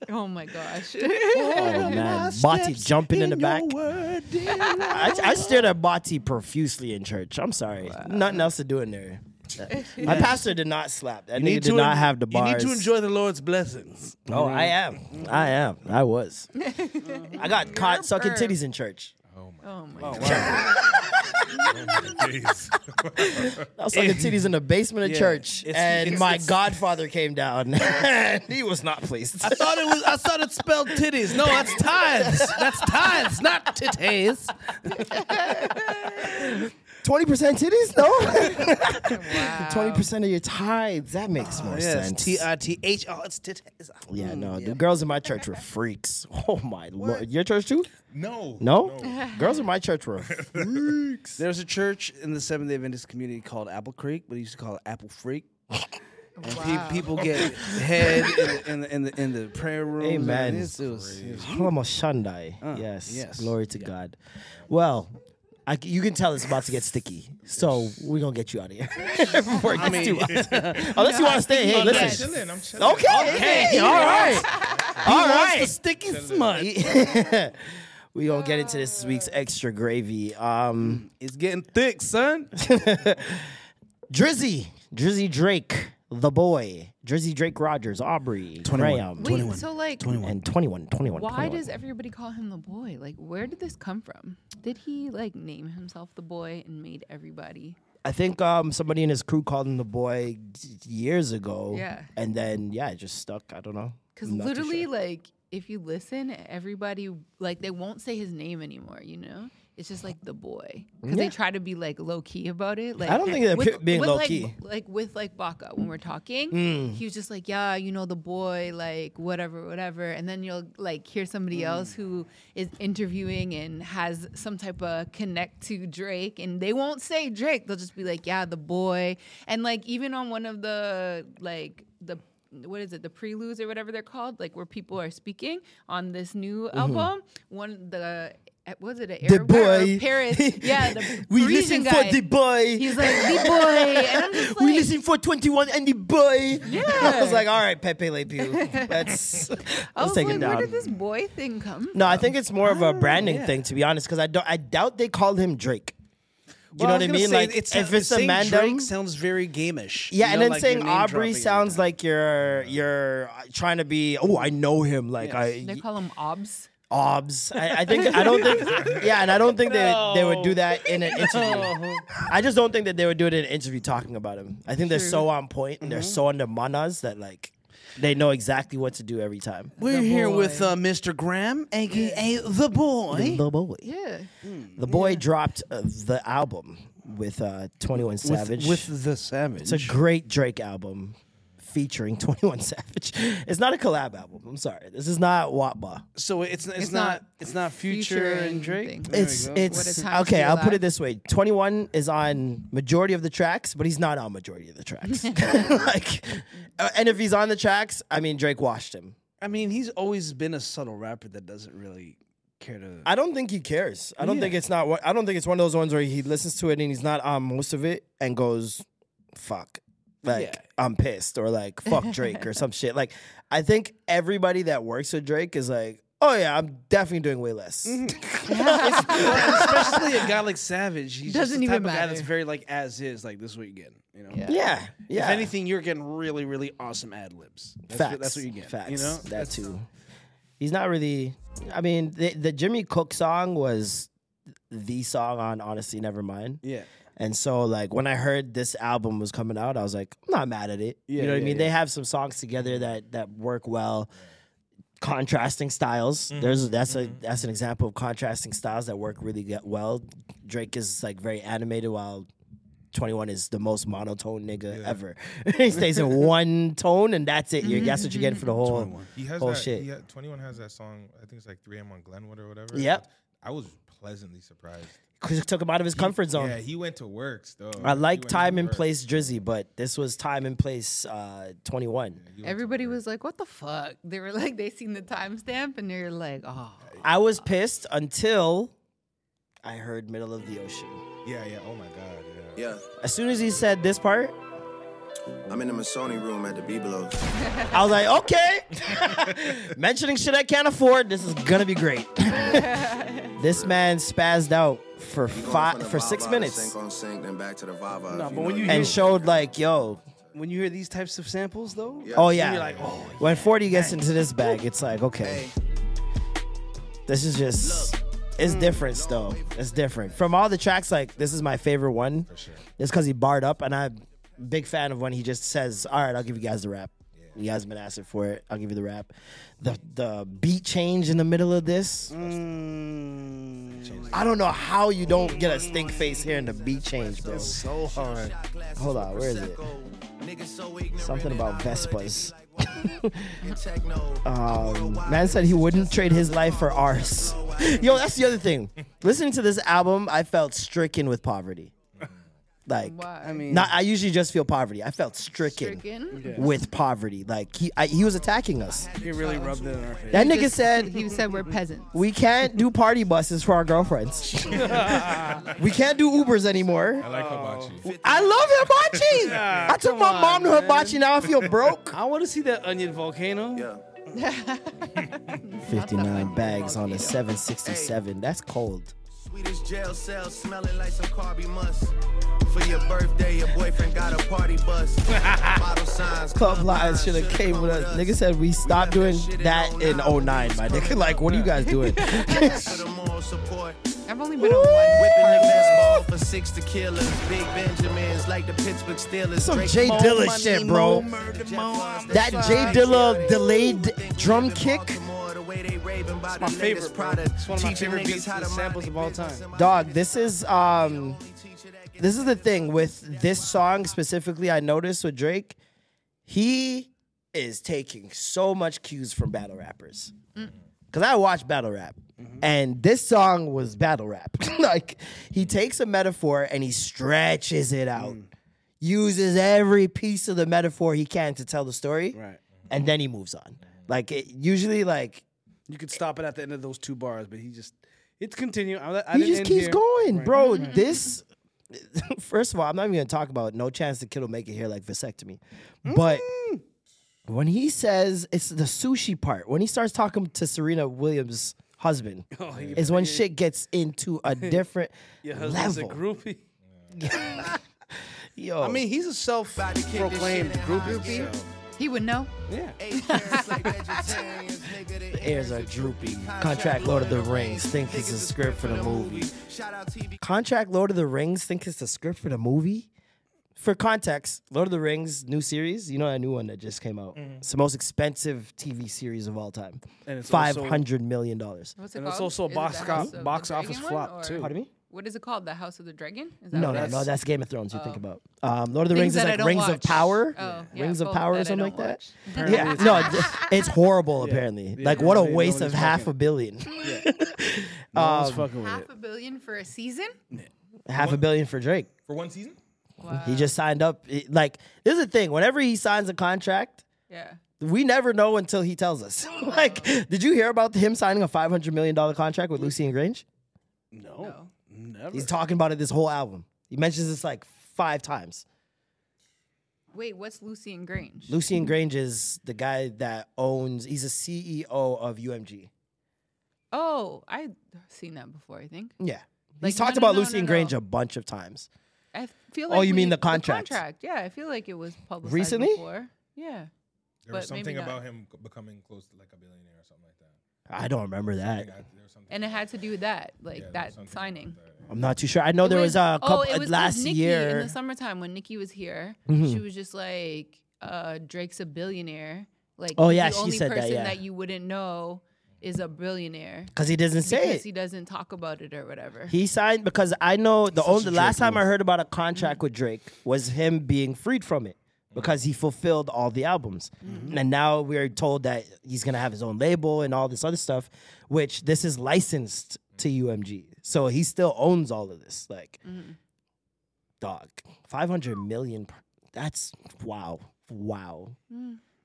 A: Oh my gosh.
D: Oh, man. Bati jumping in the back. I, I stared at Bati profusely in church. I'm sorry. Nothing else to do in there. My pastor did not slap. That nigga did not
E: en-
D: have the bars.
E: You need to enjoy the Lord's blessings.
D: Oh, I am. I am. I was. I got caught sucking titties in church.
A: oh my.
F: Days.
D: I was sucking titties in the basement of
G: Yeah,
D: church,
G: it's-
D: and
G: it's-
D: my
G: it's-
D: godfather came down. Uh, and he was not pleased.
G: I thought it was. I thought it spelled titties. No, that's tithes. That's tithes, not titties.
D: Twenty percent titties, no. Twenty percent of your tithes. That makes more
G: Yes,
D: sense.
G: T I T H. Oh, it's titties.
D: yeah, no. The girls in my church were freaks. Oh my lord. Your church too?
F: No.
D: No. girls in my church were freaks.
G: There's a church in the Seventh Day Adventist community called Apple Creek, but they used to call it Apple Freak. And pe- people get head in the in the, in the, in the prayer room.
D: Amen.
G: It was, it was-
D: Homo Shandai. yes.
G: yes.
D: Glory to God. Well, I c you can tell it's about to get sticky. So we're gonna get you out of here before it gets too Unless Oh, you want to stay. Hey,
F: I'm
D: listen.
F: chilling. I'm chilling.
D: Okay. Okay. All right. All right. The sticky smut. we gonna get into this week's extra gravy. Um,
G: it's getting thick, son.
D: Drizzy, Drizzy Drake, the boy, Drizzy Drake Rogers, Aubrey,
G: 21.
D: Graham,
A: Wait, so like,
G: 21.
D: and 21, 21.
A: why
D: 21.
A: does everybody call him the boy? Like, where did this come from? Did he like name himself the boy and made everybody?
D: I think um, somebody in his crew called him the boy d- years ago.
A: Yeah.
D: And then yeah, it just stuck. I don't know.
A: Because
D: I'm not too
A: literally,
D: sure.
A: like, if you listen, everybody like they won't say his name anymore. You know, it's just like the boy because
D: Yeah.
A: they try to be like low key about it. Like,
D: don't think they're pu- being Hmm.
A: with, like,
D: low-key.
A: Like with like Baca when we're talking, he was just like, yeah, you know, the boy, like whatever, whatever. And then you'll like hear somebody else
D: Mm.
A: who is interviewing and has some type of connect to Drake, and they won't say Drake. They'll just be like, yeah, the boy. And like even on one of the like the what is it the preludes or whatever they're called like where people are speaking on this new album one the uh, was it an
D: Mm-hmm. The
A: Arab guy or
D: boy.
A: Paris yeah the
D: we
A: Parisian
D: listen
A: guy
D: for the boy.
A: he's like the boy and I'm just like
D: we listen for 21 and the boy.
A: Yeah.
D: I was like, all right, Pepe Le Pew. Let's,
A: I
D: let's
A: was
D: take
A: like
D: it
A: where
D: down.
A: did this boy thing come
D: no, I think it's more of a branding thing, to be honest, because I don't. I doubt they called him Drake. You know
G: Well,
D: what I
G: was gonna
D: mean?
G: say,
D: Like,
G: it's-
D: if it's a
G: saying
D: man
G: Drake sounds very gamish.
D: Yeah,
G: You
D: and
G: know,
D: then
G: like
D: saying
G: your name dropping
D: Aubrey
G: and
D: sounds
G: everything.
D: like you're you're uh, trying to be. Oh, I know him. Like
A: they
D: I,
A: call him obs
D: obs. I, I think I don't think. Yeah, and I don't think they they would do that in an interview.
G: Uh-huh.
D: I just don't think that they would do it in an interview talking about him. I think they're so on point
G: Mm-hmm.
D: and they're so under manas that like they know exactly what to do every time.
G: We're here with uh, Mr. Graham, aka the boy.
D: The boy,
A: yeah Mm.
D: the boy dropped uh, the album with uh, Twenty One Savage
G: with the savage.
D: It's a great Drake album featuring 21 Savage. It's not a collab album. I'm sorry. This is not WAPBA.
G: so it's it's,
A: It's
G: not,
A: not
G: it's not future and Drake.
A: anything.
G: There we
D: It's
G: go.
A: What
D: it's
A: a time to
D: okay,
A: be
D: I'll put
A: alive.
D: it this way. 21 is on majority of the tracks, but he's not on majority of the tracks. like uh, and if he's on the tracks, I mean Drake washed him.
G: I mean, he's always been a subtle rapper that doesn't really care to.
D: I don't think he cares. I don't think it's not one- I don't think it's one of those ones where he listens to it and he's not on most of it and goes fuck. Like
G: Yeah.
D: I'm pissed or like fuck Drake or some shit. Like I think everybody that works with Drake is like, "Oh yeah, I'm definitely doing way less."
G: Mm-hmm. especially a guy like Savage. He's
A: Doesn't
G: just the
A: even
G: type of guy that's
A: matter.
G: very like as is, like this is what you're getting. You know.
A: Yeah.
D: Yeah. Yeah.
G: If anything, you're getting really, really awesome ad libs. That's
D: facts.
G: What, that's what you get.
D: Facts.
G: You know.
D: that
G: That's-
D: too. He's not really I mean, the, the Jimmy Cook song was the song on Honestly Nevermind.
G: Yeah.
D: And so like when I heard this album was coming out, I was like, I'm not mad at it.
G: Yeah,
D: you know what
G: yeah,
D: I mean?
G: yeah.
D: They have some songs
F: Mm-hmm.
D: together that that work well. Contrasting styles.
F: Mm-hmm.
D: There's that's a that's an example of contrasting styles that work really get well. Drake is like very animated while 21 is the most monotone nigga ever. he stays in one tone and that's it. You're, that's what you get for the whole
F: He has
D: whole
F: that,
D: Oh, shit.
F: He ha- 21 has that song. I think it's like 3 a.m. on Glenwood or whatever.
D: Yep.
F: I was pleasantly surprised.
D: Cause it took him out of his comfort zone.
F: Yeah, he went to works though.
D: I like time and place Drizzy, but this was time and place uh, 21.
A: everybody was like what the fuck they were like they seen the timestamp and they're like oh
D: I was pissed until I heard Middle of the Ocean.
F: Yeah, yeah. Oh my god. Yeah.
H: Yeah,
D: As soon as he said this part,
H: I'm in the Masoni room at the Bibelos.
D: I was like, okay, mentioning shit I can't afford. This is gonna be great. this man spazzed out for
H: Going from
D: five,
H: the
D: for six
H: Vava to
D: minutes
H: Sink on sink, then back to the Vava.
G: No,
H: if
G: but
H: know
G: when you
H: the-
D: and showed like, yo,
G: When you hear these types of samples, though,
D: oh yeah.
G: you're like, oh,
D: when 40 gets into this bag, it's like, okay, this is just It's different though. It's different. From all the tracks, like this is my favorite one. For sure. It's cause he barred up and I'm a big fan of when he just says, All right, I'll give you guys the rap. You guys been asking for it. I'll give you the rap. The the beat change in the middle of this. I don't know how you don't get a stink face here in the beat change, bro.
G: So hard.
D: Hold on, where is it? Something about Vespas. um, man said he wouldn't trade his life for ours. Yo, that's the other thing. Listening to this album, I felt stricken with poverty. Like,
A: Why?
E: mean,
D: not, I usually just feel poverty. I felt stricken,
A: Stricken?
D: with poverty. Like he, I, he was attacking us.
E: he really rubbed it in our face.
D: That nigga said
A: He said we're peasants.
D: we can't do party buses for our girlfriends. we can't do Ubers anymore.
F: I like hibachi.
D: I love hibachi. I took my
E: come
D: mom to
E: on,
D: hibachi. Now I feel broke.
E: I want to see that onion volcano.
H: Yeah.
D: 59 bags on a 767. That's cold.
H: Swedish jail cell smelling like some carby must. For your birthday, your boyfriend got a party bus. Bottle signs,
D: Club Lions should have
H: shoulda
D: came
H: come
D: with us. Nigga said we stopped
H: We
D: doing
H: left that
D: that
H: shit
D: in
H: in
D: 09, my nigga. Like, what are you guys doing?
H: For the moral support.
A: I've only been on one.
H: Whipping the best ball for six to killers. Big Benjamins like the Pittsburgh Steelers.
D: Some
H: Drake
D: Jay
H: Mo,
D: Dilla
H: money,
D: shit,
H: mo,
D: bro.
H: murder, mo, I'm
D: That
H: the
D: Jay
H: side.
D: Dilla delayed
H: Think
D: drum
H: we live in
D: kick?
H: Baltimore, the way they raving about
E: My
H: the latest
E: favorite, bro.
H: product.
E: It's one of my
H: Teaching
E: favorite
H: niggas
E: beats
H: how
E: and
H: to mind
E: samples
H: their
E: of all
H: business.
E: time.
D: Dog, this is um this is the thing with this song specifically I noticed with Drake. He is taking so much cues from battle rappers. Cause I watch battle rap. And this song was battle rap. like he takes a metaphor and he stretches it out. Uses every piece of the metaphor he can to tell the story.
E: Right.
D: And then he moves on. Like it usually like
E: You could stop it at the end of those two bars, but he just it's continue. I, I
D: he
E: didn't
D: just
E: end
D: keeps
E: here.
D: going,
E: Right. Mm-hmm.
D: bro. This, first of all, I'm not even gonna talk about no chance the kid will make it here like vasectomy, but
E: Mm.
D: when he says it's the sushi part, when he starts talking to Serena Williams' husband, is when shit gets into a different
E: Oh, Your husband's
D: level.
E: a groupie.
D: Yo,
E: I mean, he's a self-proclaimed groupie. so-
A: He would know.
E: yeah.
D: airs are droopy. Contract Lord of the Rings, think it's a script for the movie.
H: Shout out TV
D: Contract Lord of the Rings, think it's the script for the movie? For context, Lord of the Rings new series, you know that new one that just came out. It's the most expensive TV series of all time.
E: Mm-hmm. And it's
D: Five
E: also-
D: hundred million dollars.
A: What's it
E: And
A: called?
E: it's also a
A: Is it
E: box,
A: the
E: co-
A: House of the
E: box office
A: Dragon one,
E: flop
A: or-
E: too.
D: Pardon me?
A: What is it called? The House of the Dragon? Is that
D: No,
A: what
D: no,
A: it
D: no.
A: is? Oh.
D: That's Game of Thrones. You think about um, Lord of the
A: Things
D: Rings is
A: that I
D: like
A: don't
D: Rings of
A: watch.
D: Power,
A: Oh, yeah,
D: Rings of
A: both
D: Power
A: that
D: or
A: I
D: something
A: don't
D: like
A: watch.
D: that. Yeah, no, d- it's horrible. Apparently, like
E: Yeah,
D: what a
E: they know
D: waste
E: what
D: of
E: he's
D: half
E: fucking-
D: a billion, Um,
E: No one's fucking with
A: Half
E: it.
A: a billion for a season?
D: half a billion for Drake.
F: For one season?
D: He just signed up. It- like this is the thing. Whenever he signs a contract,
A: Yeah.
D: we never know until he tells us. like, did you hear about him signing a five hundred million dollar contract with Lucy and Grange?
E: No, never.
D: He's talking about it this whole album. He mentions this like five times.
A: Wait, what's Lucy and Grange?
D: Lucian Grange is the guy that owns. He's a CEO of UMG.
A: oh, I've seen that before, I think.
D: Yeah,
A: Like,
D: he's talked
A: no, no,
D: about
A: no,
D: Lucian
A: no, no.
D: Grange a bunch of times.
A: I feel
D: Oh,
A: like
D: you mean
A: we-
D: the contract.
A: contract. Yeah, I feel like it was publicized
D: Recently?
A: before. Yeah.
F: There was
A: But maybe
F: something
A: not.
F: about him c- becoming close to like a billionaire or something like that.
D: I don't remember that.
F: Like, I- there was something
A: And it had to do with that, like
F: there was
A: that
F: something
A: signing.
D: I'm not too sure. I know
A: It
D: there was, a
A: oh,
D: couple uh,
A: it was 'cause
D: last
A: Nicki in
D: year. Mm-hmm.
A: the summertime when Nikki was here. She was just like, uh, "Drake's a billionaire." Like,
D: Oh,
A: he's
D: yeah,
A: the
D: she
A: only
D: said that,
A: person
D: yeah.
A: you wouldn't know is a billionaire
D: Because he doesn't say
A: because
D: it.
A: he doesn't talk about it or whatever.
D: He signed because I know the only the last time I heard about a contract with Drake was him being freed from it because he fulfilled all the albums.
H: Mm-hmm.
D: And now we're told that he's gonna have his own label and all this other stuff, which this is licensed to UMG. So he still owns all of this. Like dog. Five hundred million per- that's wow. Wow.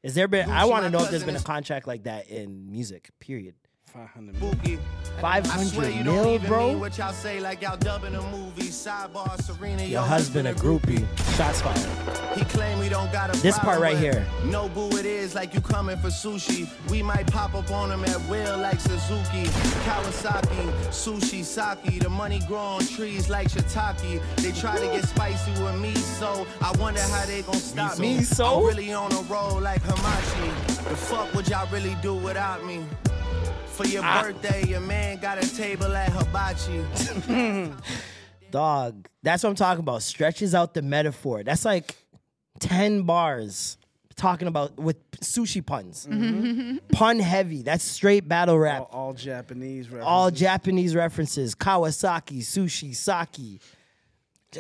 D: Is there been I wanna know if there's been a contract like that in music, period.
E: Five hundred.
H: Boogie.
D: Five
H: I swear
D: hundred
H: you don't
D: mil,
H: even mean
D: bro.
H: what y'all say like y'all dubbing a movie. Sidebar, Serena,
D: Your husband a groupie. Shots fired.
H: He claim we don't got a
D: This part
H: problem
D: right
H: with
D: here.
H: it. No boo it is like you coming for sushi. We might pop up on him at will like Suzuki, Kawasaki, sushi, sake. The money grow on trees like shiitake. They try to get spicy with me, so I wonder how they gon' stop me.
D: Miso?
H: I'm really on a roll like Hamachi. The fuck would y'all really do without me? For your birthday, your man got a table at Hibachi.
D: Dog, that's what I'm talking about. Stretches out the metaphor. That's like 10 bars talking about with sushi puns.
A: Mm-hmm.
D: Pun heavy. That's straight battle rap.
E: Mm-hmm. All, all Japanese references.
D: All Japanese references. Kawasaki, sushi, sake.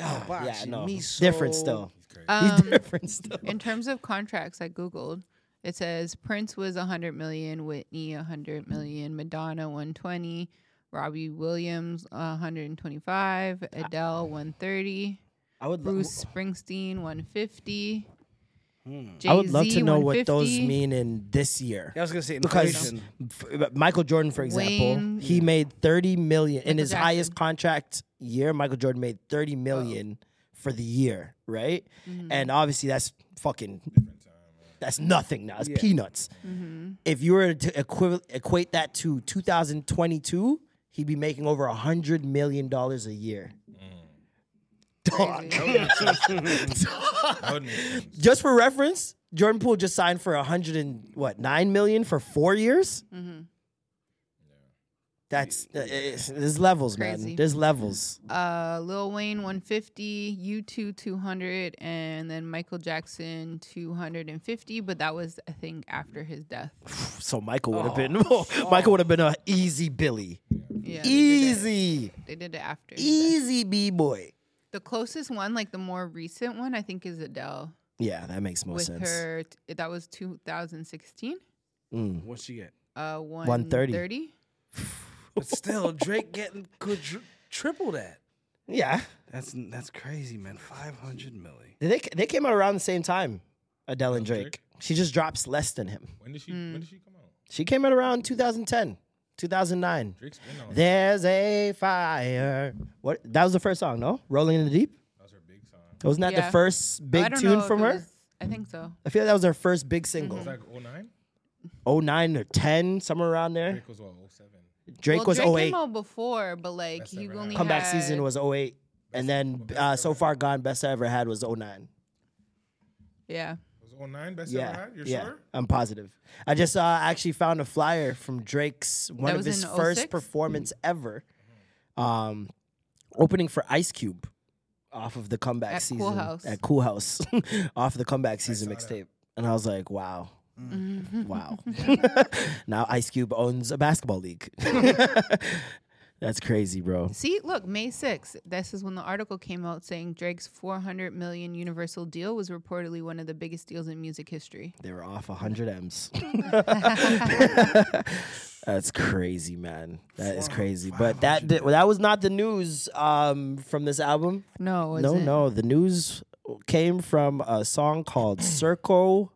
D: Ah, yeah,
E: Hibachi,
D: no.
E: miso.
D: Different still.
A: Um,
D: Different still.
A: In terms of contracts, I googled. It says Prince was 100 million, Whitney 100
D: Hmm.
A: million, Madonna 120, Robbie Williams 125, Adele 130,
D: I would lo-
A: Bruce Springsteen 150.
D: Hmm. I would love to
A: Jay-Z
D: know what those
A: 150,
D: mean in this year.
E: I was gonna say
D: because
E: inflation.
D: f- Michael Jordan, for example,
A: Wayne.
D: he made thirty million in
A: Michael
D: his
A: Jackson.
D: highest contract year. Michael Jordan made thirty million for the year, right?
A: Mm-hmm.
D: And obviously, that's fucking. That's nothing now. It's peanuts.
A: Mm-hmm.
D: If you were to equiv- equate that to 2022, he'd be making over a hundred million dollars a year. Dog.
F: That would make sense.
D: just for reference, Jordan Poole just signed for a hundred and what nine million for four years.
A: Mm-hmm.
D: That's uh, it's- there's levels,
A: Crazy.
D: man. There's levels.
A: Uh, Lil Wayne 150, U2 200, and then Michael Jackson 250. But that was, I think, after his death.
D: So Michael would have been Michael would have been an easy Billy,
A: Yeah, they did it-
D: easy,
A: They did it after. his death.
D: easy b boy.
A: The closest one, like the more recent one, I think is Adele
D: Yeah, that makes more
A: with
D: sense.
A: her. T- that was 2016.
D: Mm.
E: What she get?
A: Uh, 130.
D: 130.
E: But still, Drake getting could tr- triple that.
D: Yeah,
E: That's that's crazy, man. Five hundred milli.
D: they they came out around the same time. Adele and Drake. She just drops less than him.
F: When did she?
A: Hmm.
F: When did she come out?
D: She came out around 2010, 2009.
F: Drake's been out.
D: There's a fire. What? That was the first song, no? Rolling in the Deep.
F: That was her big song.
D: Wasn't that
A: Yeah. Oh,
D: the first
A: I
D: big
A: don't
D: tune
A: know
D: from
A: if it
D: her?
A: was- I think so.
D: I feel like that was her first big single.
F: It was like 09?
D: Oh nine or 10, somewhere around there.
F: Drake was what 07.
D: Drake
A: well,
D: was
A: Drake
D: oh eight.
A: came out before, but like
F: Best
A: he
F: ever
A: only
F: had.
D: Comeback
A: had-
D: season was oh eight. And then uh, So Far Gone, Best I Ever Had was oh nine.
A: yeah.
F: Was it 09 best
D: Yeah.
F: ever had? You're
D: yeah.
F: sure?
D: I'm positive. I just uh, actually found a flyer from Drake's, one
A: That
D: of
A: was
D: his
A: in
D: first
A: 06?
D: performance ever, um, opening for Ice Cube off of the comeback
A: At Cool
D: season.
A: House.
D: At Cool House. off the comeback season mixtape. And I was like, wow.
A: Mm-hmm.
D: Wow. now Ice Cube owns a basketball league. That's crazy, bro.
A: See, look, May 6th. This is when the article came out saying Drake's 400 million Universal deal was reportedly one of the biggest deals in music history.
D: They were off 100 M's. That's crazy, man. That is crazy. But that di- that was not the news um, from this album.
A: No, Oh, it
D: no,
A: wasn't.
D: no. The news came from a song called Circo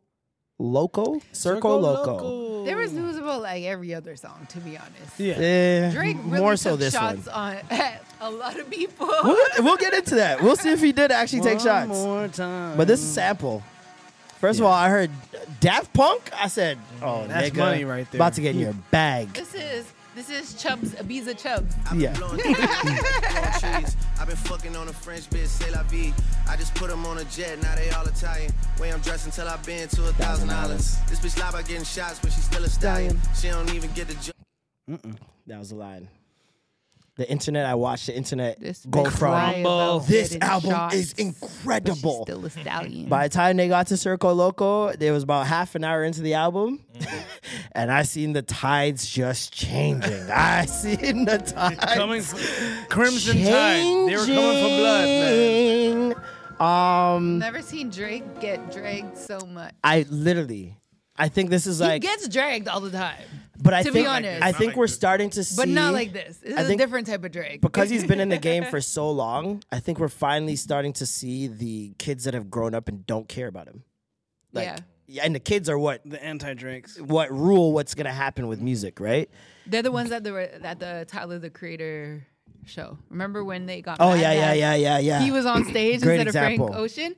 D: Loco. Circo Loco.
A: There was news about like every other song, to be honest.
D: Eh,
A: Drake really
D: more so
A: took
D: this
A: shots
D: one.
A: on a lot of people.
D: We'll get, we'll get into that. We'll see if he did actually take shots.
E: More time.
D: But this is sample. First of all, I heard Daft Punk. I said, "Oh,
E: That's
D: nigga,
E: money right there.
D: About to get in your bag."
A: This is this is Chubbs Ibiza Chubbs.
D: Yeah.
H: Blowing through the trees. I've been fucking on a French bitch, say la vie. I just put 'em on a jet, now they all Italian. Way I'm dressed until I've been to a thousand dollars. This bitch lie about getting shots, but she's still a stallion. She don't even get the job.
D: That was the line. The internet. I watched the internet
A: This
D: go
A: bitch lie
D: from
A: about
D: this
A: getting
D: album
A: shots,
D: is
A: but she's
D: incredible.
A: Still a stallion.
D: By the time they got to Circo Loco, they was about half an hour into the album,
E: Mm-hmm.
D: and I seen the tides just changing. I seen the tides
E: coming f- Crimson Tide. They were coming for blood, man.
D: changing. Um,
A: Never seen Drake get dragged so much.
D: I literally, I think this is like,
A: he gets dragged all the time,
D: but I
A: to be
D: think
A: honest.
D: I think we're starting to see,
A: but not like this. This
D: I
A: is a
D: think-
A: different type of Drake.
D: because he's been in the game for so long, I think we're finally starting to see the kids that have grown up and don't care about him. Like,
A: yeah,
D: yeah, and the kids are what
E: The anti-drinks.
D: what rule what's gonna happen with music, right?
A: they're the ones that they were at the Tyler the Creator show. Remember when they got?
D: Oh
A: mad
D: yeah, yeah,
A: that
D: yeah, yeah, yeah.
A: He was on stage
D: Great
A: instead of Frank
D: example.
A: Ocean.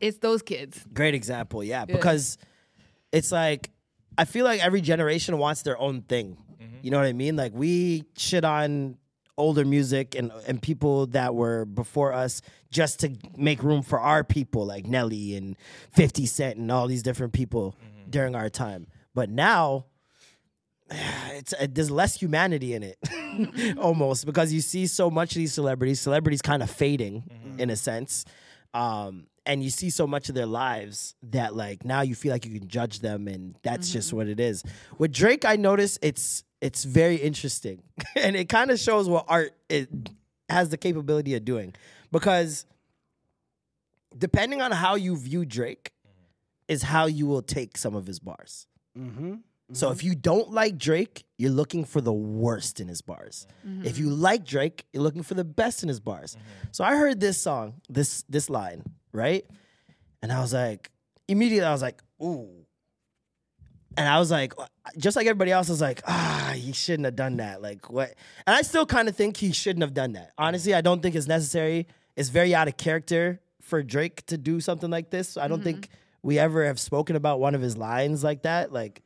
A: It's those kids.
D: Great example, yeah, because it's like I feel like every generation wants their own thing. You know what I mean? Like we shit on older music and and people that were before us just to make room for our people, like Nelly and Fifty Cent and all these different people during our time. But now it's uh, there's less humanity in it almost because you see so much of these celebrities celebrities kind of fading in a sense um and you see so much of their lives that like now you feel like you can judge them and that's just what it is with drake i notice it's it's very interesting and it kind of shows what art it has the capability of doing because depending on how you view drake is how you will take some of his bars so if you don't like Drake, you're looking for the worst in his bars. If you like Drake, you're looking for the best in his bars. So I heard this song, this this line, right? And I was like, immediately I was like, ooh. And I was like, uh, just like everybody else, I was like, ah, he shouldn't have done that. Like what? And I still kind of think he shouldn't have done that. Honestly, I don't think it's necessary. It's very out of character for Drake to do something like this. I don't think we ever have spoken about one of his lines like that. Like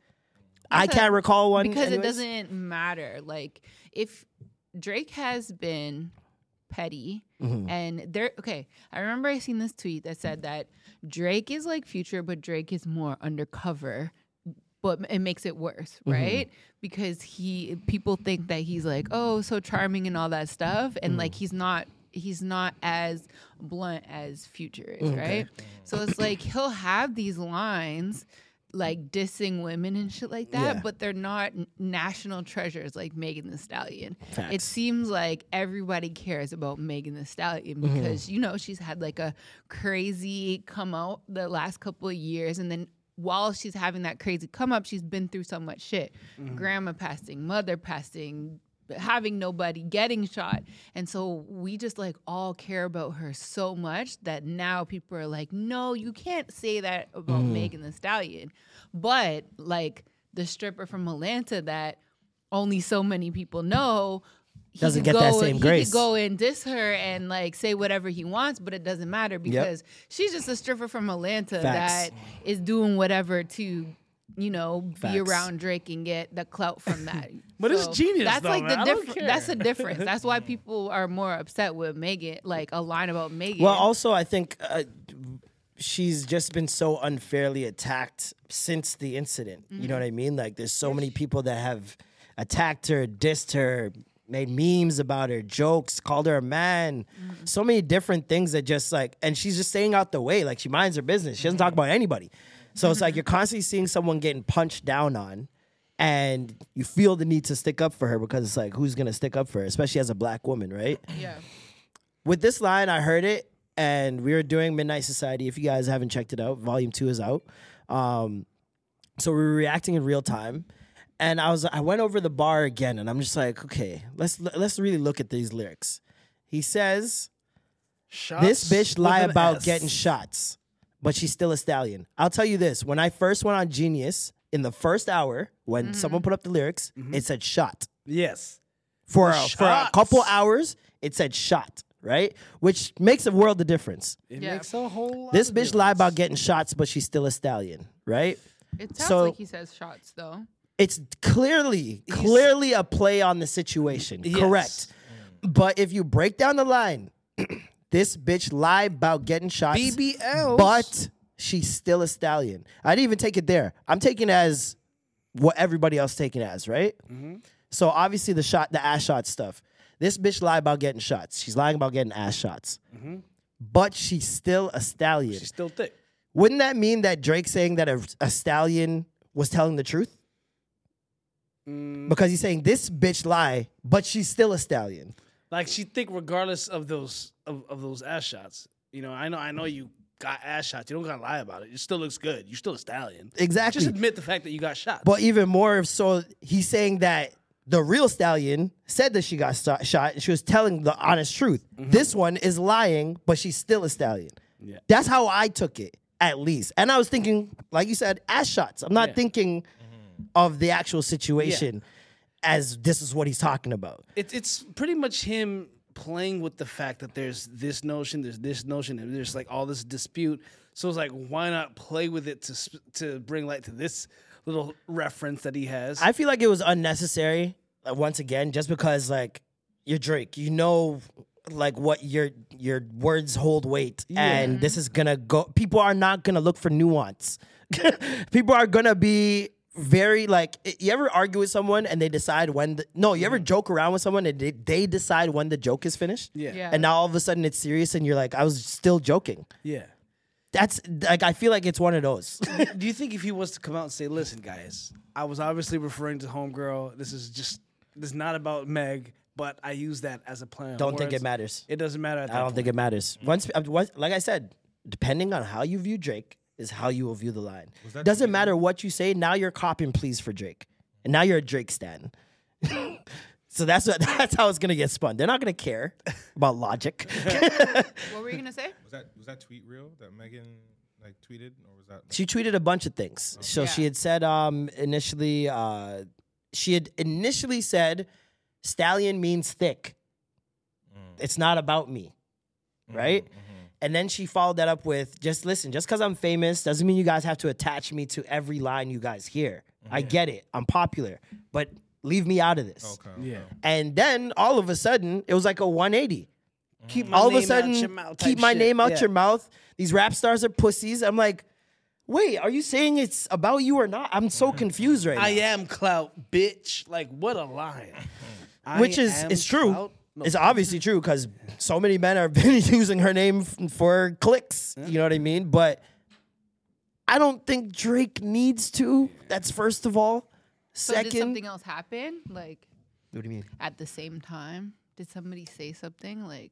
D: I can't recall one
A: because it
D: anyways.
A: doesn't matter. Like if Drake has been petty
D: Mm-hmm.
A: and there okay, I remember I seen this tweet that said that Drake is like future, but Drake is more undercover. But it makes it worse,
D: Mm-hmm.
A: right? Because he people think that he's like, oh, so charming and all that stuff. And
D: Mm.
A: like he's not he's not as blunt as future
D: Mm,
A: is, right? So it's like he'll have these lines like dissing women and shit like that, but they're not n- national treasures like Megan the Stallion. It seems like everybody cares about Megan the Stallion because you know she's had like a crazy come out the last couple of years and then while she's having that crazy come up, she's been through so much shit. Grandma passing, mother passing, having nobody, getting shot. And so we just like all care about her so much that now people are like, no, you can't say that about Megan the Stallion. But like the stripper from Atlanta that only so many people know. He
D: Doesn't
A: could
D: get that
A: go-
D: same
A: he
D: grace.
A: could go and diss her and like say whatever he wants, but it doesn't matter because she's just a stripper from Atlanta
D: Facts.
A: that is doing whatever to, you know, be
D: Facts.
A: around Drake and get the clout from that.
E: But it's genius,
A: That's
E: though,
A: like
E: man.
A: the
E: I don't
A: difference.
E: care.
A: That's the difference. That's why people are more upset with Megan, like a line about Megan.
D: Well, also I think uh, she's just been so unfairly attacked since the incident. You know what I mean? Like there's so many people that have attacked her, dissed her, made memes about her, jokes, called her a man, so many different things that just like and she's just staying out the way. Like she minds her business. She doesn't talk about anybody. So it's like you're constantly seeing someone getting punched down on. And you feel the need to stick up for her because it's like, who's gonna stick up for her, especially as a black woman, right?
A: yeah.
D: with this line, I heard it, and we were doing Midnight Society. If you guys haven't checked it out, Volume Two is out. Um, so we were reacting in real time, and I was I went over the bar again, and I'm just like, okay, let's let's really look at these lyrics. He says, "This bitch lie
G: with an
D: about
G: S.
D: getting shots, but she's still a stallion." I'll tell you this: when I first went on Genius in the first hour, when
G: Mm.
D: someone put up the lyrics,
G: Mm-hmm.
D: it said "shot."
G: Yes.
D: for a, for a
G: Shots.
D: couple hours, it said shot, right? Which makes a world of difference.
G: It
A: Yeah.
G: makes a whole lot
D: This
G: of
D: bitch lied about getting shots, but she's still a stallion, right?
A: It sounds
D: So-
A: like he says shots though.
D: It's clearly, clearly a play on the situation. Correct.
G: Mm.
D: But if you break down the line, this bitch lied about getting shots.
G: BBL.
D: But she's still a stallion. I didn't even take it there. I'm taking it as what everybody else taking it as, right? So obviously the shot, the ass shot stuff. This bitch lied about getting shots. She's lying about getting ass shots. But she's still a stallion.
G: She's still thick.
D: Wouldn't that mean that Drake saying that a, a stallion was telling the truth?
G: Mm.
D: Because he's saying this bitch lie, but she's still a stallion.
E: Like she think regardless of those of, of those ass shots. You know, I know I know you got ass shots. You don't gotta lie about it. It still looks good. You're still a stallion.
D: Exactly.
E: Just admit the fact that you got shot.
D: But even more so, he's saying that the real stallion said that she got sto- shot and she was telling the honest truth. This one is lying, but she's still a stallion.
E: Yeah.
D: That's how I took it, at least. And I was thinking, like you said, ass shots. I'm not thinking of the actual situation as this is what he's talking about.
E: it's it's pretty much him playing with the fact that there's this notion, there's this notion, and there's like all this dispute. So it's like, why not play with it to sp- to bring light to this little reference that he has?
D: I feel like it was unnecessary uh, once again, just because like you're Drake, you know, like what your your words hold weight, and this is gonna go. People are not gonna look for nuance. people are gonna be very like i- you ever argue with someone and they decide when the, no you ever joke around with someone and they, they decide when the joke is finished
E: Yeah.
A: Yeah.
D: and now all of a sudden it's serious and you're like i was still joking
G: Yeah.
D: that's like i feel like it's one of those
E: Do you think if he was to come out and say, "Listen, guys, I was obviously referring to Homegirl. This is just this is not about Meg, but I use that as a plan.
D: Don't think it matters.
E: It doesn't matter. At that
D: i don't think
E: point. Mm.
D: it matters once, uh, once like i said depending on how you view drake is how you will view the line
F: that
D: doesn't
F: Drake?
D: matter what you say now you're copping please for drake and now you're a drake stan so that's what that's how it's gonna get spun they're not gonna care about logic
A: What were you gonna say?
F: Was that was that tweet real that Megan like tweeted or was that?
D: she tweeted a bunch of things.
F: Oh.
D: So she
A: Yeah.
D: had said um initially uh she had initially said stallion means thick. It's not about me. Right? And then she followed that up with just listen, just cuz I'm famous doesn't mean you guys have to attach me to every line you guys hear. I get it. I'm popular, but leave me out of this.
F: Okay. Yeah.
D: And then all of a sudden, it was like a 180. Keep all of a
E: name out
D: sudden,
E: your mouth type
D: keep my
E: shit.
D: name out
E: Yeah.
D: your mouth. These rap stars are pussies. I'm like, wait, are you saying it's about you or not? I'm so confused right now.
E: I am clout, bitch. Like what a line. I
D: Which is
E: am
D: it's true.
E: clout. No,
D: It's obviously true because so many men have been using her name f- for clicks. You know what I mean? But I don't think Drake needs to. That's first of all.
A: So
D: Second,
A: did something else happen? Like
D: what do you mean?
A: at the same time, did somebody say something? Like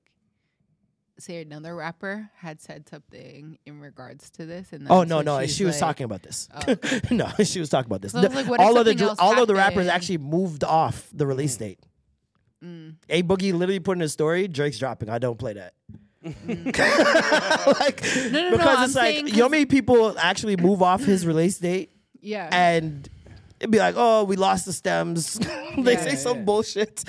A: say another rapper had said something in regards to this? And
D: Oh
A: that's
D: no,
A: when
D: no,
A: she's
D: she was
A: like-
D: talking about this.
E: oh.
D: no, she was talking about this.
A: So I was
D: No,
A: like, what if
D: all of the
A: something else
D: all of the rappers
A: happened?
D: actually moved off the release
E: Hmm.
D: date.
A: Mm.
D: A Boogie literally put in a story, Drake's dropping. I don't play that. like
A: No, no, no,
D: because
A: I'm
D: it's
A: saying
D: like
A: 'cause-
D: you know how many people actually move off his release date
A: Yeah.
D: and it'd be like, oh, we lost the stems. they say some bullshit.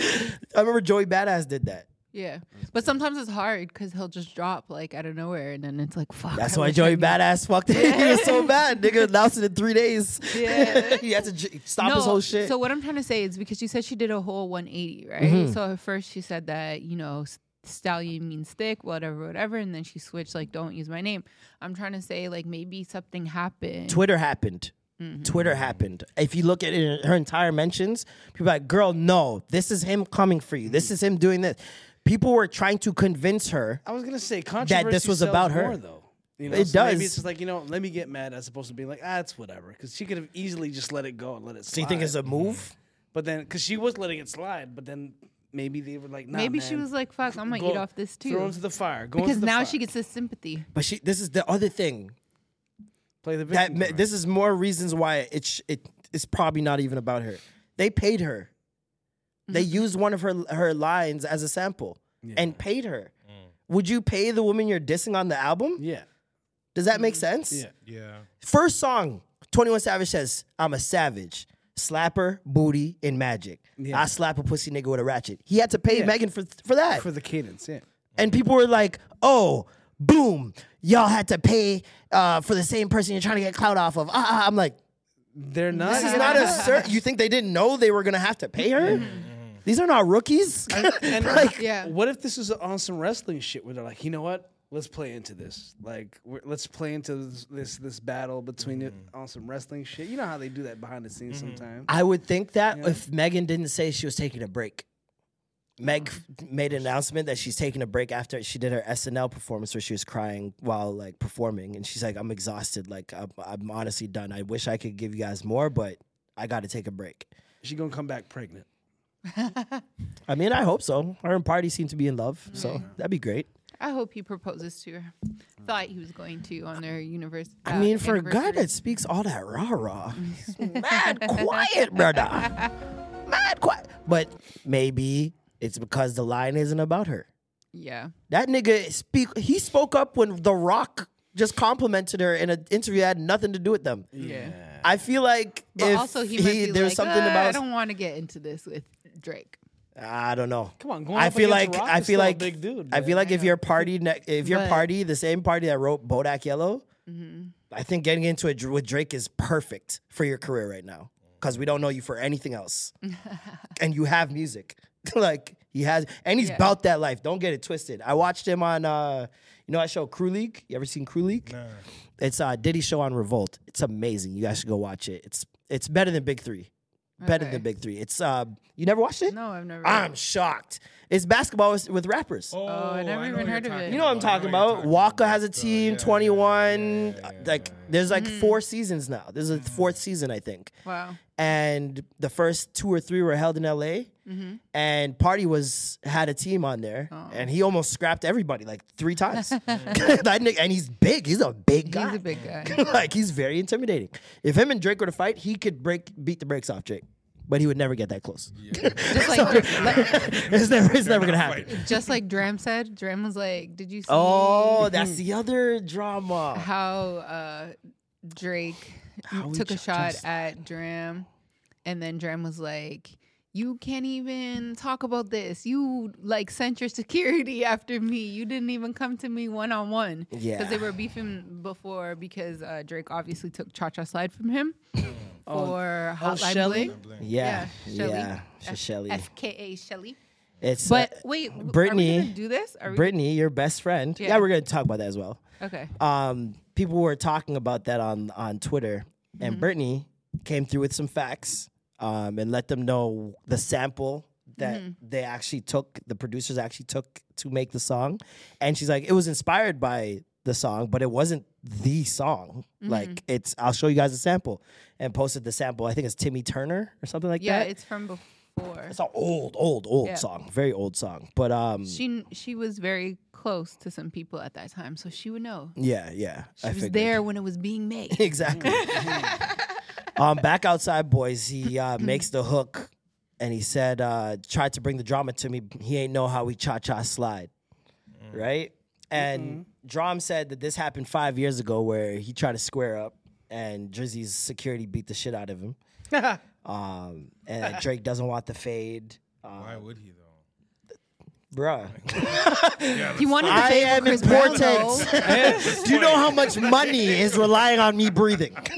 D: I remember Joey Badass did that.
A: yeah. But sometimes it's hard because he'll just drop like out of nowhere and then it's like fuck.
D: That's
A: I
D: why
A: wish I
D: Joey
A: knew.
D: Badass fucked it. he was so bad. Nigga announced it in three days.
A: Yeah.
D: he had to j- stop his whole shit.
A: So what I'm trying to say is because she said she did a whole 180, right?
D: Mm-hmm.
A: So at first she said that you know s- stallion means thick, whatever, whatever, and then she switched like don't use my name. I'm trying to say like maybe something happened.
D: Twitter happened.
E: Mm-hmm.
D: Twitter happened. If you look at it, her entire mentions, people are like, girl, no, this is him coming for you.
E: Mm.
D: This is him doing this. People were trying to convince her.
E: I was gonna say controversy.
D: this was
E: sells
D: about her.
E: more, though. You know,
D: It
E: so Maybe
D: does.
E: it's just like you know, let me get mad as opposed to being like, ah, it's whatever. Because she could have easily just let it go and let it slide.
D: Do you think it's a
E: mm.
D: move?
E: But then, because she was letting it slide, but then maybe they were like, nah,
A: maybe she
E: man.
A: was like fuck, I'm gonna
E: Go-
A: eat off this
E: Throw
A: too.
E: into the fire. Go
A: Because
E: into the
A: now
E: fire.
A: she gets this sympathy.
D: But she, this is the other thing.
E: play the
D: That
E: victim
D: ma-
E: card.
D: this is more reasons why it, sh- it it's probably not even about her. They paid her. They
E: Mm-hmm.
D: used one of her her lines as a sample and paid her. Would you pay the woman you're dissing on the album?
E: Yeah. Mm-hmm.
D: Does that make sense?
E: Yeah.
F: Yeah.
D: First song, 21 Savage says, I'm a savage. Slapper, booty, and magic. I slap a pussy nigga with a ratchet. He had to pay Megan for, for that.
E: For the cadence, yeah.
D: and people were like, oh, boom, y'all had to pay uh, for the same person you're trying to get clout off of. Ah, ah. I'm like,
E: They're not.
D: this is not a cert. You think they didn't know they were going to have to pay her?
E: Mm-hmm.
D: These are not rookies.
E: and
D: like,
A: Yeah.
E: What if this is on some wrestling shit where they're like, you know what? Let's play into this. Like, we're, let's play into this this, this battle between it on some wrestling shit. You know how they do that behind the scenes sometimes.
D: Mm-hmm. I would think that if Megan didn't say she was taking a break. Meg f- made an announcement that she's taking a break after she did her SNL performance where she was crying while like performing and she's like I'm exhausted like I'm, I'm honestly done. I wish I could give you guys more but I got to take a break.
E: She gonna come back pregnant.
D: I mean, I hope so. Her and Party seem to be in love, so that'd be great.
A: I hope he proposes to her. Thought he was going to on their universe. uh,
D: I mean, for a guy that speaks all that rah rah, he's mad quiet, brother. Mad quiet. But maybe it's because the line isn't about her.
A: yeah,
D: That nigga speak. He spoke up when The Rock just complimented her in an interview that had nothing to do with them.
A: yeah.
D: I feel like
A: But
D: if
A: also, he, might be
D: there's
A: like,
E: "Ah,
D: something
A: "Uh,
D: about
A: I don't want to get into this with Drake.
D: I don't know.
E: Come on, going
D: I
E: up
D: feel
E: against
D: like
E: Rock
D: I
E: is
D: feel
E: still a
D: like
E: big dude,
D: I
E: man.
D: feel like if your party, ne- if your
A: But-
D: party, the same party that wrote Bodak Yellow,
A: Mm-hmm.
D: I think getting into it with Drake is perfect for your career right now because we don't know you for anything else, and you have music. like he has, and he's about that life. Don't get it twisted. I watched him on, uh, you know, that show Crew
A: Oh,
D: uh, League. You ever seen Crew League? It's a Diddy show on Revolt. It's amazing. You guys should go watch it. It's It's better than Big Three. Better
A: Okay.
D: than Big Three. It's uh, you never watched it?
A: No, I've never.
D: I'm shocked. It's basketball with, with rappers.
F: Oh,
A: I never even
F: know who
A: heard
F: you're
A: of it.
F: talking
D: You know what I'm
F: about. I
D: talking
F: you're
D: about. Walker has a
F: So,
D: team,
F: yeah, yeah,
D: 21.
F: yeah, yeah,
D: like
F: yeah, Mm-hmm. yeah.
D: there's like
A: Mm-hmm.
D: four seasons now. This is the fourth season, I think.
A: wow.
D: And the first two or three were held in LA.
A: Mm-hmm.
D: And Party was had a team on there,
A: Oh.
D: and he almost scrapped everybody like three times. that nigga, and he's big. He's a big guy.
A: He's a big guy.
D: like he's very intimidating. If him and Drake were to fight, he could break beat the brakes off Drake, but he would never get that close.
A: Just like, like-
D: it's never, it's never gonna happen.
F: fighting.
A: just like Dram said. Dram was like, "Did you see
D: Oh, that's the other drama.
A: how uh, Drake took a shot at Dram?" And then Dram was like, "You can't even talk about this. You like sent your security after me. You didn't even come to me one on one
D: Yeah.
A: because they were beefing before because uh, Drake obviously took Cha Cha Slide from him for Hotline
E: Shelly?
A: Bling.
D: Oh. Yeah,
A: Yeah, Shelly.
D: yeah,
A: F-
D: Shelly.
A: FKA Shelly.
D: It's
A: But
D: uh,
A: wait, w- are
D: Brittany-
A: we gonna do this? Are we
D: Brittany, your best friend. Yeah.
A: Yeah.
D: we're gonna talk about that as well.
A: okay?
D: Um, people were talking about that on on Twitter, and
A: Mm-hmm.
D: Brittany came through with some facts um, and let them know the sample that
A: Mm-hmm.
D: they actually took, the producers actually took to make the song, and she's like, it was inspired by the song, but it wasn't the song.
A: Mm-hmm.
D: Like it's, I'll show you guys a sample, and posted the sample. I think it's Timmy Turner or something like
A: yeah,
D: that.
A: it's from before.
D: It's an old, old, old
A: Yeah.
D: song, very old song. But um,
A: She kn- she was very close to some people at that time, so she would know.
D: yeah, yeah,
A: She
D: I
A: was
D: figured.
A: there when it was being made.
D: exactly. um, back outside, boys. He uh, makes the hook, and he said, uh, "Tried to bring the drama to me. He ain't know how we cha cha slide, right?" And Drum said that this happened five years ago, where he tried to square up, and Drizzy's security beat the shit out of him. um, and that Drake doesn't want the fade, Um,
F: Why would he though?
D: bruh.
A: he wanted to
D: I
A: fade
D: am
A: Chris Brown,
D: important.
A: though.
D: Do you know how much money is relying on me breathing?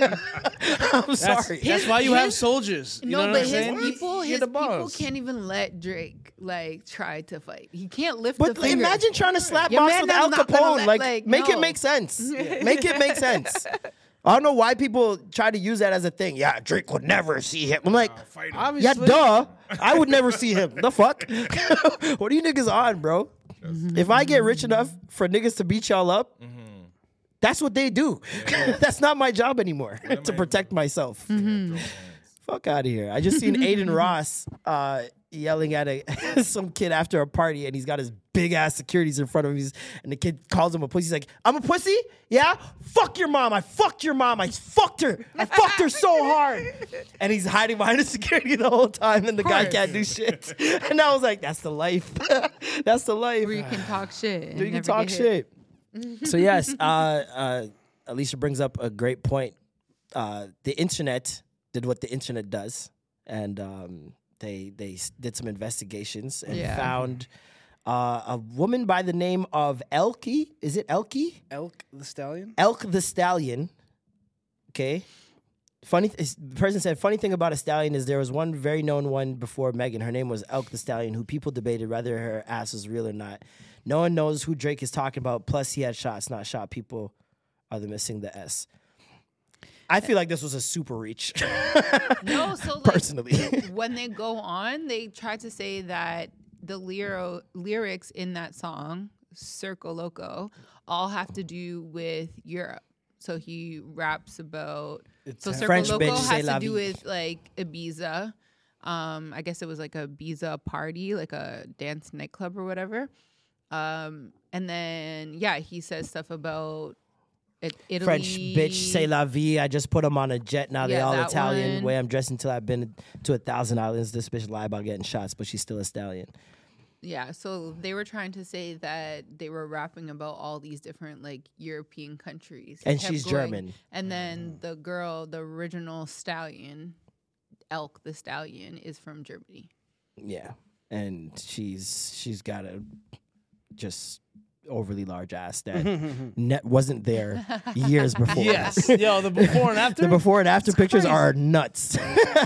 D: I'm
E: That's,
D: sorry.
E: that's why you have
A: his-
E: soldiers. You know
A: no,
E: what
A: but
E: I'm
A: his
E: saying?
A: people,
E: You're
A: his
E: the
A: people
E: boss.
A: can't even let Drake like try to fight. He can't lift
D: But
A: the finger.
D: imagine trying to slap
A: Your
D: box
A: man
D: with Al
A: is not gonna
D: Capone.
A: let-
D: like,
A: like,
D: make
A: no.
D: it make sense. Make it make sense. I don't know why people try to use that as a thing. Yeah, Drake would never see him. I'm like,
F: Fight him.
D: yeah,
E: Obviously,
D: duh. I would never see him. The fuck? what are you niggas on, bro? If I get rich enough for niggas to beat y'all up,
F: Mm-hmm.
D: that's what they do. that's not my job anymore to protect myself.
A: Mm-hmm.
D: Fuck out of here. I just seen Aiden Ross uh, yelling at a, some kid after a party, and he's got his big ass securities in front of him. He's, and the kid calls him a pussy. He's like, I'm a pussy? Yeah? Fuck your mom. I fucked your mom. I fucked her. I fucked her so hard. And he's hiding behind the security the whole time, and the guy
A: course.
D: can't do shit. And I was like, that's the life. that's the life.
A: where you can talk shit. and
D: You can
A: never
D: talk
A: get hit.
D: shit. so yes, uh, uh, Alicia brings up a great point. Uh, the internet did what the internet does, and um, they they s- did some investigations and
A: Yeah.
D: found uh, a woman by the name of Elkie. Is it Elkie?
E: elk the stallion.
D: Elk the Stallion. Okay. Funny, th- the person said, funny thing about a stallion is there was one very known one before Megan. Her name was Elk the Stallion, who people debated whether her ass was real or not. No one knows who Drake is talking about. Plus, he had shots, not shot. People are the missing the S. I feel like this was a super reach,
A: No, so like
D: personally.
A: when they go on, they try to say that the lyro- lyrics in that song, Circo Loco, all have to do with Europe. So he raps about so Circo
D: French
A: Loco
D: bitch, c'est
A: has
D: la
A: to do
D: vie.
A: with like Ibiza. Um, I guess it was like a Ibiza party, like a dance nightclub or whatever. Um, and then yeah, he says stuff about it, Italy.
D: French bitch, say la vie. I just put them on a jet. Now they
A: Yeah,
D: all
A: that
D: Italian.
A: one.
D: Way I'm dressed until I've been to a thousand islands. This bitch lie about getting shots, but she's still a stallion.
A: Yeah, so they were trying to say that they were rapping about all these different like European countries. They
D: And
A: kept
D: she's
A: going.
D: German.
A: And then the girl, the original stallion, elk the stallion, is from Germany.
D: Yeah, and she's she's got a just overly large ass that ne- wasn't there years before.
E: Yes, yo, the before and after.
D: The before and after pictures are nuts.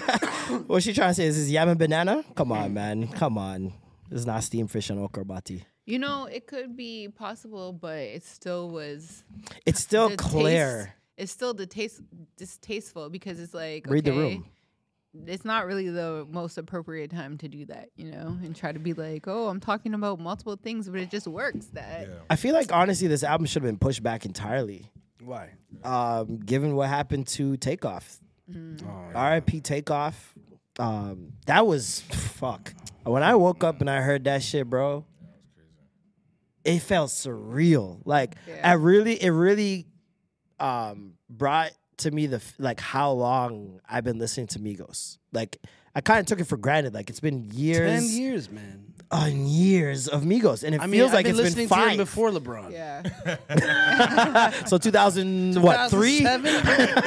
D: What's she trying to say? Is this yam and banana? Come on, man. Come on. This is not steamed fish and okrabati.
A: You know, it could be possible, but it still was
D: It's still
A: the taste-
D: clear.
A: it's still detaste, distasteful because it's like
D: Read the
A: okay,
D: room.
A: It's not really the most appropriate time to do that, you know, and try to be like, oh, I'm talking about multiple things, but it just works that
F: Yeah.
D: I feel like honestly, this album should have been pushed back entirely,
G: Why?
D: um, given what happened to Takeoff.
E: Oh,
D: R.I.P. Takeoff. Um, that was fuck. When I woke up and I heard that shit, bro, it felt surreal. Like
A: Yeah.
D: I really, it really um, brought to me the f- like how long I've been listening to Migos. Like I kind of took it for granted. Like it's been
E: Ten
D: years
E: years, man.
D: on years of Migos, and it
E: I mean,
D: feels
E: I've
D: like
E: been
D: it's been
E: listening
D: five.
E: to him before LeBron.
A: yeah,
D: so 2000 what three?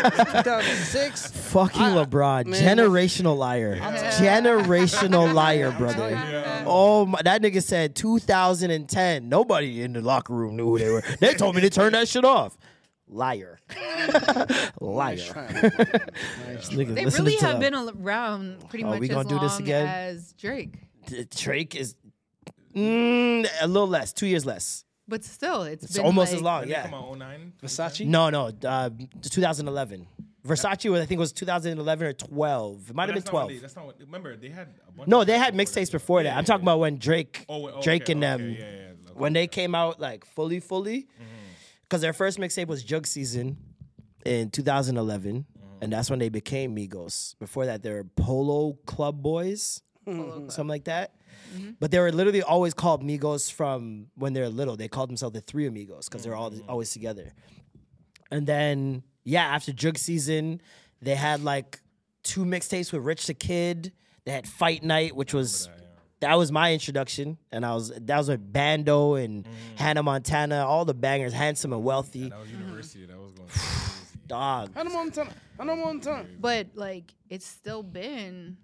E: 2006.
D: Fucking LeBron,
E: man.
D: generational liar, generational liar, brother. Oh my, that nigga said 2010. Nobody in the locker room knew who they were. They told me to turn that shit off. Liar, liar. Nigga,
A: they
D: listening
A: really
D: to
A: have
D: the-
A: been al- around pretty
D: Oh,
A: much
D: we
A: as
D: gonna do
A: long
D: this again?
A: as Drake,
D: D- Drake is mm, a little less, two years less.
A: but still, it's
D: It's
A: been
D: almost
A: like-
D: as long.
F: Come oh on,
D: Yeah.
F: 09?
E: Versace.
D: No, no. Uh, 2011. Versace, was, I think, was 2011 or 12. It might
F: But
D: have been
F: that's not what
D: 12.
F: They, that's not what. Remember, they had a bunch.
D: No,
F: of
D: they
F: shit
D: had
F: before
D: mixtapes
F: that.
D: before that. I'm talking about when Drake,
F: Oh, wait, oh,
D: Drake
F: okay,
D: and
F: okay,
D: them,
F: yeah, yeah, yeah, okay.
D: when they came out like fully, fully,
F: Mm-hmm.
D: because their first mixtape was Jug Season in 2011, and that's when they became Migos. Before that, they were Polo Club Boys, something like that.
F: Mm-hmm.
D: But they were literally always called Migos from when they were little. They called themselves the Three Amigos because they're all
F: Mm-hmm.
D: always together. And then yeah, after Jug Season, they had like two mixtapes with Rich the Kid. They had Fight Night, which was that, was my introduction, and I was that was with Bando and Hannah Montana, all the bangers, Handsome and Wealthy,
F: Mm. That
A: Mm-hmm.
F: was university. That was going. crazy.
D: dog.
E: I know one time. I know one time.
A: But like, it's still been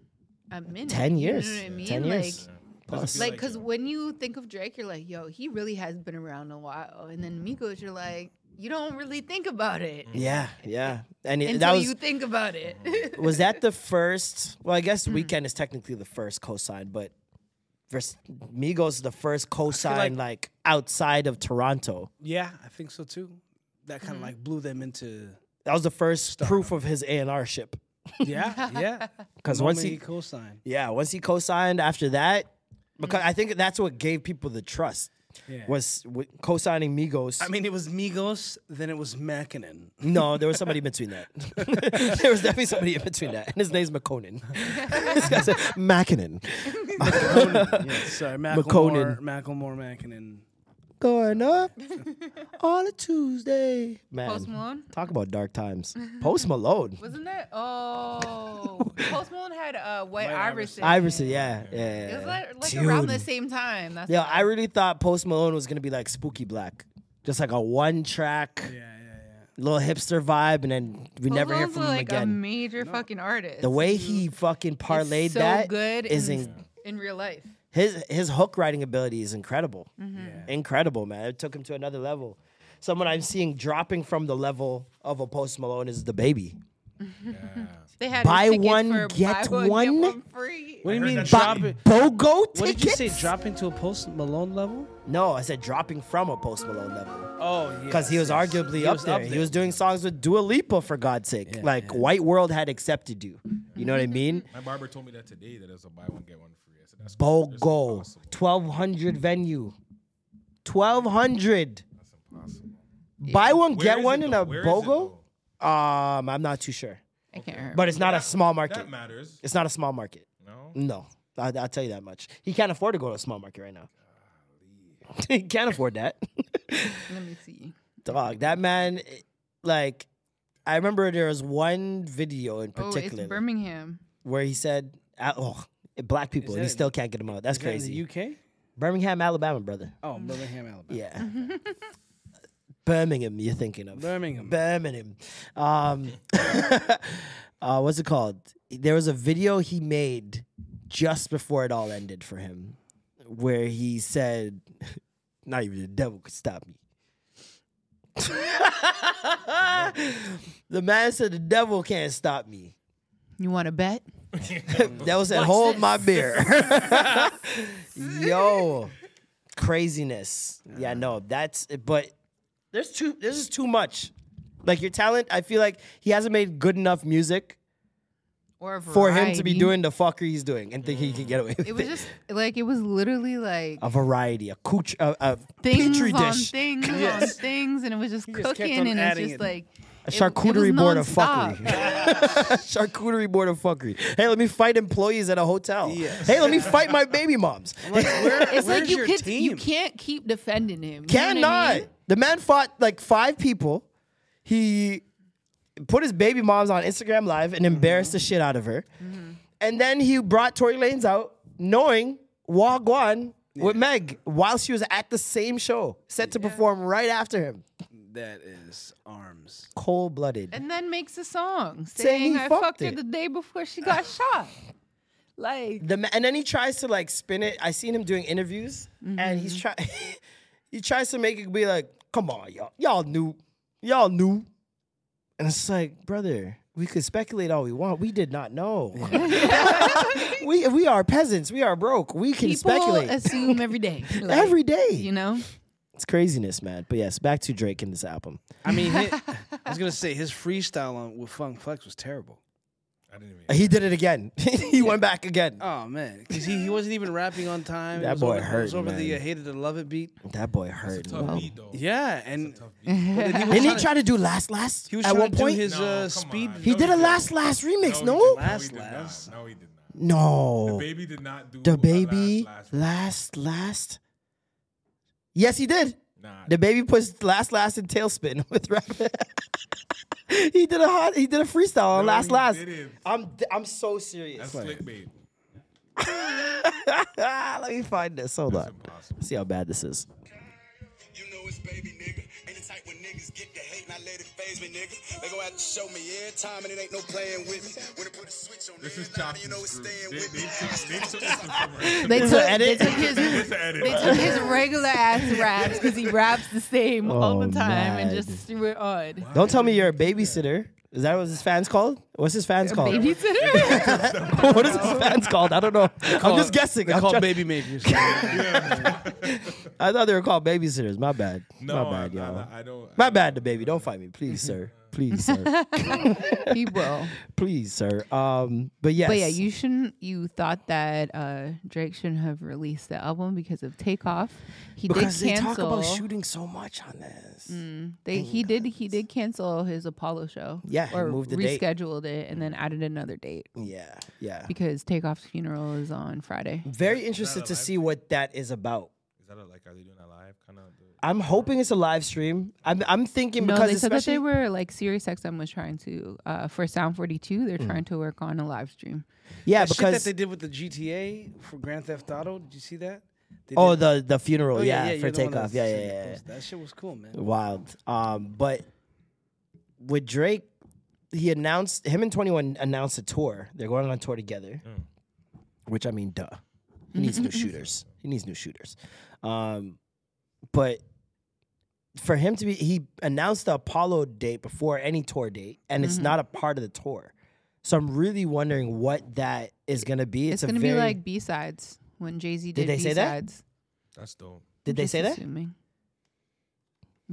A: a minute.
D: Ten years,
A: You know what I mean?
D: ten years.
A: Like,
D: Plus.
A: like because when you think of drake you're like yo he really has been around a while and then migos you're like you don't really think about it
E: Mm-hmm.
D: yeah, yeah, and it, that
A: until
D: was
A: you think about it
D: was that the first? Well, I guess Weekend is technically the first cosign, but vers- Migos is the first cosign like,
E: Mm-hmm. like-
D: outside of Toronto.
E: Yeah, I think so too. That
A: Mm-hmm.
E: kind of like blew them into.
D: That was the first proof of his A and R ship.
E: Yeah, yeah.
D: Because
E: Moment
D: once he,
E: co-signed.
D: yeah, once he co-signed after that, because I think that's what gave people the trust
E: Yeah.
D: was w- co-signing Migos.
E: I mean, it was Migos, then it was Mackinnon.
D: no, there was somebody in between that. there was definitely somebody in between that, and his name's McConan. this guy's Mackinnon.
E: yeah, sorry, Macklemore,
D: McConan.
E: Macklemore, Mackinnon.
D: Going up on a Tuesday. Man,
A: post malone
D: talk about dark times. Post Malone.
A: wasn't that oh post malone had uh white iverson
D: Iverson, yeah, yeah.
A: it
D: yeah.
A: was like, like around the
D: Dude.
A: same time that's
D: Yeah, I really thought Post Malone was gonna be like Spooky Black, just like a one track, yeah, yeah, yeah, little hipster vibe, and then we
A: Post
D: never hear
A: Malone's,
D: from him
A: like a
D: again.
A: major fucking artist
D: The way he fucking
A: It's
D: parlayed
A: so
D: that
A: good
D: is
A: in,
D: in-
A: in real life
D: his his hook writing ability is incredible,
E: Mm.
A: Mm-hmm.
D: incredible, man. It took him to another level. Someone I'm seeing dropping from the level of a Post Malone is the baby.
A: they had
D: Buy
A: tickets
D: one,
A: for
D: get
A: buy one,
D: one?
A: get one free
E: What do you mean
F: that
E: drop
F: shit.
E: it?
D: Bogo tickets?
E: What did you say? Dropping to a post Malone level?
D: No, I said dropping from a Post Malone level
E: Oh, yeah.
D: because he was arguably up, there. He was doing songs with Dua Lipa for God's sake. like White World had accepted you. You know what I mean?
F: My barber told me that today that it was a buy one get one free. I said that's that's
D: Bogo,
F: impossible.
D: 1200 venue. 1200. Buy one,
F: Where
D: get
F: is it,
D: one in
F: though?
D: a
F: Where is it,
D: Bogo?
F: though?
D: Um, I'm not too sure.
A: i can't remember
D: But it's not a small market.
F: That matters.
D: It's not a small market.
F: No.
D: No, I, I'll tell you that much. He can't afford to go to a small market right now. he can't afford that.
A: let me see
D: Dog, that man, eh, like, I remember there was one video in
A: oh it's
D: particular
A: birmingham
D: where he said, ah, "Oh, black people," and he still can't get them out. That's crazy.
E: In the UK?
D: Birmingham, Alabama, brother.
E: Oh, Birmingham, Alabama.
D: Yeah. Birmingham, you're thinking of
E: Birmingham.
D: Birmingham. Um, uh, what's it called? There was a video he made just before it all ended for him, where he said, "Not even the devil could stop me." the man said, "The devil can't stop me."
A: you want to bet
D: That was at hold my beer. Yo, craziness. Yeah, no, that's but there's too. This is too much. Like your talent, I feel like he hasn't made good enough music
A: Or
D: for him to be
A: variety.
D: doing the fucker he's doing and think he can get away with it.
A: It was just like it was literally like
D: a variety, a cooch, a, a
A: things
D: petri
A: on
D: dish,
A: things on things, and it was just
E: just kept on
A: cooking, and it's
E: adding
A: just
E: it.
A: like
D: a
A: it- it was
D: charcuterie board of
A: nonstop.
D: fuckery. charcuterie board of fuckery. Hey, let me fight employees at a hotel. Hey, let me fight my baby moms.
A: It's like
E: Where's
A: you
E: your
A: could, you
E: team?
A: can't keep defending him. You know what I
D: Cannot.
A: mean?
D: The man fought like five people. He put his baby moms on Instagram Live and embarrassed the shit out of her.
A: Mm-hmm.
D: And then he brought Tory Lanez out, knowing Wah Guan with Meg while she was at the same show, set to perform right after him.
G: That is arms.
D: Cold blooded.
A: And then makes a song
D: Saying
A: saying,
D: he
A: I
D: fucked
A: fucked, her
D: it.
A: the day before she got shot. Like
D: The ma- and then he tries to like spin it. I seen him doing interviews, and he's try he tries to make it be like, "Come on, y'all, y'all knew, y'all knew," and it's like, brother, we could speculate all we want. We did not know. we we are peasants. We are broke. We can
A: people
D: speculate
A: assume every day. Like,
D: every day.
A: You know?
D: It's craziness, man. But yes, back to Drake and this album.
E: I mean, hi- I was gonna say his freestyle on with Funk Flex was terrible.
F: I didn't even.
D: He did it again. he went back again.
E: Oh man, 'Cause he, he wasn't even rapping on time. It
D: That
E: was
D: boy
E: over, It
D: hurt,
E: was over the
D: man.
E: uh, hated to love it beat.
D: that boy
F: It's a
D: hurt.
F: tough
D: Wow.
F: beat though.
E: Yeah, and
F: Tough beat.
E: but then he was
D: Didn't he
E: tryna-
D: try to do last last?
E: He was
D: at
E: trying
D: one
E: to
D: point.
E: do his
F: No,
E: uh,
F: come
E: speed.
F: on.
D: he
F: No,
D: did
F: he
D: a
F: did
D: last last remix.
F: he did
D: No,
F: not.
E: Last
F: he did not.
E: Last.
F: No, he did not.
D: no.
F: The baby did not do
D: The
F: a
D: baby
F: last, last.
D: last last, Yes, he did.
F: Nah,
D: The baby puts last last in tailspin with rap. he did a hot, he did a freestyle on
F: No,
D: Oh, last
F: he
D: last.
F: didn't.
D: I'm I'm so serious.
F: that's clickbait.
D: Let me find this. Hold on.
F: impossible.
D: See how bad this is.
I: You know it's baby nigga. Ain't the type when niggas get the hate and I let it phase me, nigga. They gon' have to show me every time and it ain't no playing with me. When I put a switch on
F: This is
I: everybody,
F: chopped
I: you
F: and
I: know it's
F: screwed.
I: staying
F: They,
I: with
F: they,
I: me.
F: took, they took this information.
A: They
D: It's
A: took,
D: a
A: they
D: edit.
A: took his
F: It's an edit.
A: they took his regular ass raps because he raps the same all
D: Oh,
A: the time and
D: man.
A: just threw it on.
D: Don't tell me you're a babysitter. Is that what his fans called? What's his fans called?
A: Babysitter?
D: what is his fans called? I don't know. I'm just guessing.
E: They
D: I'm
E: call
D: trying-
E: baby makers.
D: I thought they were called babysitters. My bad.
F: No,
D: My bad,
F: I'm,
D: y'all.
F: I'm, I don't.
D: My bad, the baby. Don't fight me, please, sir. Please, sir.
A: he will.
D: please, sir. Um, but yes,
A: But yeah, you shouldn't. You thought that uh, Drake shouldn't have released the album because of Takeoff. He
D: because
A: did
D: they
A: cancel. Mm,
D: talk about shooting so much on this.
A: they, he did. He did cancel his Apollo show.
D: Yeah, he
A: or
D: moved the date.
A: rescheduled it and then added another date
D: Yeah, yeah.
A: because Takeoff's funeral is on Friday.
D: Very interested to see what that is about.
F: Is that a, like, are they doing a live kind of?
D: I'm hoping it's a live stream. I'm, I'm thinking
A: No,
D: because
A: they said that
D: especially
A: they were like Sirius XM was trying to uh, for Sound 42. They're trying to work on a live stream.
D: Mm. yeah,
E: That shit that
D: because
E: they did with the GTA for Grand Theft Auto. Did you see that? They
D: oh
E: did-
D: the the funeral,
E: Oh,
D: yeah, for
E: you're the one that
D: takeoff,
E: was
D: yeah, yeah,
E: saying
D: yeah,
E: that. That shit was cool, man.
D: yeah. wild. Um, but with Drake, he announced him and Twenty One announced a tour. They're going on tour together,
A: Mm.
D: which I mean, duh. He needs new shooters. He needs new shooters. Um, but for him to be, he announced the Apollo date before any tour date, and
A: Mm-hmm.
D: it's not a part of the tour. So I'm really wondering what that is going to be.
A: It's,
D: a
A: going to be
D: very-
A: like B sides when Jay Z
D: Did
A: did,
D: they say that?
A: B-sides.
F: That's dope.
D: Did they say that?
A: Assuming.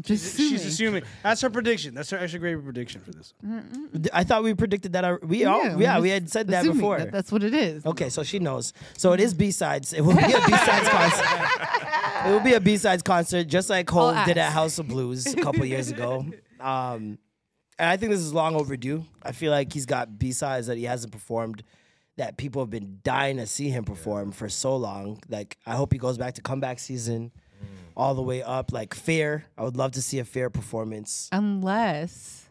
A: Just
E: She's- She's assuming. That's her prediction. That's her extra grade prediction for this. one.
A: Mm-hmm.
D: D- I thought we predicted that. Our, we all, yeah, we had said that before.
A: that's what it is.
D: okay, so she knows. So it is B sides. It will be a B sides concert. It will be a B sides concert, just like Cole did at
A: ass.
D: House of Blues a couple years ago. Um, and I think this is long overdue. I feel like he's got B sides that he hasn't performed. That people have been dying to see him perform for so long. Like I hope he goes back to comeback season, all the way up. Like Fair, I would love to see a Fair performance.
A: Unless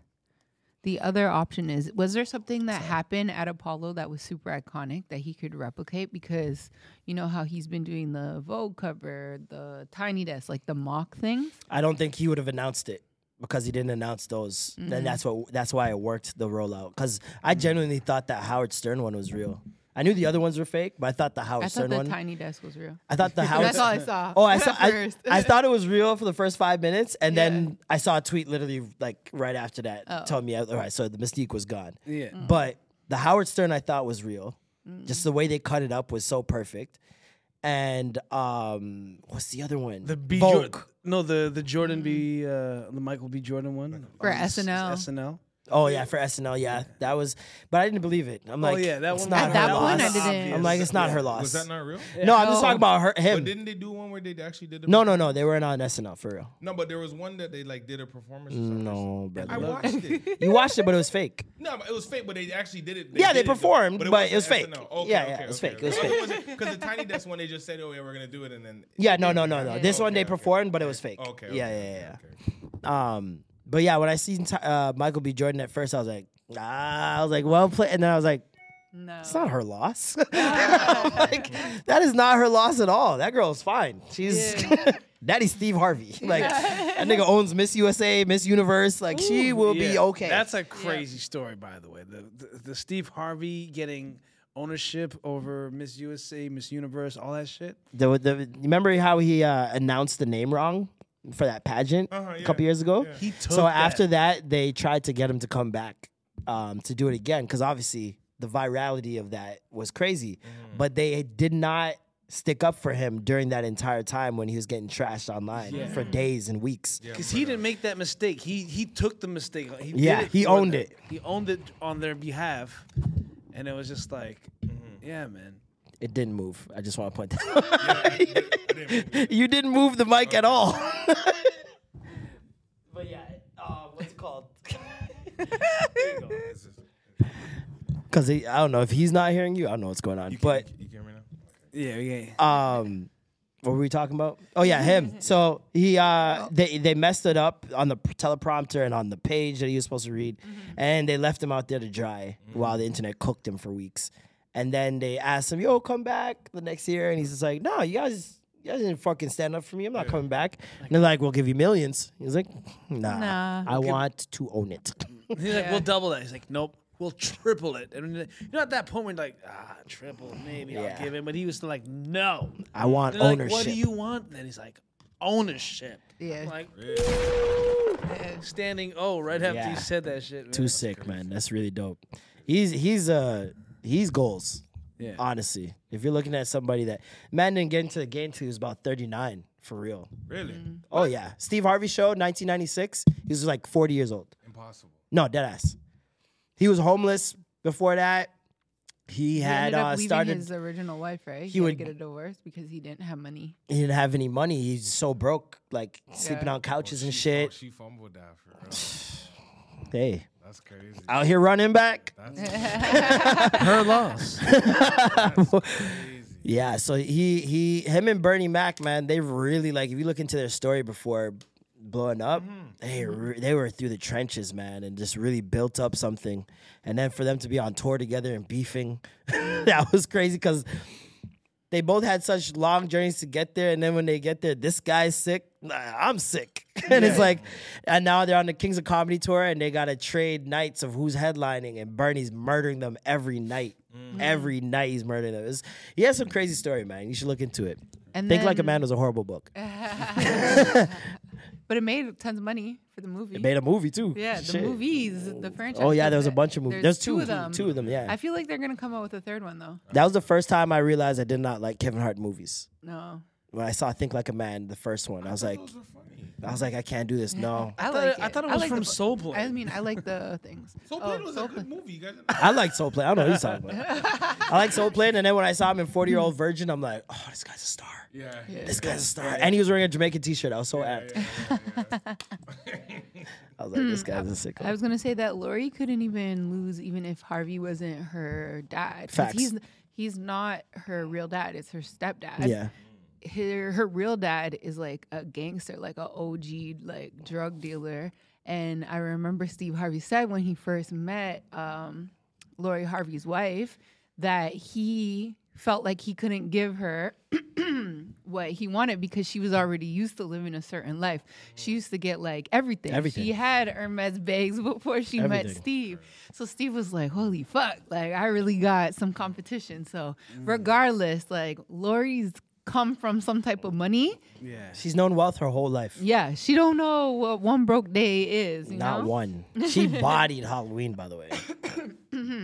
A: the other option is was there something that happened at Apollo that was super iconic that he could replicate? Because you know how he's been doing the Vogue cover, the Tiny Desk, like the mock things?
D: I don't think he would have announced it because he didn't announce those.
A: Mm-hmm.
D: Then that's what that's why I worked the rollout because I genuinely thought that Howard Stern one was real. I knew the other ones were fake, but I thought the Howard
A: I
D: Stern
A: thought the
D: one.
A: Tiny Desk was real.
D: I thought the Howard.
A: That's all I saw.
D: Oh, I saw.
A: at
D: I,
A: first.
D: I thought it was real for the first five minutes, and then I saw a tweet literally like right after that
A: Oh.
D: telling me, "All right, so the mystique was gone."
E: Yeah.
A: Mm.
D: But the Howard Stern I thought was real. Just the way they cut it up was so perfect. and um, what's the other one?
E: The B
D: Vogue.
E: Jor- no, the the Jordan B uh, the Michael B Jordan one
D: For
E: Um, s-
D: SNL.
E: SNL.
D: Oh yeah, for SNL, yeah, that was. But I didn't believe it. I'm
E: Oh,
D: like,
E: yeah, that
D: it's
E: one
D: not
E: was-
D: her
E: At that
D: loss.
E: point, I didn't.
D: I'm like, it's not
F: Yeah.
D: her loss.
F: Was that not real?
D: No, I'm just talking about her,
F: But
D: him.
F: didn't they do one where they actually did? A
D: No, no, no, they were not on SNL for real.
F: No, but there was one that they like did a performance.
D: No, brother.
F: I watched it.
D: You watched it, but it was fake.
F: No, but it was fake. But they actually did it.
D: Yeah, they
F: did though,
D: performed, but it was
F: wasn't
D: fake.
F: SNL. Okay,
D: Yeah,
F: okay,
D: yeah, it was
F: okay,
D: fake, it was
F: okay.
D: fake.
F: Because the Tiny Desk one, they just said, "Oh yeah, we're gonna do it," and then
D: Yeah, no, no, no, no. This
F: Okay,
D: one they
F: okay.
D: performed, but it was fake.
F: Okay,
D: yeah,
F: okay,
D: yeah, yeah. yeah. Um, but yeah, when I seen Ti- uh, Michael B. Jordan at first, I was like, ah, I was like, well played, and then I was like, no, it's not her loss. like, that is not her loss at all. That girl is fine. She's daddy's Steve Harvey. Like that nigga owns Miss USA, Miss Universe. Like she
E: Ooh,
D: will be
E: yeah.
D: okay.
E: That's a crazy story, by the way. The, the the Steve Harvey getting ownership over Miss USA, Miss Universe, all that shit.
D: The, the, remember how he uh, announced the name wrong for that pageant a couple years ago?
E: He took
D: so after that, they tried to get him to come back um, to do it again because obviously the virality of that was crazy. But they did not stick up for him during that entire time when he was getting trashed online
E: Yeah.
D: for days and weeks.
E: Because he didn't make that mistake. He he took the mistake. He did
D: Yeah,
E: it
D: he
E: for
D: owned
E: them.
D: it.
E: He owned it on their behalf, and it was just like, yeah, man.
D: It didn't move. I just want to point that. out. you didn't move the mic at all. but yeah, uh, what's it called? Because I don't know if he's not hearing you. I don't know what's going on. but
E: Yeah, yeah.
D: um what were we talking about oh yeah him so he uh they they messed it up on the p- teleprompter and on the page that he was supposed to read and they left him out there to dry while the internet cooked him for weeks and then they asked him yo come back the next year and he's just like no you guys you guys didn't fucking stand up for me. I'm not coming back. And they're like, "We'll give you millions. He's like, "Nah,
A: Nah.
D: I want to own it."
E: He's like, we'll double that. He's like, nope, we'll triple it. And you know, at that point, we're like, ah, triple, maybe
D: Yeah.
E: I'll give him. But he was like, no.
D: I want
E: They're like, what do
D: ownership.
E: you want? And then he's like, ownership.
A: Yeah.
E: I'm like, standing O right after
D: Yeah.
E: he said that shit. Man.
D: Too sick, man. That's really dope. He's he's uh he's goals.
E: Yeah.
D: Honestly, if you're looking at somebody that man didn't get into the game till he was about 39 for real.
F: really
D: Oh yeah, Steve Harvey show 1996. He was like 40 years old.
F: impossible.
D: No, deadass. He was homeless before that. He
A: He ended
D: had
A: up
D: uh,
A: leaving
D: started.
A: his original wife, right? He,
D: he
A: had
D: would-
A: to get a divorce because he didn't have money.
D: he didn't have any money. He's so broke, like sleeping
A: Yeah.
D: on couches and
F: She-
D: shit.
F: oh, she fumbled that for real.
D: Hey,
F: That's crazy.
D: out here running back.
E: Her loss.
D: Yeah, so he he him and Bernie Mac, man, they really like if you look into their story before blowing up,
F: Mm-hmm.
D: they re- they were through the trenches, man, and just really built up something. And then for them to be on tour together and beefing, that was crazy cuz they both had such long journeys to get there and then when they get there, this guy's sick, nah, I'm sick. and it's like and now they're on the Kings of Comedy tour and they got to trade nights of who's headlining and Bernie's murdering them every night. Every night he's murdering them. It's, he has some crazy story, man. You should look into it.
A: And
D: Think Like a
A: then-
D: Man was a horrible book.
A: But it made tons of money for the movie.
D: It made a movie too.
A: yeah, the
D: Shit.
A: movies, the franchise.
D: Oh yeah, there was a
A: that-
D: bunch of movies. There's, two,
A: of them.
D: Two of them, yeah.
A: I feel like they're gonna come out with a third one though.
D: that was the first time I realized I did not like Kevin Hart movies.
A: No,
D: When I saw Think Like a Man, the first one, I was like, I was like, I can't do this. No,
A: I,
E: thought
A: like
E: it-
A: it.
E: I thought it was
A: like
E: from
A: the-
E: Soul Plane.
A: I mean, I like the things.
F: Soul
A: Oh,
F: Plane was
A: Soul
F: a good
A: Plane.
F: movie. You guys.
D: I like Soul Plane. I don't know what he's talking about. I like Soul Plane, and then when I saw him in Forty Year Old Virgin, I'm like, oh, this guy's a star.
F: Yeah.
D: This guy's a star. And he was wearing a Jamaican T-shirt. I was so amped. I was like, this guy's a sicko.
A: Hmm. I was gonna say that Lori couldn't even lose, even if Harvey wasn't her dad. 'cause
D: Facts.
A: He's he's not her real dad. It's her stepdad.
D: yeah,
A: her her real dad is like a gangster, like a OG like drug dealer. And I remember Steve Harvey said when he first met um, Lori Harvey's wife that he felt like he couldn't give her what he wanted because she was already used to living a certain life. She used to get like everything.
D: Everything.
A: She had Hermes bags before she met
D: Everything.
A: Steve. So Steve was like, holy fuck, like I really got some competition. So
D: Mm.
A: regardless, like Lori's come from some type of money.
E: yeah.
D: she's known wealth her whole life.
A: Yeah, she don't know what one broke day is. You
D: Not
A: know?
D: one. She bodied Halloween, by the way.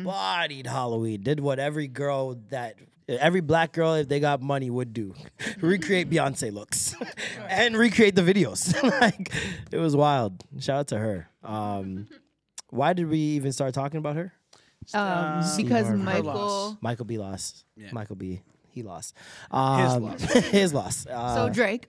D: bodied Halloween. Did what every girl that Every black girl, if they got money, would do. recreate Beyonce looks and recreate the videos. like it was wild. Shout out to her. Um, why did we even start talking about her?
A: Um,
D: Steve
A: because
D: Harvey.
A: Michael.
D: Michael B. lost.
E: Yeah.
D: Michael B. He lost.
E: His
D: Um,
E: loss.
D: his loss.
A: So
D: Uh,
A: Drake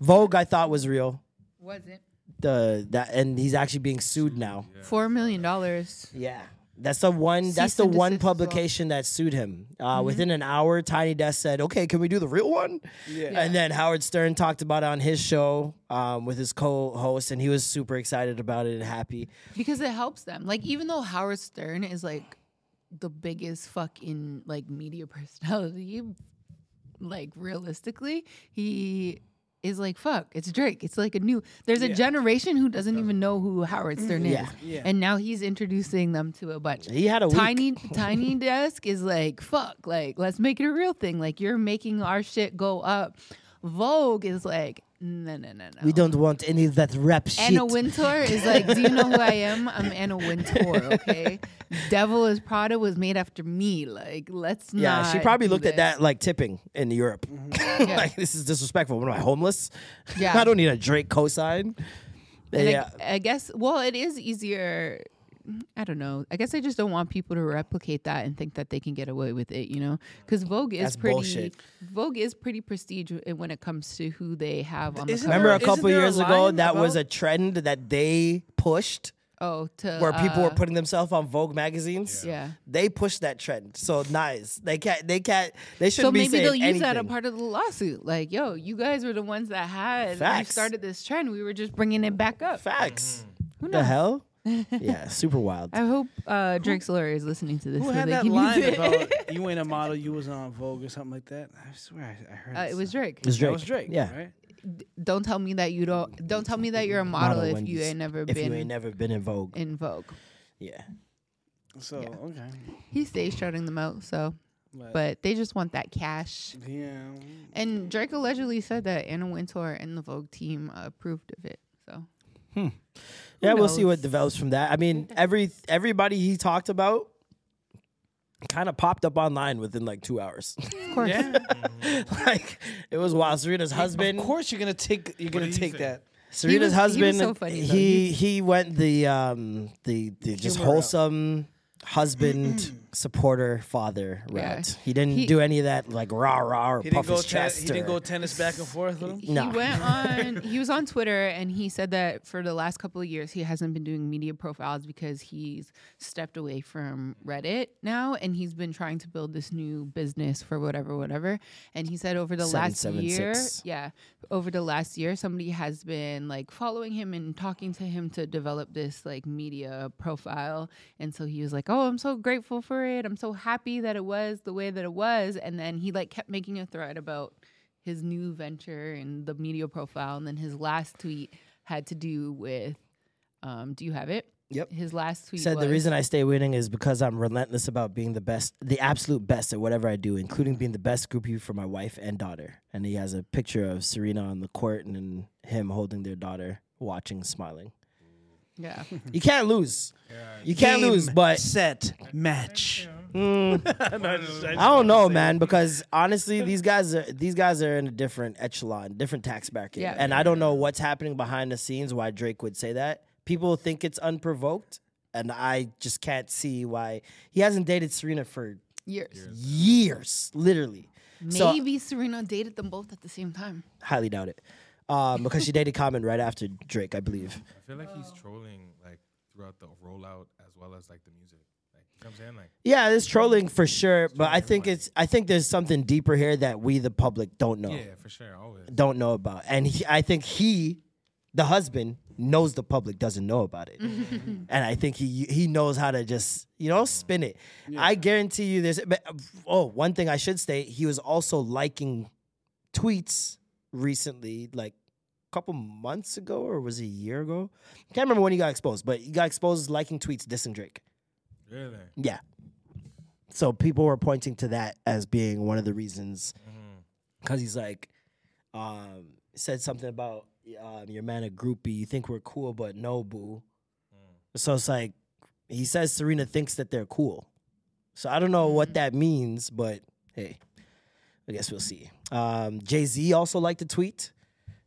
D: Vogue, I thought was real.
A: wasn't
D: The that and he's actually being sued now.
A: four million dollars.
D: Yeah. That's the one. that's
A: Cease
D: the
A: and
D: one
A: desist Mm-hmm. as well.
D: publication that sued him. Uh, Within an hour, Tiny Desk said, "Okay, can we do the real one?" Yeah. And then Howard Stern talked about it on his show um, with his co-host, and he was super excited about it and happy.
A: because it helps them. Like even though Howard Stern is like the biggest fucking like media personality, like realistically, he is like fuck. It's Drake. It's like a new. There's a generation who doesn't even know who Howard Stern is,
D: Yeah.
A: and now he's introducing them to a bunch.
D: He had a week.
A: Tiny Tiny Desk is like fuck. Like let's make it a real thing. Like you're making our shit go up. Vogue is like no no no no.
D: We don't want any of that rap
A: Anna
D: shit.
A: Wintour is like, do you know who I am? I'm Anna Wintour. Okay, Devil is Prada was made after me. Like, let's
D: Yeah,
A: not.
D: she probably
A: do
D: looked at
A: this.
D: that like tipping in Europe. like this is disrespectful. What am I homeless?
A: Yeah.
D: I don't need a Drake cosign.
A: And
D: Yeah,
A: I, I guess. Well, it is easier. I don't know. I guess I just don't want people to replicate that and think that they can get away with it. You know, because Vogue is
D: That's
A: pretty.
D: bullshit.
A: Vogue is pretty prestige when it comes to who they have on the
E: Isn't
A: cover.
D: remember a
E: Isn't
D: couple
E: there a
D: years ago
E: line
D: that was a
E: about-
D: trend that they pushed,
A: oh, to
D: where people were
A: uh,
D: putting themselves on Vogue magazines.
A: Yeah.
D: They pushed that trend, so nice. They can't. They can't. They shouldn't
A: So
D: be
A: maybe
D: saying
A: they'll use that a
D: anything.
A: part of the lawsuit. Like, yo, you guys were the ones that had you
D: Facts.
A: started this trend. We were just bringing it back up. Mm-hmm.
D: Facts.
A: Who
D: The
A: knows?
D: hell? yeah, super wild.
A: I hope uh, Drake's lawyer is listening to this.
E: Who
A: so
E: had
A: they
E: that
A: can use
E: line
A: it.
E: about you ain't a model, you was on Vogue or something like that? I swear I, I heard
A: Uh,
E: it
A: it was Drake.
D: It was
E: Drake.
D: Drake.
E: was Drake.
D: Yeah.
E: right?
A: Don't tell me that you don't. Don't tell me that you're a model,
D: Model
A: if
D: when
A: you
D: s-
A: ain't never
D: if
A: been
D: you ain't never been in Vogue.
A: in Vogue.
D: Yeah.
E: So okay,
A: He stays shouting them out. So,
E: But-
A: but they just want that cash.
E: yeah.
A: And Drake allegedly said that Anna Wintour and the Vogue team approved of it. So
E: Hmm.
D: Yeah, we'll see what
A: knows?
D: develops from that. I mean, every everybody he talked about kind of popped up online within like two hours.
A: of course,
E: Yeah,
D: like it was wild. Serena's husband,
E: of course you're gonna take you're gonna
F: did he
E: take
F: say?
E: that.
A: was-
D: Serena's
A: he was
D: husband,
A: so funny, though.
D: he he went the um the, the just
E: Humor route.
D: wholesome husband supporter father route.
A: Yeah.
D: He didn't
A: He-
D: do any of that like rah rah or
E: He
D: puff
E: didn't go.
D: his
E: Ten-
D: chest.
E: he didn't
D: or-
E: go tennis back and forth with him.
A: he
D: Nah.
A: went on he was on twitter and he said that for the last couple of years he hasn't been doing media profiles because he's stepped away from reddit now and he's been trying to build this new business for whatever whatever and he said over the last year
D: 776.
A: yeah over the last year somebody has been like following him and talking to him to develop this like media profile and so he was like oh i'm so grateful for it i'm so happy that it was the way that it was and then he like kept making a thread about his new venture and the media profile. And then his last tweet had to do with, um, do you have it?
D: Yep.
A: His last tweet
D: Said
A: was,
D: the reason I stay winning is because I'm relentless about being the best, the absolute best at whatever I do, including being the best groupie for my wife and daughter. And he has a picture of Serena on the court and then him holding their daughter, watching, smiling.
A: yeah,
D: You can't lose. You can't
G: Game,
D: lose, but Mm.
G: set match.
D: I don't know, man, because honestly, these guys are these guys are in a different echelon, different tax bracket,
A: Yeah.
D: and I don't know what's happening behind the scenes. Why Drake would say that? People think it's unprovoked, and I just can't see why he hasn't dated Serena for
A: years.
D: years, literally. So
A: Maybe Serena dated them both at the same time.
D: highly doubt it, um, because she dated Common right after Drake, I believe.
F: I feel like he's trolling like throughout the rollout as well as like the music. Like, you know what I'm saying? Like,
D: Yeah, it's trolling for sure, but I think it's I think there's something deeper here that we the public don't know.
F: yeah, for sure, always.
D: don't know about. And he, I think he, the husband, knows the public doesn't know about it.
C: Mm-hmm.
D: and I think he he knows how to just, you know, spin it. I guarantee you there's but, oh, one thing I should state, he was also liking tweets recently, like a couple months ago or was it a year ago? Can't remember when he got exposed, but he got exposed liking tweets dissing Drake.
F: Really?
D: Yeah. So people were pointing to that as being one of the reasons, because he's like, um, said something about um, your man a groupie. You think we're cool, but no, boo. So it's like he says Serena thinks that they're cool. So I don't know what that means, but hey, I guess we'll see. Um, Jay Z also liked the tweet.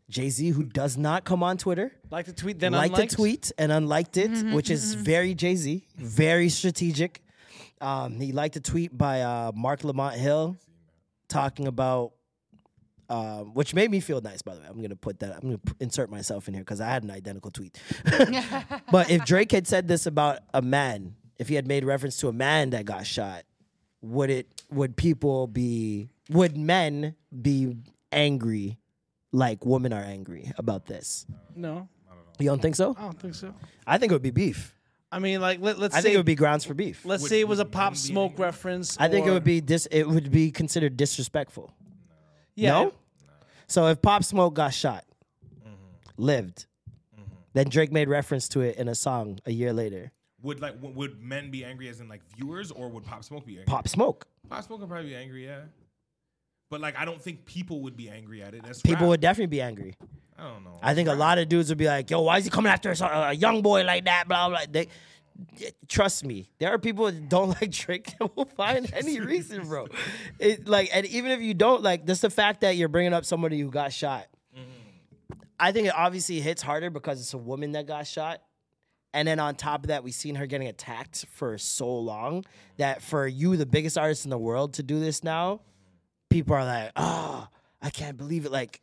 D: Jay Z, who does not come on Twitter,
E: Like the tweet, then
D: liked
E: unliked? Mm-hmm,
D: the tweet and unliked it, which is very Jay Z, very strategic. Um, he liked a tweet by uh, Mark Lamont Hill talking about, um, which made me feel nice. By the way, I'm gonna put that. I'm gonna p- insert myself in here because I had an identical tweet. but if Drake had said this about a man, if he had made reference to a man that got shot, would it? Would people be? Would men be angry, like women are angry about this?
E: No,
D: You don't think so?
E: I don't think so.
D: I think it would be beef.
E: I mean, like let, let's
D: I
E: say
D: think it would be grounds for beef.
E: let's say it was a pop smoke reference.
D: I think it
E: or-
D: would be dis. It would be considered disrespectful.
E: yeah,
D: No? So if Pop Smoke got shot,
E: Mm-hmm.
D: lived, then Drake made reference to it in a song a year later.
F: Would like w- would men be angry as in like viewers, or would Pop Smoke be angry?
D: Pop Smoke.
F: Pop Smoke would probably be angry, yeah. But like, I don't think people would be angry at it. That's
D: People
F: rap.
D: would definitely be angry.
F: I don't know.
D: I think a lot of dudes would be like, "Yo, why is he coming after a, a young boy like that?" Blah blah. They, y- trust me, there are people that don't like Drake that will find any reason, bro. It like, and even if you don't like, just the fact that you're bringing up somebody who got shot. I think it obviously hits harder because it's a woman that got shot. And then on top of that, we've seen her getting attacked for so long that for you, the biggest artist in the world, to do this now, people are like, oh, I can't believe it. Like,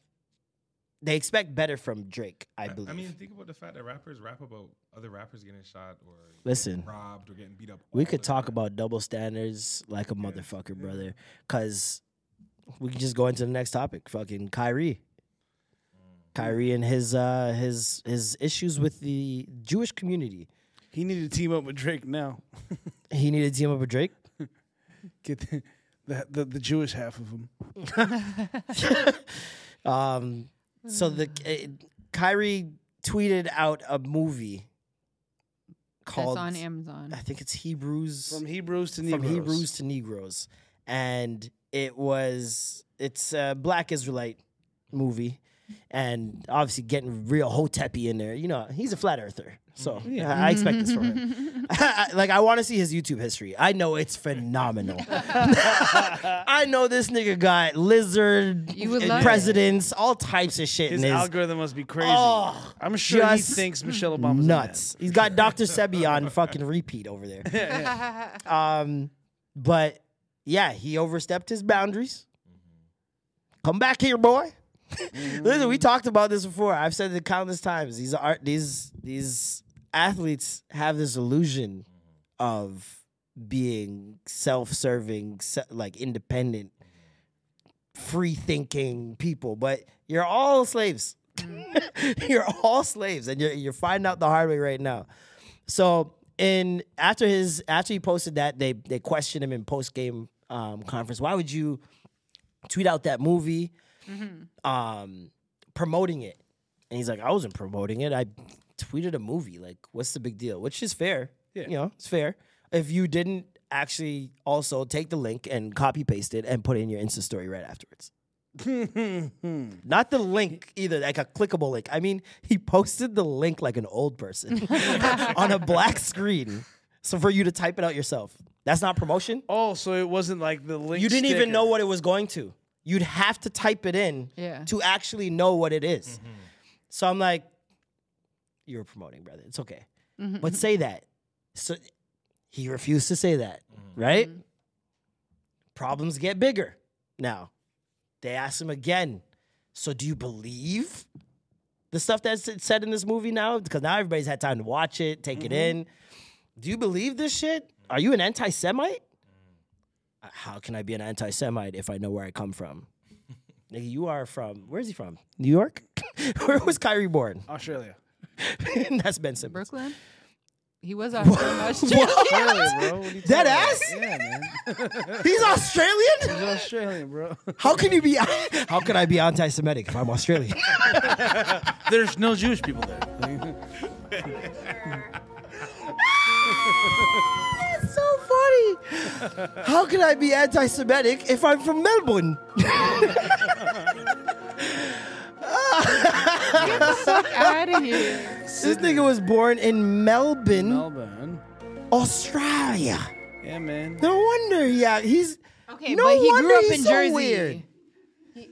D: they expect better from Drake, I believe.
F: I mean, think about the fact that rappers rap about other rappers getting shot or getting
D: Listen.
F: robbed or getting beat up.
D: we
F: all
D: could
F: the
D: talk
F: time.
D: about double standards like a motherfucker, brother. Because we can just go into the next topic. Fucking Kyrie.
F: Mm.
D: Kyrie and his uh, his his issues with the Jewish community.
E: he needed to team up with Drake now.
D: He needed to team up with Drake.
E: Get the the, the, the Jewish half of him.
D: Um, so the uh,
A: Mm.
D: Kyrie tweeted out a movie called
A: That's on Amazon.
D: I think it's Hebrews
E: From Hebrews to
D: from
E: Negroes.
D: Hebrews to Negroes, and it was it's a black Israelite movie, and obviously getting real Hotepi in there. You know, he's a flat earther, so I I expect this from him. like I want to see his YouTube history. I know it's phenomenal. I know this nigga got lizard
A: You would love it.
D: presidents, all types of shit
E: His
D: in his
E: algorithm must be crazy.
D: Oh,
E: I'm sure he
D: just
E: thinks Michelle Obama's a man.
D: nuts. He's got Dr. Sebi on fucking repeat over there. Um, but yeah, he overstepped his boundaries. Come back here, boy. Listen, we talked about this before. I've said it countless times. These are these these athletes have this illusion of being self-serving, se- like independent, free-thinking people, but you're all slaves. you're all slaves, and you're you're finding out the hard way right now. So in after his after he posted that, they they questioned him in post game um, conference. Why would you tweet out that movie, um, promoting it? And he's like, I wasn't promoting it. I tweeted a movie. Like, what's the big deal? Which is fair. Yeah. You know, it's fair. If you didn't actually also take the link and copy paste it and put it in your Insta story right afterwards. Not the link either, like a clickable link. I mean, he posted the link like an old person on a black screen. So for you to type it out yourself. That's not promotion.
E: Oh, so it wasn't like the link.
D: You didn't
E: sticker.
D: even know what it was going to. You'd have to type it in
A: Yeah.
D: to actually know what it is. So I'm like, you're promoting, brother. It's okay.
C: Mm-hmm.
D: But say that. So he refused to say that, right? Problems get bigger now. They asked him again. So do you believe the stuff that's said in this movie now? Because now everybody's had time to watch it, take it in. Do you believe this shit? Are you an anti Semite? How can I be an anti Semite if I know where I come from? Nigga, you are from, where's he from? New York? where was Kyrie born?
E: Australia.
D: that's Ben Simmons.
A: Brooklyn. He was off from Australia.
E: Australia, bro. What are you
D: That
E: talking about?
D: ass?
E: Yeah, man.
D: He's Australian?
E: He's Australian, bro.
D: How can you be, how can I be anti Semitic if I'm Australian?
E: There's no Jewish people there.
D: That's so funny. How can I be anti-Semitic if I'm from Melbourne?
A: Out of here.
D: This nigga was born in Melbourne,
E: Melbourne.
D: Australia.
E: Yeah, man.
D: No wonder he act- he's
A: Okay,
D: no
A: but he
D: wonder
A: grew up
D: he's
A: in
D: so
A: Jersey.
D: Weird.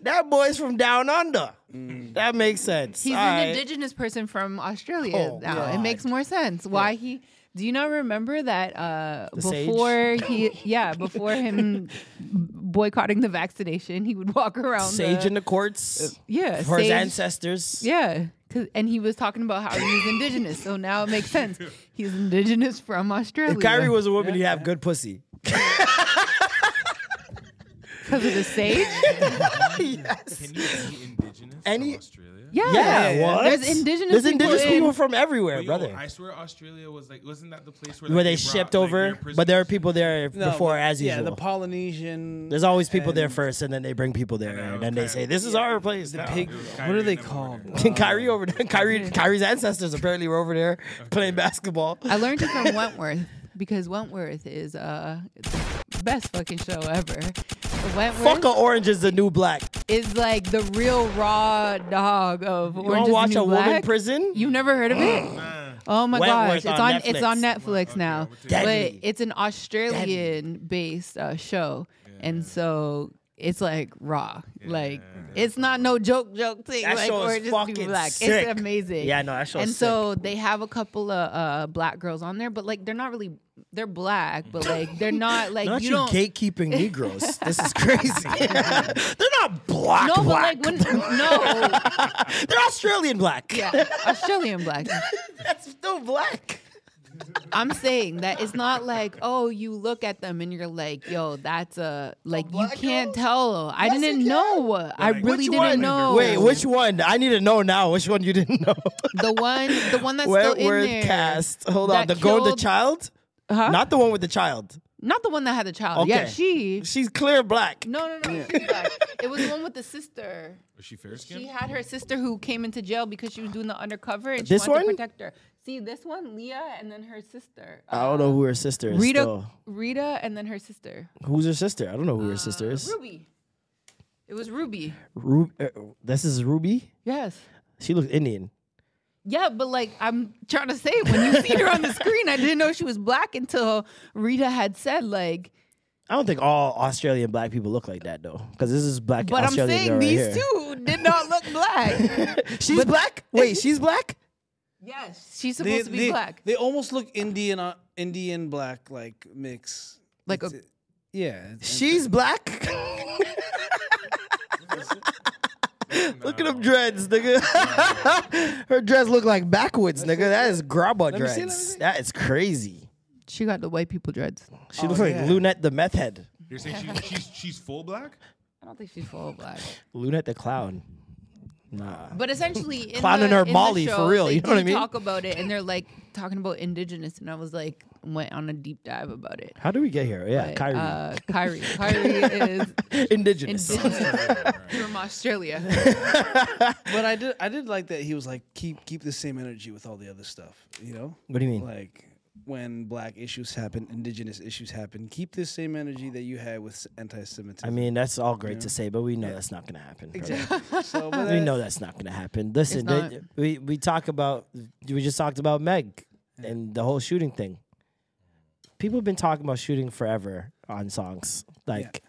D: That boy's from down under.
E: Mm.
D: That makes sense.
A: He's
D: All
A: an
D: right.
A: indigenous person from Australia
D: Oh,
A: now. It makes more sense. Why he do you not remember that uh,
D: The sage?
A: before he yeah, before him boycotting the vaccination, he would walk around
D: Sage
A: the,
D: in the courts.
A: yeah,
D: For his
A: sage-
D: ancestors.
A: Yeah. 'cause- and he was talking about how he's indigenous, so now it makes sense. He's indigenous from Australia.
D: If Kyrie was a woman, you'd have good pussy.
A: because of the sage.
D: yes.
F: Can you be indigenous
D: Any-
F: from Australia?
A: Yeah,
D: Yeah, what?
A: There's indigenous
D: There's indigenous
A: people, in-
D: people from everywhere,
F: But yo,
D: brother.
F: I swear Australia was like, wasn't that the place where,
D: where
F: like,
D: they
F: brought,
D: shipped
F: like,
D: over,
F: their
D: but there are
F: prisoners?
D: people there
E: No,
D: before
E: but-
D: as
E: yeah,
D: usual.
E: the Polynesian.
D: There's always people there
E: and
D: first, and then they bring people there, and then they
F: okay.
D: say, "This is our place." The
E: Pig,
F: It was
E: what
F: Kyrie
E: are they
F: and them over
E: called?
F: there.
D: And Kyrie over there. Kyrie, Kyrie's ancestors apparently were over there playing basketball.
A: I learned it from Wentworth because Wentworth is uh it's the best fucking show ever. Wentworth
D: Fuck a orange is the new black.
A: is like the real raw dog of
D: You
A: Orange
D: wanna
A: is
D: watch
A: the New
D: a woman
A: Black.
D: prison?
A: You've never heard of it? Oh my gosh, it's
D: Wentworth on
A: on, it's
D: Netflix.
A: on Netflix now.
D: Deadly.
A: But it's an Australian based uh, show, and so. It's like raw, like it's not no joke, joke thing.
D: That
A: like
D: show is
A: Orange is the New
D: fucking
A: black.
D: sick.
A: It's amazing.
D: Yeah, no, that show is
A: And
D: sick.
A: so they have a couple of uh, black girls on there, but like they're not really they're black, but like they're not like
D: Not
A: you
D: you,
A: don't
D: gatekeeping Negroes. this is crazy. They're not black.
A: no, but
D: black.
A: like when no,
D: They're Australian black.
A: yeah, Australian black.
D: That's still black.
A: I'm saying that it's not like, oh, you look at them and you're like, yo, that's a like you can't tell. I didn't know. I
F: like,
A: really
F: which
A: didn't
F: one?
A: know.
D: Wait, which one? I need to know now. Which one you didn't know?
A: the one the one that's still
D: Where
A: in
D: were
A: there.
D: cast? Hold on.
A: that
D: The girl, with
A: killed-
D: the child.
A: Huh? Not
D: Not the one with the child.
A: the one that had the child. Yeah,
D: Okay.
A: she
D: She's clear black.
A: No, no, no. she's black. It was the one with the sister.
F: Was she fair
A: She
F: skinned?
A: had her sister who came into jail because she was doing the undercover and she
D: This
A: wanted
D: one?
A: to protect her. See this one, Leah, and then her sister.
D: I don't know who her sister is.
A: Rita,
D: though.
A: Rita, and then her sister,
D: Who's her sister? I don't know who her sister is.
A: Ruby. It was Uh, Ruby.
D: Ru- uh, this is Ruby.
A: Yes.
D: She looks Indian.
A: Yeah, but like I'm trying to say, when you seen her on the screen, I didn't know she was black until Rita had said like.
D: I don't think all Australian black people look like that though, because this is black
A: But I'm
D: Australian
A: saying
D: girl right
A: these
D: here.
A: two did not look black.
D: She's black. Wait, she's black.
A: yes, she's
E: They,
A: supposed to be
E: they-
A: black.
E: they almost look Indian, uh, Indian black like mix.
A: Like a,
E: Yeah, it's-
D: She's black. Look at them dreads, nigga. Her dreads look like backwards, nigga. That is grabba
E: me see, let me
D: dreads.
E: see.
D: That is crazy.
A: she got the white people dreads.
D: She looks like Lunette the meth head.
F: You're saying she's, she's, she's full black?
A: I don't think she's full black.
D: Lunette the clown. Nah.
A: But essentially, in
D: Clowning
A: the,
D: her
A: in the
D: Molly, for
A: show,
D: real,
A: they
D: you know what I
A: do
D: mean?
A: Talk about it, and they're like talking about indigenous, and I was like, went on a deep dive about it.
D: How do we get here? Yeah,
A: But,
D: Kyrie.
A: uh, Kyrie, Kyrie is
D: Indigenous.
A: indigenous from Australia.
E: but I did I did like that he was like keep keep the same energy with all the other stuff. You know,
D: What do you mean?
E: like when black issues happen, indigenous issues happen. Keep this same energy that you had with s- anti-Semitism.
D: I mean, that's all great to say, but we know that's not gonna happen. brother.
E: so, but
D: We
E: that-
D: know that's not gonna happen. Listen,
A: not.
D: they- we we talk about we just talked about Meg and the whole shooting thing. People have been talking about shooting forever on songs, like,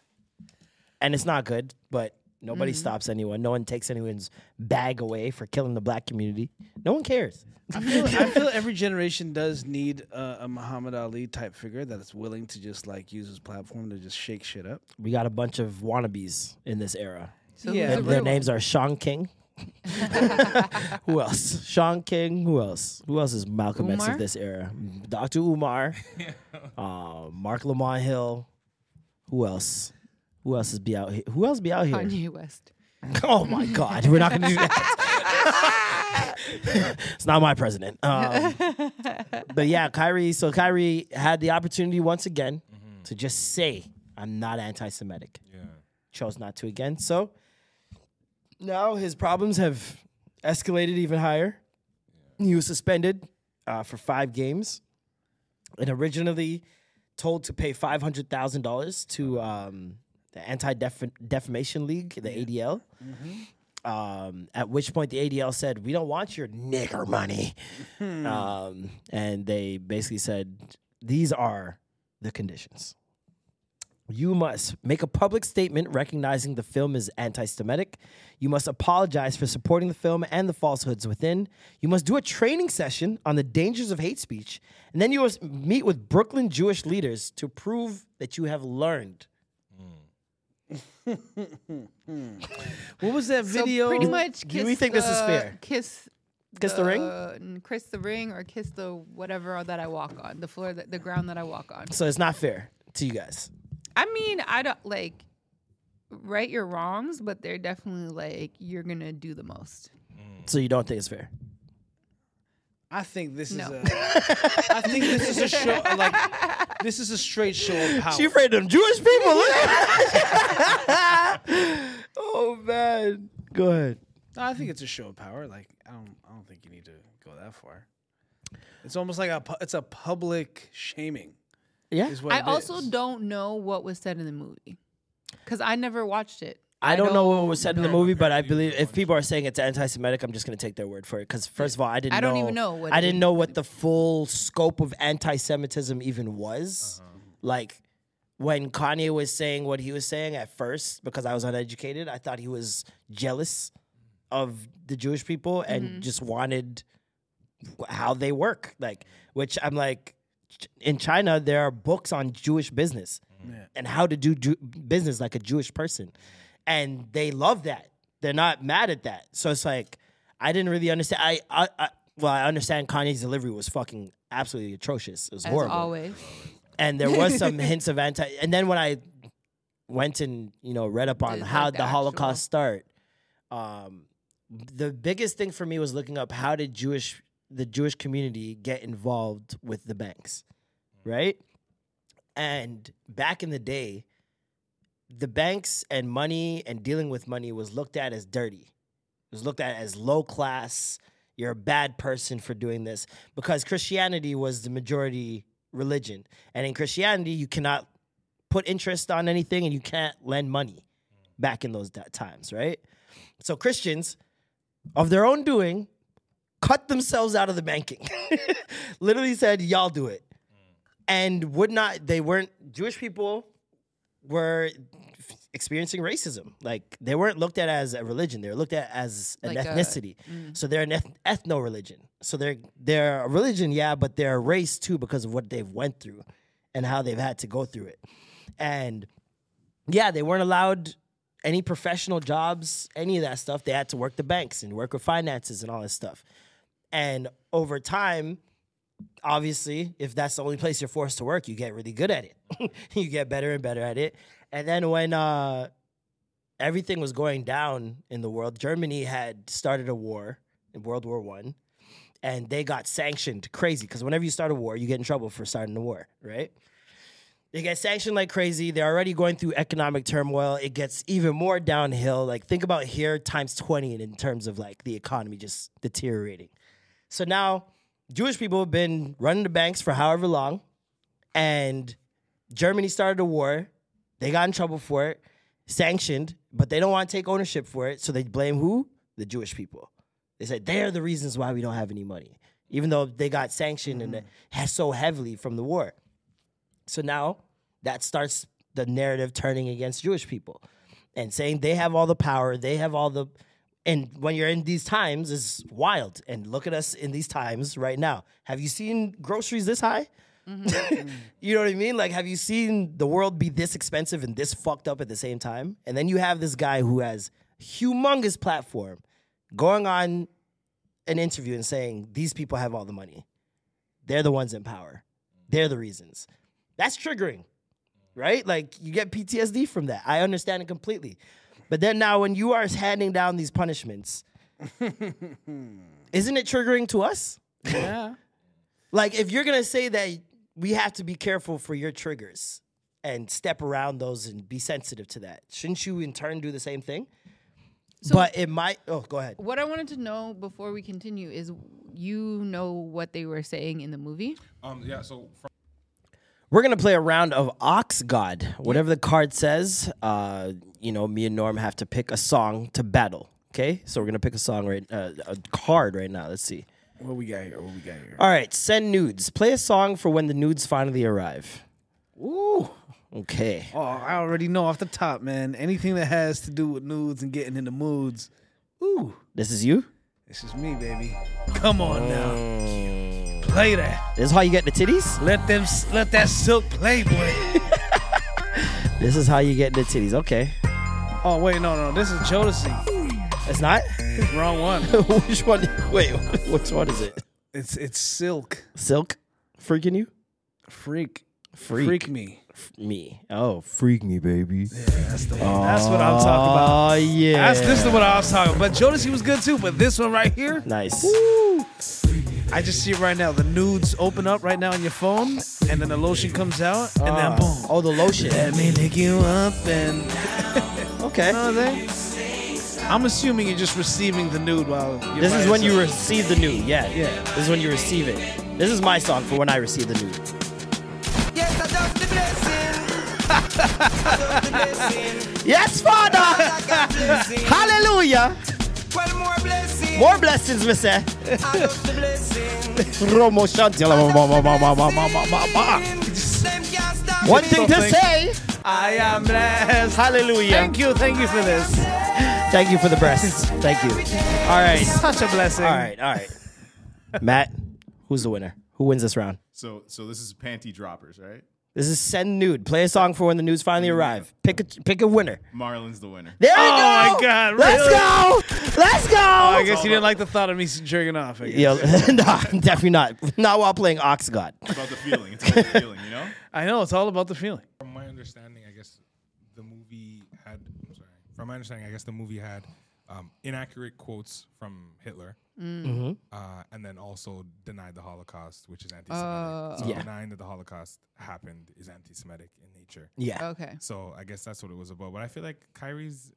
D: and it's not good. But nobody
A: Mm-hmm.
D: stops anyone. No one takes anyone's bag away for killing the black community. No one cares.
E: I feel, I feel every generation does need a, a Muhammad Ali type figure that is willing to just like use his platform to just shake shit up.
D: We got a bunch of wannabes in this era.
A: So
E: Yeah.
A: who's the
D: And their
A: real
D: names are Sean King. who else? Sean King. Who else? Who else is Malcolm X
A: Umar?
D: of this era? Dr. Umar. uh, Mark Lamont Hill. Who else? Who else is be out here? Who else be out here?
A: one? Kanye West.
D: Oh my God, we're not gonna do that. it's not my president. Um, but yeah, Kyrie. So Kyrie had the opportunity once again
A: Mm-hmm.
D: to just say, "I'm not anti-Semitic."
F: Yeah.
D: chose not to again. So now his problems have escalated even higher. He was suspended uh, for five games, and originally told to pay five hundred thousand dollars to um, the Anti Defamation League, the ADL.
A: Mm-hmm.
D: Um, at which point the ADL said, "We don't want your nigger money," um, and they basically said, "These are the conditions." You must make a public statement recognizing the film is anti Semitic. You must apologize for supporting the film and the falsehoods within. You must do a training session on the dangers of hate speech. And then you must meet with Brooklyn Jewish leaders to prove that you have learned.
E: Hmm.
D: what was that video?
A: So pretty much kiss
D: Do we think this is
A: the-
D: fair?
A: Kiss
D: Kiss the ring?
A: n- Kiss the ring or kiss the whatever that I walk on, the floor that the ground that I walk on.
D: So it's not fair to you guys.
A: I mean, I don't like right your wrongs, but they're definitely like you're gonna do the most.
D: So you don't think it's fair.
E: I think this
A: No.
E: is a. I think this is a show like. This is a straight show of power.
D: She afraid of them Jewish people. Look
A: Ah,
D: at her. oh man. Go ahead.
E: No, I think it's a show of power. Like I don't. I don't think you need to go that far. It's almost like a. pu- It's a public shaming.
D: Yeah.
E: Is what
A: I
E: it
A: also
E: is.
A: don't know what was said in the movie because I never watched it.
D: I don't know what was said in the movie, but I believe if people are saying it's anti-Semitic, I'm just gonna take their word for it. Because first of all, I didn't.
A: I don't even know what
D: I
A: it-
D: didn't know what the full scope of anti-Semitism even was. Like when Kanye was saying what he was saying at first, because I was uneducated, I thought he was jealous of the Jewish people and
A: Mm-hmm.
D: just wanted wh- how they work. Like, which I'm like, ch- in China there are books on Jewish business and how to do Ju- business like a Jewish person, and they love that. They're not mad at that. So it's like I didn't really understand. I, I, I well, I understand Kanye's delivery was fucking absolutely atrocious. It was
A: As
D: horrible
A: always,
D: and there was some hints of anti. And then when I went and you know read up on
A: Did,
D: how
A: like,
D: the,
A: the
D: Holocaust start, um, the biggest thing for me was looking up how did Jewish the Jewish community get involved with the banks, right? And back in the day, the banks and money and dealing with money was looked at as dirty. It was looked at as low class. You're a bad person for doing this because Christianity was the majority religion. And in Christianity, you cannot put interest on anything and you can't lend money back in those da- times, right? So Christians, of their own doing, cut themselves out of the banking. Literally said, y'all do it. And would not, they weren't, Jewish people were f- experiencing racism. Like they weren't looked at as a religion; they were looked at as an
A: Like a- mm.
D: ethnicity. So they're an eth- ethno religion. So they're they're a religion, yeah, but they're a race too because of what they've went through and how they've had to go through it. And yeah, they weren't allowed any professional jobs, any of that stuff. They had to work the banks and work with finances and all that stuff. And over time, obviously, if that's the only place you're forced to work, you get really good at it. you get better and better at it. And then when uh, everything was going down in the world, Germany had started a war in World War One, and they got sanctioned crazy because whenever you start a war, you get in trouble for starting a war, right? They get sanctioned like crazy. They're already going through economic turmoil. It gets even more downhill. Like think about here times twenty in terms of like the economy just deteriorating. So now Jewish people have been running the banks for however long, and Germany started a war. They got in trouble for it, sanctioned, but they don't want to take ownership for it. So they blame who? The Jewish people. They said they're the reasons why we don't have any money, even though they got sanctioned and uh, so heavily from the war. So now that starts the narrative turning against Jewish people and saying they have all the power, they have all the. And when you're in these times, it's wild. And look at us in these times right now. Have you seen groceries this high? you know what I mean? Like, have you seen the world be this expensive and this fucked up at the same time? And then you have this guy who has humongous platform going on an interview and saying, these people have all the money. They're the ones in power. They're the reasons. That's triggering, right? Like, you get PTSD from that. I understand it completely. But then now, when you are handing down these punishments, isn't it triggering to us?
E: Yeah.
D: Like, if you're gonna say that we have to be careful for your triggers and step around those and be sensitive to that, shouldn't you in turn do the same thing? but it might. Oh, go ahead.
A: what I wanted to know before we continue is, you know what they were saying in the movie?
F: Um, yeah. So from
D: We're gonna play a round of Ox God. Whatever the card says, uh, you know, me and Norm have to pick a song to battle. Okay, so we're gonna pick a song right, uh, a card right now. Let's see.
G: What we got here? What we got here?
D: All right, send nudes. Play a song for when the nudes finally arrive.
G: Ooh,
D: Okay.
G: Oh, I already know off the top, man. Anything that has to do with nudes and getting into moods. Ooh,
D: This is you?
G: this is me, baby. Come on now, play that.
D: Mm. This is how you get the titties?
G: Let them, s- let that silk play, boy.
D: This is how you get the titties. Okay.
E: Oh wait, no, no, this is Jodeci.
D: It's not?
E: Wrong one.
D: which one? Wait, which one is it?
E: It's it's Silk.
D: Silk? Freaking you?
E: Freak.
D: Freak.
E: Freak me.
D: me. Oh, freak me, baby.
E: That's what I'm talking about.
D: Oh, yeah.
E: That's this is what I was talking about. Jodeci was good too, but this one right here,
D: Nice.
E: I just see it right now. The nudes open up right now on your phone, and then the lotion comes out, and then boom.
D: Oh, the lotion.
E: Let me lick you up, and
D: Okay.
E: you know what I'm saying? I'm assuming you're just receiving the nude while. You're
D: This
E: by
D: is when you
E: yourself.
D: receive the nude. Yeah,
E: Yeah.
D: This is when you receive it. This is my song for when I receive the nude.
C: Yes, I love the blessing. I love the blessing.
D: Yes, Father.
C: I got blessing.
D: Hallelujah.
C: Well, more blessing.
D: More blessings, Mister.
C: I love the blessing.
D: Promotion.
C: Them can't stop
D: One
C: me.
D: thing to say.
E: I am blessed.
D: Hallelujah.
E: Thank you, thank you for this.
D: Thank you for the breasts. Thank you. All right.
E: Such a blessing.
D: All right. All right. Matt, who's the winner? Who wins this round?
J: So, so this is panty droppers, right?
D: This is send nude. Play a song for when the nudes finally arrive. Pick a pick a winner.
J: Marlon's the winner.
D: There we
E: Oh
D: go.
E: my God,
D: Let's
E: really? Oh,
D: go. Let's go.
E: I guess you didn't like the thought of me jerking off. I, guess.
D: Yeah, no, definitely not. Not while playing Ox God.
J: It's about the feeling. It's about the feeling, you know?
E: I know it's all about the feeling.
F: From my understanding, I guess the movie had. I'm sorry. From my understanding, I guess the movie had um, inaccurate quotes from Hitler, uh, and then also denied the Holocaust, which is anti-Semitic. so
D: Yeah.
F: denying that the Holocaust happened is anti-Semitic in nature.
D: Yeah.
A: Okay.
F: So I guess that's what it was about. But I feel like Kyrie's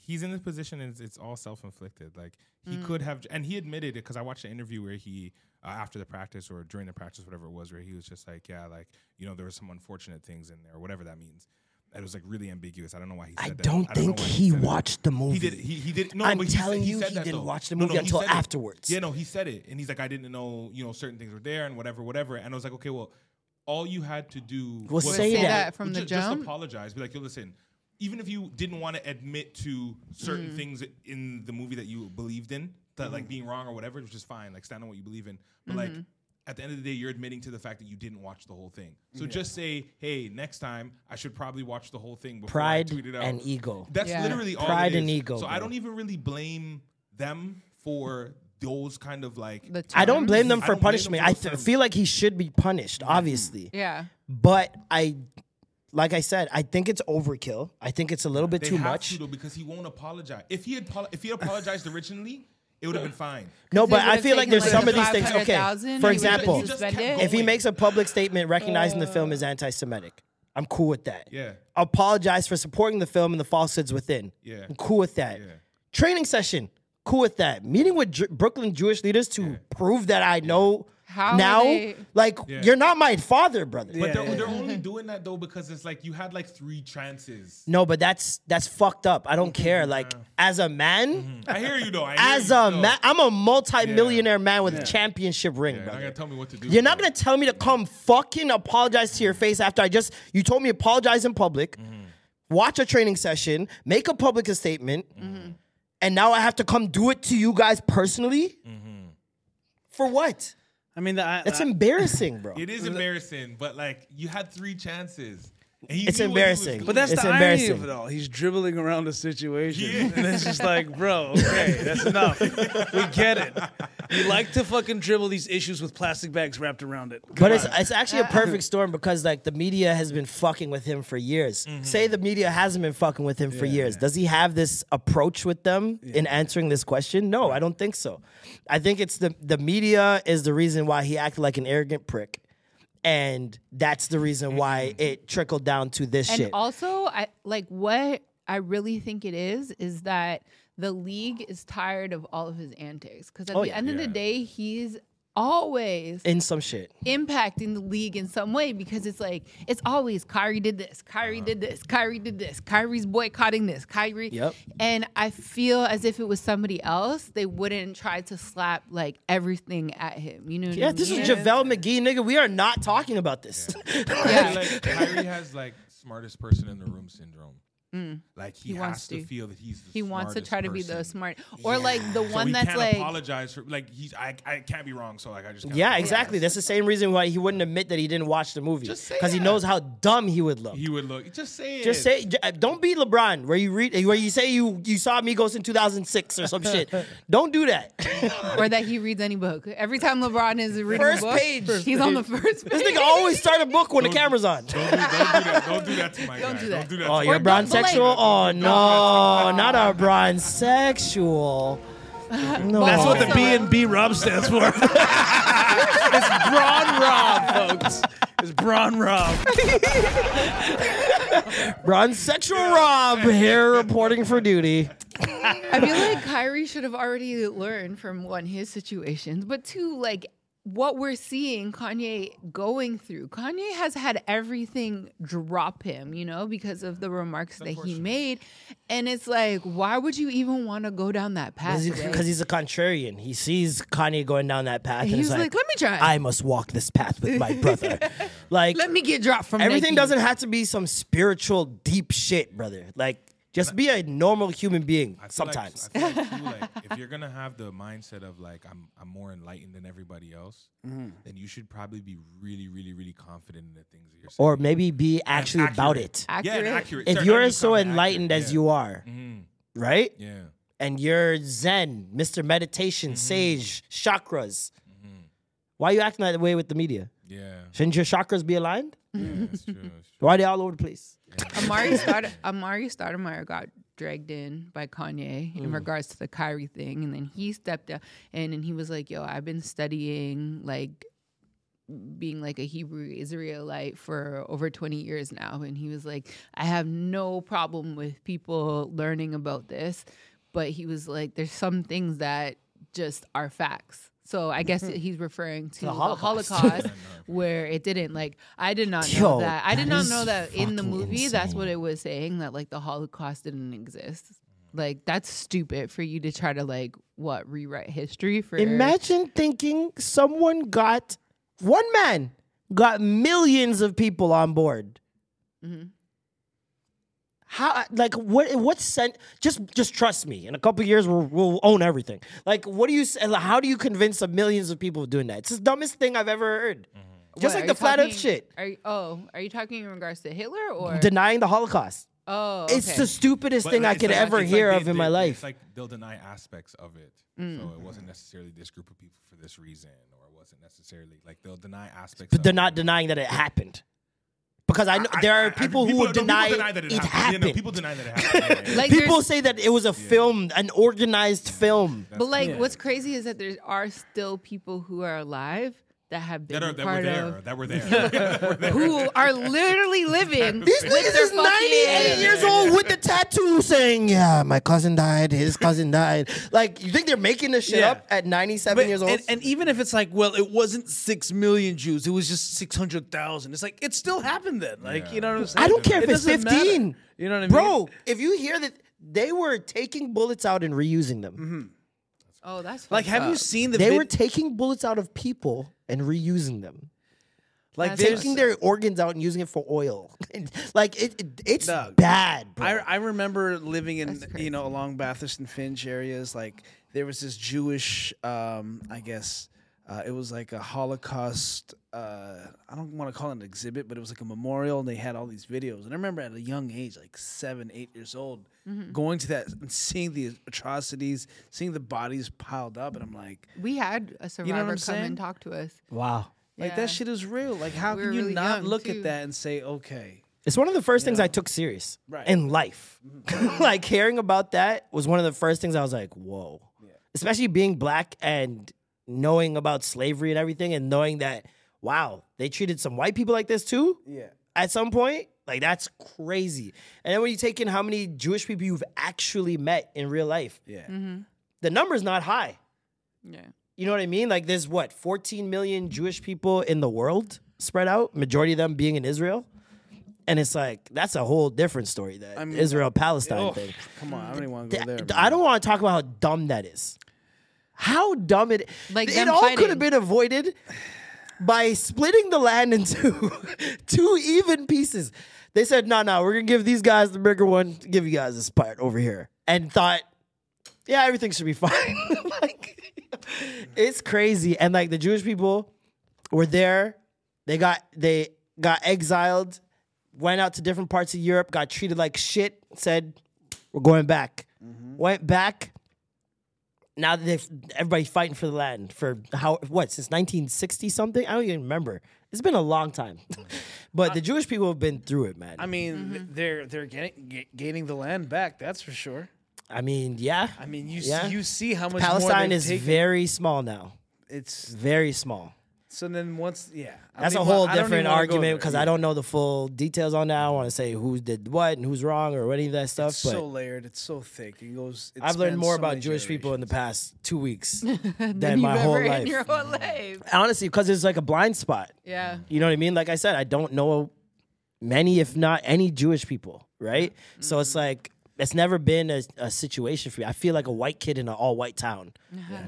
F: he's in this position and it's, it's all self-inflicted. Like he could have and he admitted it because I watched an interview where he uh, after the practice or during the practice whatever it was where he was just like, yeah, like you know there were some unfortunate things in there or whatever that means. And It was like really ambiguous. I don't know why he said
D: I
F: that.
D: don't
F: know
D: think
F: why
D: he
F: said that.
D: watched the movie.
F: He did. He, he did. No,
D: I'm
F: but he said-
D: telling
F: he
D: you,
F: said
D: he
F: that,
D: didn't
F: though.
D: watch the
F: No, no,
D: movie
F: he
D: until
F: said it.
D: afterwards.
F: Yeah, no, he said it, and he's like, I didn't know, you know, certain things were there and whatever, whatever. And I was like, okay, well, all you had to do
D: Well, say Say that.
A: that from the
F: just,
A: jump?
F: Just apologize. Be like, yo, listen. Even if you didn't want to admit to certain
A: Mm-hmm.
F: things in the movie that you believed in, that like being wrong or whatever, which is fine. Like stand on what you believe in, but like.
A: Mm-hmm.
F: At the end of the day, you're admitting to the fact that you didn't watch the whole thing. So just say, "Hey, next time I should probably watch the whole thing before
D: Pride
F: I tweet it out."
D: and ego.
F: That's
A: Yeah.
F: literally all
D: Pride
F: it
D: and
F: is.
D: ego,
F: So
D: bro.
F: I don't even really blame them for those kind of like.
A: The
D: I don't
A: terms.
D: blame them
F: I
D: for
F: don't blame them
D: punishment.
F: for
D: I
F: the
D: th-
F: terms.
D: feel like he should be punished, obviously.
A: Yeah.
D: But I, like I said, I think it's overkill. I think it's a little bit
F: They
D: too
F: have
D: much.
F: to, though, because he won't apologize. If he had pol- if he had apologized originally, it would have been fine.
D: no, but
A: They would've
D: I feel like
A: taken,
D: there's
A: like,
D: some
A: the
D: of these things. Okay,
A: 500,000,
D: for
A: he would've
D: example,
A: been
F: just
A: suspended.
F: kept
D: if he
F: going.
D: makes a public statement recognizing the film
A: Oh.
D: is anti-Semitic, I'm cool with that.
F: Yeah.
D: Apologize for supporting the film and the falsehoods within.
F: Yeah.
D: I'm cool with that.
F: Yeah.
D: Training session. Cool with that. Meeting with Ju- Brooklyn Jewish leaders to prove that I know
A: How
D: now.
A: they-
D: Like
F: Yeah.
D: you're not my father, brother.
F: But they're, they're only doing that though because it's like you had like three chances.
D: No, but that's that's fucked up. I don't care. Like as a man,
F: Mm-hmm. I hear you though. I hear
D: as
F: you,
D: a
F: though.
D: man, I'm a multi-millionaire man with a championship ring,
F: you're not
D: brother.
F: gonna tell me what to do.
D: You're not gonna tell me to come fucking apologize to your face after I just you told me apologize in public, watch a training session, make a public statement,
C: Mm-hmm.
D: and now I have to come do it to you guys personally. For what?
E: I mean, the, I,
D: That's
E: I-
D: embarrassing, bro.
F: It is embarrassing, but like you had three chances. And he
D: It's
F: knew what he was
D: embarrassing.
F: doing.
E: But that's
D: It's
E: the irony
D: embarrassing.
E: of it all. He's dribbling around the situation,
F: Yeah.
E: and it's just like, bro, okay, that's enough. we get it. You like to fucking dribble these issues with plastic bags wrapped around it.
D: But it's, it's actually a perfect storm because like the media has been fucking with him for years.
F: Mm-hmm.
D: Say the media hasn't been fucking with him for years. Does he have this approach with them in answering this question? No, I don't think so. I think it's the the media is the reason why he acted like an arrogant prick. And that's the reason why
F: Mm-hmm.
D: it trickled down to this
A: And
D: shit.
A: also, I like what I really think it is is that the league is tired of all of his antics because at
D: Oh,
A: the
D: yeah.
A: end of the day, he's always
D: in some shit.
A: impacting the league in some way because it's like it's always Kyrie did this, Kyrie did this,
F: Uh-huh.
A: Kyrie did this, Kyrie's boycotting this, Kyrie.
D: Yep.
A: And I feel as if it was somebody else, they wouldn't try to slap like everything at him. You know? What
D: Yeah,
A: I
D: this was
A: mean?
D: JaVale McGee, nigga. We are not talking about this.
F: Kyrie, like, Kyrie has like smartest person in the room syndrome.
A: Mm.
F: Like he,
A: He
F: has
A: wants
F: to.
A: to.
F: feel that he's the
A: He wants to
F: smartest
A: try to be the
F: person.
A: smart- or, like, the
F: So
A: one
F: he
A: that's,
F: can't
A: like-
F: apologize for like he's I I can't be wrong so like I just gotta
D: Yeah,
F: apologize.
D: exactly. That's the same reason why he wouldn't admit that he didn't watch the movie
F: Just say
D: because he
F: that.
D: knows how dumb he would look.
F: He would look just say
D: Just
F: it.
D: say, j- uh, don't be LeBron, where you read, where you say you you saw Migos in 2006 or some shit. Don't do that.
A: or that he reads any book. Every time LeBron is reading
D: First
A: a book,
D: page.
A: he's on the first page.
D: This nigga always start a book when the camera's on.
F: don't do that to my guy.
A: do that.
F: Don't do that.
D: Oh,
F: to my
D: you're a
F: guy.
D: bronze sexual? Oh no, not a bronze sexual. No.
E: That's what the B and B Rob stands for. it's Braun Rob, folks. It's Braun Rob.
D: bronze sexual Rob here reporting for duty.
A: I feel like Kyrie should have already learned from one, his situations, but two, like what we're seeing Kanye going through. Kanye has had everything drop him, you know, because of the remarks that he made. And it's like, why would you even want to go down that path?
D: Because he's a contrarian. He sees Kanye going down that path. and
A: He's
D: he's
A: like, let me try.
D: I must walk this path with my brother. like,
A: Let me get dropped from
D: everything
A: Nike.
D: doesn't have to be some spiritual deep shit, brother. Like, just be a normal human being
F: feel like-
D: sometimes.
F: I feel like, too, like, if you're gonna have the mindset of like I'm I'm more enlightened than everybody else,
D: Mhm.
F: then you should probably be really, really, really confident in the things that you're saying.
D: or maybe be actually about it.
F: Yeah, and accurate.
D: If
F: Sorry,
D: you're
F: not
D: as
F: just
D: so
F: confident,
D: enlightened
F: accurate,
D: as
F: yeah.
D: you are,
A: Mm.
F: Mhm.
D: right?
F: Yeah. Mm-hmm.
D: And you're Zen, Mr. Meditation, Sage, chakras. Why are you acting that way with the media?
F: Yeah.
D: Shouldn't your chakras be aligned?
F: that's true,
D: Why are they all over the place?
A: Amari Stoud- Amari Stoudemire got dragged in by Kanye in
D: Mm.
A: regards to the Kyrie thing, and then he stepped up and and he was like, "Yo, I've been studying like." being like a Hebrew Israelite for over 20 years now and he was like I have no problem with people learning about this but he was like there's some things that just are facts so I guess he's referring to the Holocaust,
D: Holocaust.
A: where it didn't like I did not know
D: Yo,
A: that I did
D: that
A: not
D: is
A: know that in the
D: fucking
A: movie that's what it was saying that like the Holocaust didn't exist. Like that's stupid for you to try to like what rewrite history for
D: Imagine thinking someone got one man got millions of people on board.
A: Mhm.
D: How like what what sent just just trust me in a couple years we'll, we'll own everything. Like what do you s- how do you convince the millions of people of doing that? It's the dumbest thing I've ever heard. Just
A: What,
D: like
A: are
D: the
A: you
D: flat earth
A: talking-
D: shit
A: Are you, oh, are you talking in regards to Hitler or
D: denying the Holocaust.
A: Oh,
D: It's
A: okay.
D: the stupidest
F: But,
D: thing
F: like,
D: I
F: it's
D: could
F: like-
D: ever
F: it's like
D: hear
F: they-
D: of in
F: they-
D: my
F: It's
D: life.
F: like they'll deny aspects of it. So
D: Mm.
F: it wasn't necessarily this group of people for this reason, or it wasn't necessarily like they'll deny aspects.
D: But
F: of
D: they're
F: it.
D: not denying that it happened. Because I know
F: I-
D: there
F: I- I-
D: are people who
F: no,
D: will deny,
F: that
D: it
F: Yeah, no,
D: happened.
F: people deny that it happened. yeah, yeah.
D: people say that it was a film, an organized film.
A: But like, what's crazy is that there are still people who are alive that have been
F: That, are, that were
A: part
F: there.
A: of
F: That were there. That were there.
A: who are literally living.
D: These
A: with
D: niggas
A: their
D: is 98
A: fucking-
D: years old with the tattoo saying, yeah, my cousin died, his cousin died. Like, you think they're making this shit
E: Yeah.
D: up at 97 years old?
E: And, and even if it's like, well, it wasn't six million Jews, it was just six hundred thousand. It's like it still happened then. Like you know what I'm saying?
D: I don't care if
E: It
D: it's
E: doesn't matter.
D: 15.
E: You know what I mean,
D: Bro, if you hear that they were taking bullets out and reusing them. Uh,
A: Oh, that's
E: Mm-hmm. Like,
A: fucked
E: have you
A: up.
E: seen the?
D: they
E: vid-
D: were taking bullets out of people and reusing them.
E: like
D: Taking their organs out and using it for oil. like it, it- it's
E: Dog.
D: bad, bro.
E: I, I remember living in you know along Bathurst and Finch areas. Like there was this Jewish, um, I guess uh, it was like a Holocaust. Uh, I don't want to call it an exhibit, but it was like a memorial, and they had all these videos. And I remember at a young age, like seven, eight years old,
A: Mhm.
E: going to that and seeing the atrocities, seeing the bodies piled up, and I'm like,
A: We had a
E: You
A: survivor
E: know what I'm
A: come
E: saying?
A: and talk to us.
D: wow.
E: like
A: Yeah.
E: that shit is real. Like how
A: We
E: can
A: were
E: you
A: really
E: not
A: young,
E: look
A: too.
E: at that and say, okay,
D: It's one of the first things I took serious
E: Right. Mm-hmm.
D: in life. like hearing about that was one of the first things I was like, whoa. Especially being black and knowing about slavery and everything and knowing that, wow, they treated some white people like this too
E: yeah,
D: at some point. Like that's crazy. And then when you take in how many Jewish people you've actually met in real life,
E: yeah,
A: Mm-hmm.
D: the number's not high.
A: Yeah.
D: You know what I mean? Like, there's what 14 million Jewish people in the world spread out, majority of them being in Israel, and it's like that's a whole different story. That
E: I mean,
D: Israel Palestine
E: oh,
D: thing.
E: Come on, I don't even want to go
D: Th-
E: there.
D: I don't want to talk about how dumb that is. How dumb it
A: Like
D: it
A: them
D: all
A: fighting.
D: could have been avoided by splitting the land into two even pieces. They said, "No, no, we're gonna give these guys the bigger one, give you guys this part over here," and thought, "Yeah, everything should be fine." like, it's crazy, and like the Jewish people were there. They got they got exiled, went out to different parts of Europe, got treated like shit. Said, "We're going back."
E: Mm-hmm.
D: Went back now that they've, everybody's fighting for the land for how what since 1960 something i don't even remember it's been a long time but the jewish people have been through it man
E: I mean, th- they're they're getting, ga- gaining the land back. That's for sure.
D: i mean yeah
E: I mean, you
D: Yeah.
E: see, you see how much more
D: palestine
E: they've
D: is
E: taken.
D: very small now
E: It's
D: very small
E: so then once yeah. I
D: that's
E: don't
D: a
E: even wa-
D: whole
E: I don't even
D: different
E: wanna go
D: argument
E: there.
D: because i don't know the full details on that i want to say who did what and who's wrong or any of that stuff
E: It's
D: but
E: so layered. It's so thick. It goes. it
D: i've learned
E: spans
D: more
E: so
D: about
E: many
D: jewish people in the past two weeks than
A: You've
D: my whole
A: ever in
D: life
A: your whole life.
D: honestly because it's like a blind spot
A: Yeah.
D: You know what I mean? Like I said, I don't know many, if not any, Jewish people, right? So it's like it's never been a, a situation for me. I feel like a white kid in an all white town,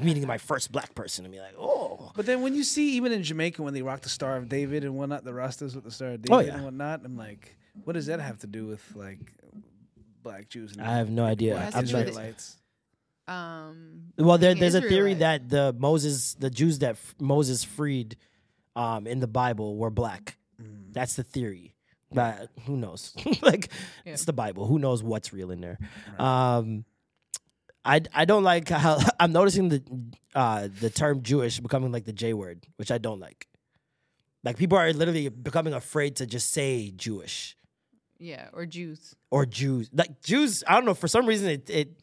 D: meeting my first black person, and be like, oh,
E: But then when you see even in Jamaica when they rock the Star of David and whatnot, the Rastas with the Star of David
D: Oh, yeah.
E: and whatnot, I'm like, what does that have to do with like black Jews? And
D: I have no idea.
E: black
D: I'm
A: true
D: not-
A: that-
E: Israelites?
A: Um,
D: well, there,
A: being
D: there's a theory
A: Israelite.
D: that the Moses, the Jews that f- Moses freed um, in the Bible were black. That's the theory. But who knows? like it's the Bible. Who knows what's real in there? Um, I I don't like how I'm noticing the uh, the term Jewish becoming like the J word, which I don't like. Like people are literally becoming afraid to just say Jewish
A: yeah, or Jews.
D: or Jews. Like Jews, I don't know. For some reason, it, it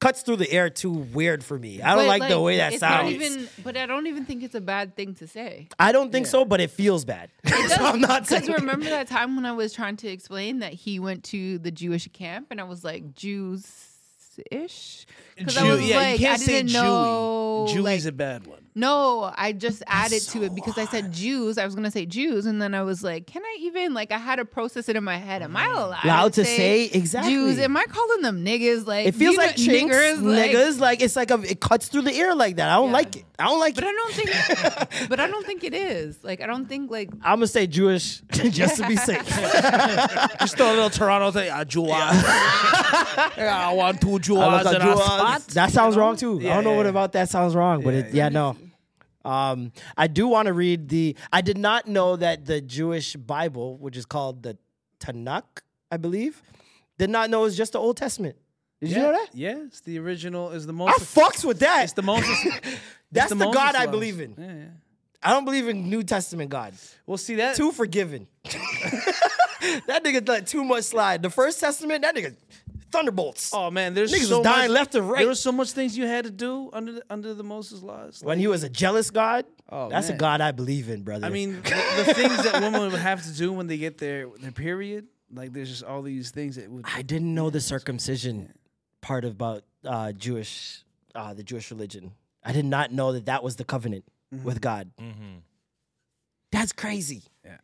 D: cuts through the air too weird for me. I don't
A: But,
D: like, the way that
A: it's not
D: sounds.
A: even- but I don't even think it's a bad thing to say.
D: I don't think so, but it feels bad. so I'm not saying.
A: Because remember that time when I was trying to explain that he went to the Jewish camp, and I was like Jews. Ish, because I
E: Jew-
A: was
E: yeah,
A: like,
E: you can't
A: I
E: say
A: didn't
E: Jewy.
A: know.
E: Jewy's
A: like-
E: a bad one.
A: No, I just added to it because I said Jews. I was gonna say Jews, and then I was like, "Can I even like?" I had to process it in my head. Am I allowed,
D: Allowed to say?
A: Jews?
D: Exactly.
A: Am I calling them niggas? Like
D: It feels
A: you know-
D: like chinks,
A: niggers, like-
D: niggas. Like it's like a, it cuts through the air like that. I don't
A: Yeah.
D: like it. I don't like
A: but
D: it.
A: I don't think. but I don't think it is. Like I don't think like
D: I'm gonna say Jewish just to be safe.
G: Just throw a little Toronto thing. Ah, Jews. yeah, I want two Jews in
D: I look at
G: a
D: Jews.
G: spot.
D: That sounds wrong too. I
G: Yeah,
D: don't know
G: yeah,
D: what
G: yeah.
D: about that sounds wrong, but it, yeah, no. Um, I do want to read the. I did not know that the Jewish Bible, which is called the Tanakh, I believe, did not know it was just the Old Testament. Did
E: yeah.
D: you know that?
E: Yeah, it's the original. Is the
D: I
E: most.
D: fucks with that.
E: It's the Moses.
D: That's the,
E: the Moses
D: God I
E: laws.
D: believe in.
E: Yeah, yeah.
D: I don't believe in New Testament God.
E: Well, see that.
D: Too forgiving. that nigga let too much slide. The First Testament, that nigga thunderbolts.
E: Oh man, there's
D: Niggas was
E: so
D: dying
E: much,
D: left and right.
E: There was so much things you had to do under the, under the Moses laws.
D: when he was a jealous God,
E: Oh,
D: that's a
E: man.
D: God I believe in, brother.
E: I mean, the, the things that women would have to do when they get their their period. Like there's just all these things that would.
D: I didn't know the circumcision part about uh, Jewish, uh, the Jewish religion. I did not know that that was the covenant
E: Mm-hmm.
D: with God. That's crazy.
E: Yeah.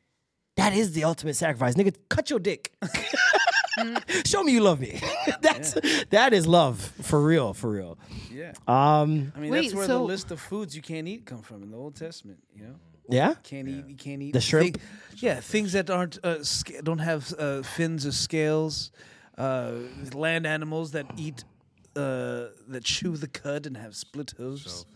D: That is the ultimate sacrifice, nigga. Cut your dick.
E: Mm-hmm.
D: Show me you love me. That's that is love for real, for real.
E: Yeah.
D: Um,
E: I mean,
A: Wait,
E: that's where the
A: so-
E: list of foods you can't eat come from in the Old Testament. You know,
D: yeah.
E: can't eat. You can't eat
D: The shrimp?
E: thi- yeah, things that aren't uh, sca- don't have uh, fins or scales. Uh, land animals that eat uh, that chew the cud and have split hooves.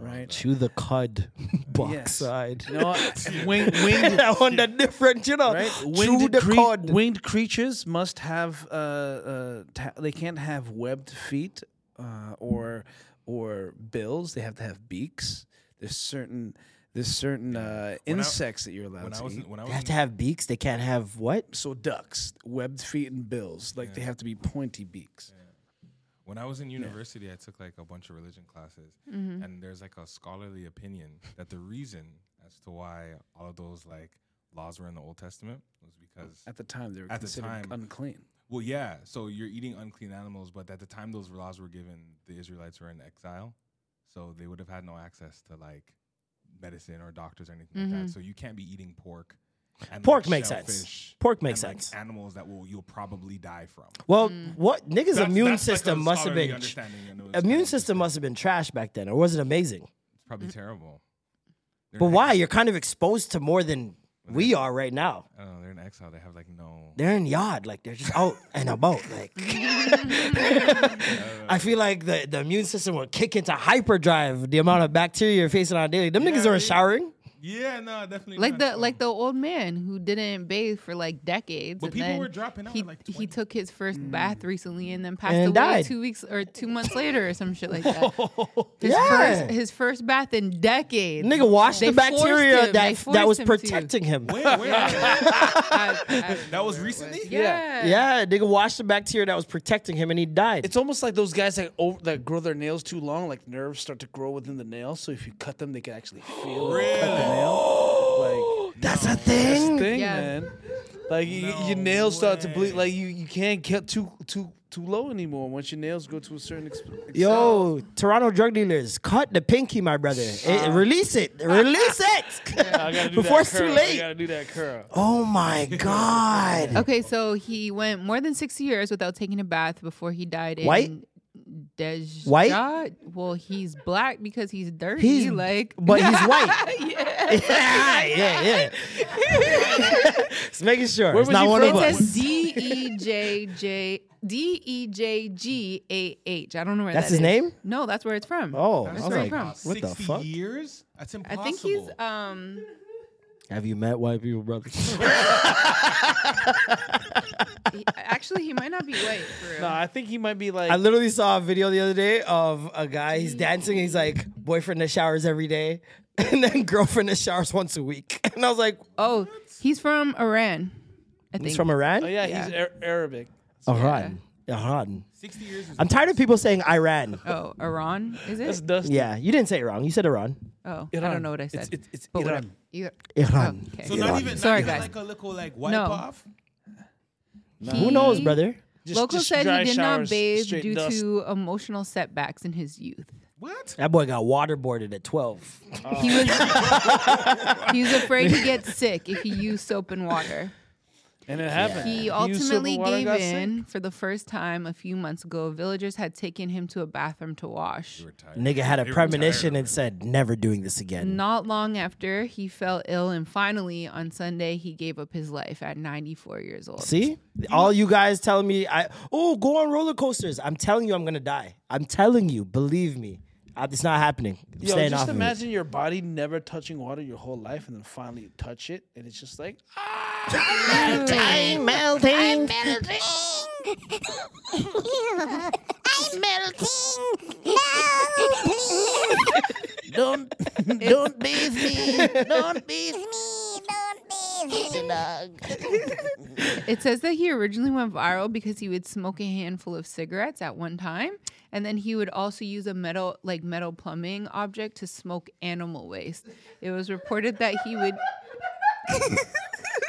E: Right.
D: Chew the cud, box
E: Yes.
D: side.
E: You know, wing, winged
D: I want that different, you know.
E: right?
D: Chew
E: Winged,
D: the
E: cre-
D: cud.
E: winged creatures must have uh, uh, ta- they can't have webbed feet uh, or or bills. They have to have beaks. There's certain there's certain uh, insects that you're allowed
F: When
E: to
F: I was
E: eat.
F: in, when I
D: they
F: was
D: have
F: in,
D: to have beaks. They can't have what?
E: so ducks, webbed feet and bills, like they have to be pointy beaks.
F: when I was in university, I took like a bunch of religion classes, and there's like a scholarly opinion that the reason as to why all of those like laws were in the Old Testament was because
E: At the time, they were
F: At the
E: considered
F: time.
E: unclean.
F: Well, yeah. So you're eating unclean animals, but at the time those laws were given, the Israelites were in exile. So they would have had no access to like medicine or doctors or anything like
D: Mhm.
F: that. So you can't be eating pork. And
D: Pork makes sense.
F: shellfish
D: Pork makes
F: and, like,
D: sense.
F: animals that will you'll probably die from.
D: Well,
A: Hmm.
D: what niggas'
F: That's-
D: immune
F: that's like a
D: system must have
F: scholarly
D: been
F: understanding, you know, it's
D: immune system must have been trash back then, or was it amazing?
F: It's probably terrible. They're
D: But
F: in
D: why? You're kind of exposed to more than we are right now.
F: ex- oh, they're in exile. They have like no.
D: They're in yard, like they're just out and about. Like I feel like the, the immune system will kick into hyperdrive the amount of bacteria you're facing on a daily. Them niggas aren't showering.
F: Yeah, no, definitely.
A: Like the like the old man who didn't bathe for like decades.
F: But
A: and
F: people
A: then
F: were dropping out
A: He, he took his first bath recently and then passed
D: Mm. And
A: away
D: died.
A: two weeks or two months later or some shit like that. His
D: Yeah.
A: first his first bath in decades.
D: Nigga, wash
A: They
D: the
A: forced him.
D: bacteria
A: They
D: that that
A: forced
D: was
A: him to.
D: protecting him.
F: that was recently.
A: Yeah.
D: Yeah, nigga washed the bacteria that was protecting him and he died.
E: It's almost like those guys that over, that grow their nails too long, like nerves start to grow within the nail. So if you cut them, they can actually feel it. Cut the nail. Like
D: that's a thing.
E: That's a thing,
D: Yeah.
E: man. Like y- y- your nails start to bleed. Like you, you can't cut too too too low anymore. Once your nails go to a certain extent.
D: Yo, Toronto drug dealers, cut the pinky, my brother. Eh, release it. Release
E: Ah!
D: it. Before it's too late.
E: gotta do that curl.
D: Oh my God.
A: Okay, so he went more than six years without taking a bath before he died in
D: White?
A: Dej-
D: White?
A: Well, he's black because he's dirty.
D: He's-
A: like,
D: but he's white.
A: yeah.
D: yeah, yeah, yeah. Just making sure.
A: Where
D: it's not one of
A: It
D: us.
A: says D E J J D E J G A H. I don't know where
D: That's
A: that
D: his
A: is.
D: name?
A: No, that's where it's from.
D: Oh,
A: that's
D: I was
A: where
D: like,
A: it's from.
D: what the
F: Sixty
D: fuck?
F: years? That's
A: I
F: impossible.
A: think he's um.
D: Have you met white people, brother?
A: he- actually, he might not be white. For real.
E: No, I think he might be like.
D: I literally saw a video the other day of a guy. He's dancing. He's like boyfriend that showers every day, and then girlfriend that showers once a week. And I was like,
A: Oh, he's from Iran. I think
D: he's from Iran.
E: oh yeah, he's Ar- Arabic.
D: Iran. Iran.
F: Sixty years. Is
D: I'm tired of people saying Iran.
A: Oh, Iran is it?
E: That's dusty.
D: Yeah, you didn't say it wrong. You said Iran.
A: Oh, I
E: Iran.
A: don't know what I said.
E: It's- it's- it's
A: But
E: Iran.
A: whatever. Ir-
D: Iran.
A: Okay.
F: so not even
A: Sorry,
F: not even
A: guys.
F: like a little like wipe
A: No.
F: off.
D: Who knows,
A: He-
D: brother?
E: Just-
A: Local
E: just
A: said
E: dry
A: he did not
E: showers,
A: bathe
E: straight
A: due
E: dust.
A: to emotional setbacks in his youth.
F: What?
D: That boy got waterboarded at 12.
E: Oh.
A: He was he was afraid he'd get sick if he used soap and water.
E: and it happened.
A: He
E: used soap
A: ultimately
E: and water and
A: gave
E: got sick.
A: in for the first time a few months ago. Villagers had taken him to a bathroom to wash.
D: Nigga had a
F: They were
D: premonition
F: tired.
D: and said, never doing this again.
A: Not long after, he fell ill, and finally on Sunday, he gave up his life at 94 years old.
D: See? All you guys telling me, I oh, go on roller coasters. I'm telling you, I'm going to die. I'm telling you, believe me. I, it's not happening. I'm
E: Yo,
D: staying
E: just
D: off of it.
E: imagine your body never touching water your whole life, and then finally you touch it, and it's just like "Ah,
D: Melting, melting. I'm melting.
C: Don't, don't bathe me. Don't bathe me. Don't bathe me, dog.
A: It says that he originally went viral because he would smoke a handful of cigarettes at one time, and then he would also use a metal, like metal plumbing object, to smoke animal waste. It was reported that he would.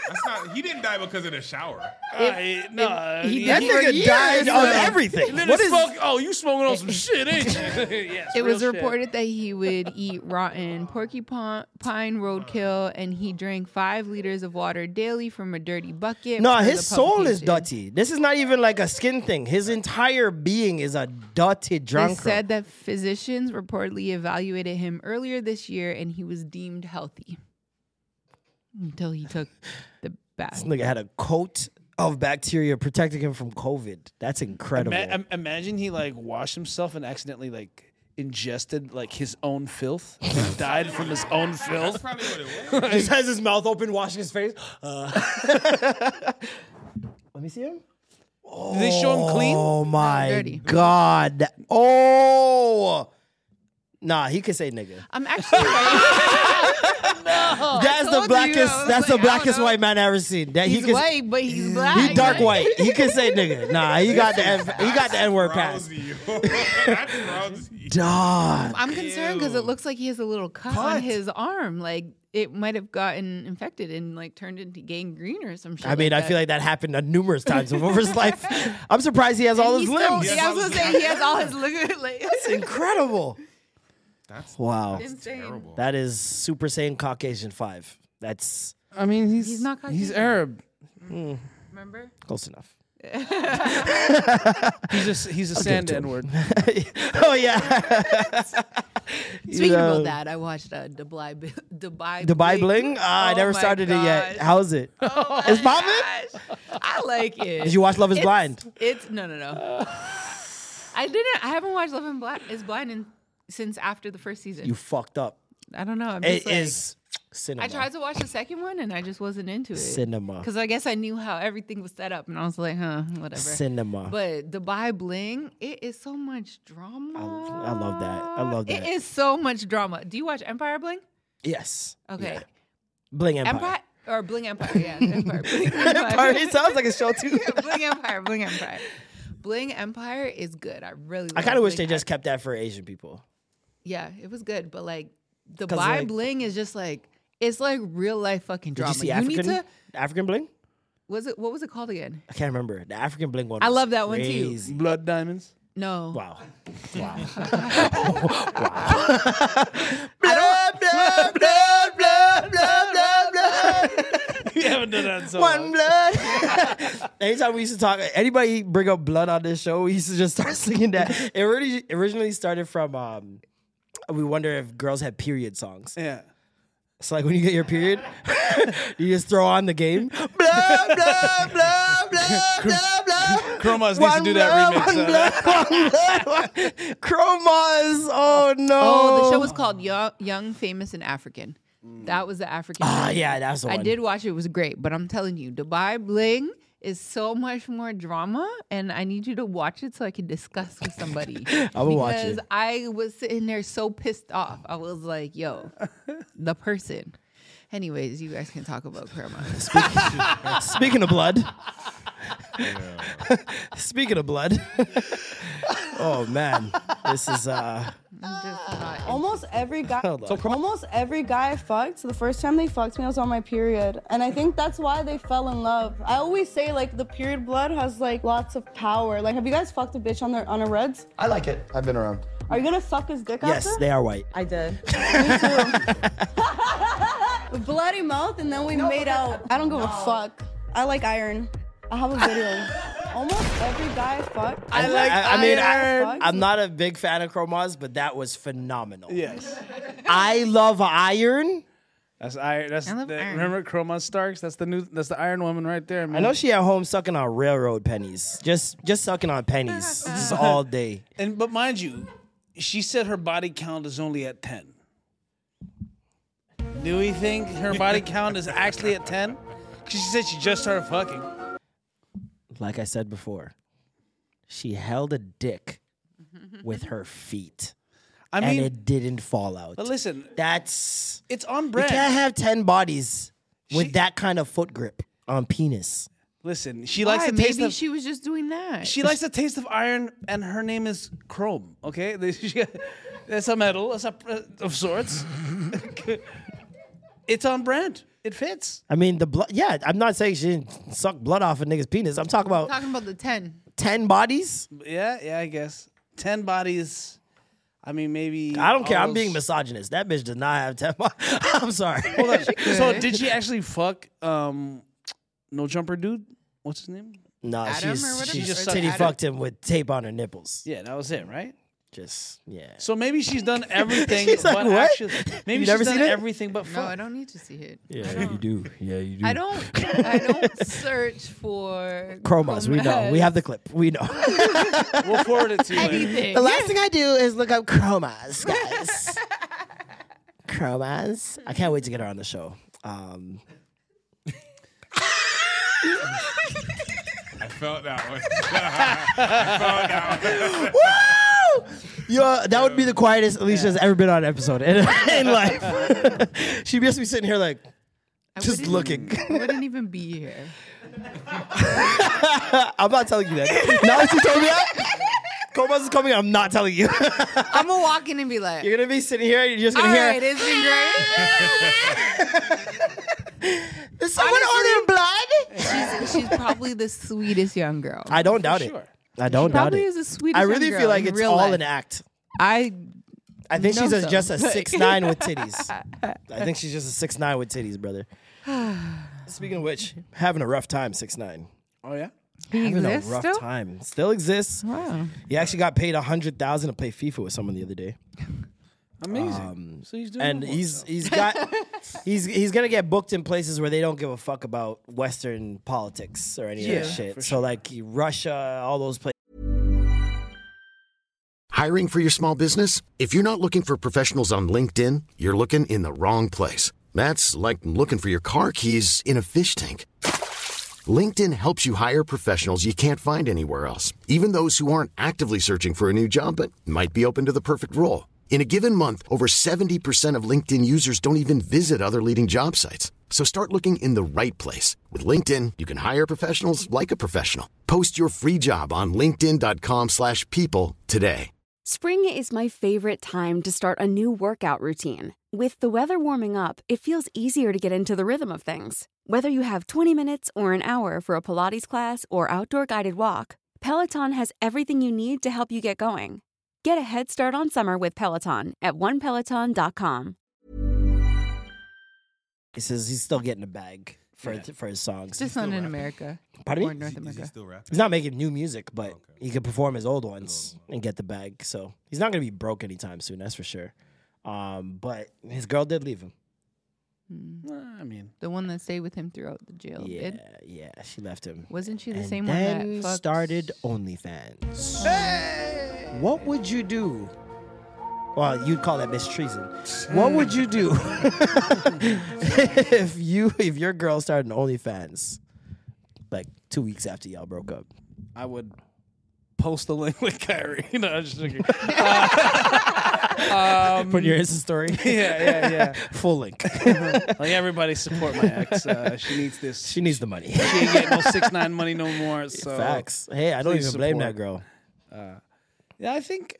F: That's not. He didn't die because of the shower.
E: I- nah,
A: he
D: That
A: did for
D: nigga
A: years,
D: died on
A: though.
D: everything.
E: Let
D: What
E: it
D: is
E: smoke- oh, you smoking on some shit, ain't you? Yes,
A: It was
E: real shit.
A: reported that he would eat rotten porcupine pine roadkill, and he drank five liters of water daily from a dirty bucket.
D: No,
A: per the
D: his soul is
A: publication.
D: dirty. This is not even like a skin thing. His entire being is a dirty
A: They
D: drunk.
A: said that physicians reportedly evaluated him earlier this year and he was deemed healthy until he took the
D: this
A: bath.
D: nigga had a coat of bacteria protecting him from COVID. That's incredible.
E: Ma- im- imagine he like washed himself and accidentally like ingested like his own filth, and died from his own
F: That's
E: filth.
F: probably what it was.
D: He just has his mouth open, washing his face. Uh. Let me see him.
E: Did they show him clean?
D: Oh my
A: dirty.
D: god. Oh. Nah, he could say nigga.
A: I'm actually no.
D: that's the blackest. that's the blackest white man I ever seen. That he
A: He's
D: could,
A: white, but he's black.
D: He dark
A: right?
D: white. He can say nigga. Nah, he got the N- he got the N word pass.
F: Rousey. That's Rousey.
D: Dog.
A: I'm concerned because it looks like he has a little cut, on
F: Cut.
A: his arm. Like it might have gotten infected and like turned into gangrene or some shit.
D: I mean, I
A: that.
D: feel like that happened uh, numerous times over his life. I'm surprised he has all
A: He
D: his
A: still-
D: limbs.
A: yeah, I was gonna say he has all his ligaments. Like,
D: It's incredible.
F: That's
D: Wow.
F: that's terrible.
D: That is Super Saiyan Caucasian 5. That's
K: I mean, he's
A: He's not
K: he's
A: Caucasian.
K: Arab.
D: mm,
A: Remember?
D: close enough.
E: He's just he's a
D: I'll give
E: sand
D: it to him.
E: N-word.
D: oh yeah. You
A: Speaking
D: know.
A: about that, I watched uh, Dubai Bi- Dubai
D: Dubai
A: Bling.
D: Bling? Ah, I
A: Oh
D: never
A: my
D: started it yet.
A: gosh.
D: How's it?
A: Oh
D: It's
A: my
D: popping?
A: gosh. I like it.
D: Did you watch Love is
A: It's-
D: Blind?
A: It's no, no, no. I didn't. I haven't watched Love and Blind is Blind in, since after the first season.
D: You fucked up.
A: I don't know. I'm
D: It is
A: just like,
D: cinema.
A: I tried to watch the second one and I just wasn't into it.
D: Cinema.
A: Because I guess I knew how everything was set up and I was like, huh, whatever.
D: Cinema.
A: But Dubai Bling, it is so much drama.
D: I love that. I love that.
A: It is so much drama. Do you watch Empire Bling?
D: Yes.
A: Okay.
D: Bling Empire.
A: Or Bling Empire. Yeah. Empire. Bling
D: Empire, it sounds like a show too.
A: Bling Empire. Bling Empire. Bling Empire is good. I really
D: I
A: love
D: kind of wish
A: Bling
D: they just kept that for Asian people.
A: yeah, it was good, but like the
D: 'Cause,
A: Dubai
D: like-
A: bling is just like it's like real life fucking
D: Did
A: drama.
D: you see African
A: need to
D: African Bling?
A: was it what was it called again?
D: I can't remember. The African Bling one.
A: I
D: was
A: love that one, too.
D: crazy.
E: Blood diamonds.
A: No.
D: Wow. Wow.
E: You haven't done that in so
D: One
E: long.
D: blood. Anytime we used to talk, anybody bring up blood on this show, we used to just start singing that. It really originally started from um, we wonder if girls had period songs.
E: Yeah.
D: It's like when you get your period, you just throw on the game. Blah blah blah blah blah blah.
E: Chromas needs to do that remix. uh,
D: Chromas. Oh no.
A: Oh, the show was called Young, Young Famous, and African. That was the African.
D: Mm. Ah,
A: version.
D: yeah, that's the
A: I
D: one.
A: did watch it. It was great, but I'm telling you, Dubai Bling is so much more drama, and I need you to watch it so I can discuss with somebody.
D: I will watch
A: because
D: it.
A: I was sitting there so pissed off. I was like, "Yo, the person." Anyways, you guys can talk about karma.
D: Speaking of blood. Speaking of blood. oh man. This is uh
L: Ah. Almost every guy,
D: Hold on. So
L: almost every guy I fucked, the first time they fucked me, I was on my period, and I think that's why they fell in love. I always say like the period blood has like lots of power. Like, have you guys fucked a bitch on their on a reds?
M: I like it. I've been around.
L: Are you gonna suck his dick
M: Yes,
L: after?
M: they are white.
L: I did. Me too. Bloody mouth, and then we made out. I don't give a fuck. I like iron. I have a video. almost every guy I fucked.
D: I, I, I mean,
L: fucked-
D: I, I'm not a big fan of Chromas, but that was phenomenal.
E: Yes.
D: I love iron.
E: That's iron. That's
D: I love
E: the,
D: iron.
E: remember Chroma Starks. That's the new. That's the Iron Woman right there. Man.
D: I know she at home sucking on railroad pennies. Just just sucking on pennies. just all day.
E: And but mind you, she said her body count is only at ten. Do we think her body count is actually at ten? Because she said she just started fucking.
D: Like I said before, she held a dick with her feet.
E: I
D: and
E: mean-
D: it didn't fall out.
E: But listen,
D: that's
E: it's on
D: You
E: brand.
D: can't have 10 bodies with that kind of foot grip on penis.
E: listen, she likes
A: Why?
E: the taste
A: Maybe
E: of.
A: she was just doing that.
E: She likes the taste of iron, and her name is Chrome. Okay, that's a metal. That's a of sorts. it's on brand. It fits.
D: I mean, the blood, yeah, I'm not saying she didn't suck blood off a nigga's penis. I'm talking about
A: talking about the ten.
D: 10 bodies.
E: Yeah, yeah, I guess ten bodies. I mean, maybe.
D: I don't care.
E: all
D: I'm being
E: those-
D: misogynist. That bitch does not have 10 bodies. I'm sorry.
E: Hold on. so did she actually fuck um no jumper dude? What's his name?
D: No,
E: Adam or
D: she's,
E: whatever?
D: she just
E: Or
D: titty
E: Adam?
D: fucked him with tape on her nipples.
E: Yeah, that was it, right?
D: Just yeah.
E: So maybe she's done everything
D: She's like,
E: but
D: "What?"
E: actually maybe
D: You
E: she's
D: never
E: done
D: seen it?
E: everything but
A: No,
E: fuck.
A: I don't need to see it.
D: Yeah, you do. Yeah, you
A: I don't. I don't search for
D: Chromas, we know. We have the clip. We know.
E: we'll forward it to you. later.
D: The last thing I do is look up chromas, guys. chromas. I can't wait to get her on the show. Um,
F: I felt that one. I felt that one.
D: you know, that would be the quietest Alicia's ever been on an episode in, in life. She'd just be sitting here like, just looking.
A: wouldn't even be here.
D: I'm not telling you that. now that you told me that, Comas is coming. I'm not telling you.
A: I'm gonna walk in and be like,
D: You're gonna be sitting here. You're just
A: All
D: gonna hear.
A: right, it's been
D: great. Is someone ordering blood?
A: She's, she's probably the sweetest young girl.
D: I don't doubt it. I don't doubt
A: probably is
D: it.
A: the sweetest
D: I really
A: young
D: feel
A: girl
D: like
A: in
D: it's
A: real
D: all
A: life.
D: an act.
A: I
D: I think she's a,
A: Noso.
D: just a
A: Like-
D: six nine with titties. I think she's just a six nine with titties, brother. Speaking of which, having a rough time, six nine.
E: Oh yeah.
A: He
D: having
A: exists
D: a rough
A: still?
D: time. Still exists.
A: Wow.
D: He actually got paid a hundred thousand to play FIFA with someone the other day.
E: Amazing.
D: Um,
E: so he's doing
D: and
E: more.
D: he's he's got he's he's gonna get booked in places where they don't give a fuck about Western politics or any of
N: Yeah,
D: that shit.
N: for
D: So like Russia, all those places.
N: Hiring for your small business? If you're not looking for professionals on LinkedIn, you're looking in the wrong place. That's like looking for your car keys in a fish tank. LinkedIn helps you hire professionals you can't find anywhere else, even those who aren't actively searching for a new job but might be open to the perfect role. In a given month, over 70% of LinkedIn users don't even visit other leading job sites. So start looking in the right place. With LinkedIn, you can hire professionals like a professional. Post your free job on linkedin.com/people slash people today.
K: Spring is my favorite time to start a new workout routine. With the weather warming up, it feels easier to get into the rhythm of things. Whether you have 20 minutes or an hour for a Pilates class or outdoor guided walk, Peloton has everything you need to help you get going. Get a head start on summer with Peloton at onepeloton.com.
D: He says he's still getting a bag for for his songs.
A: Just not in America.
D: Pardon me?
A: Or North America.
D: He's not making new music, but he could perform his old ones and get the bag. So he's not gonna be broke anytime soon, that's for sure. Um, but his girl did leave him.
E: I mean,
A: the one that stayed with him throughout the jail
D: Yeah,
A: did.
D: Uh, yeah, she left him.
A: Wasn't she the
D: And
A: same one
D: then
A: that fucked?
D: started OnlyFans. What would you do? Well, you'd call that mistreason. What would you do if you if your girl started an OnlyFans like two weeks after y'all broke up?
E: I would post the link with Kyrie. no, I'm just joking. Uh, um,
D: Put your Insta story.
E: Yeah, yeah, yeah. Uh-huh.
D: Full link.
E: like everybody support my ex. Uh, she needs this.
D: She needs the money.
E: she ain't getting no six nine money no more. So
D: Facts. Hey, I don't
E: please
D: even blame
E: support.
D: that girl.
E: Uh, yeah, I think,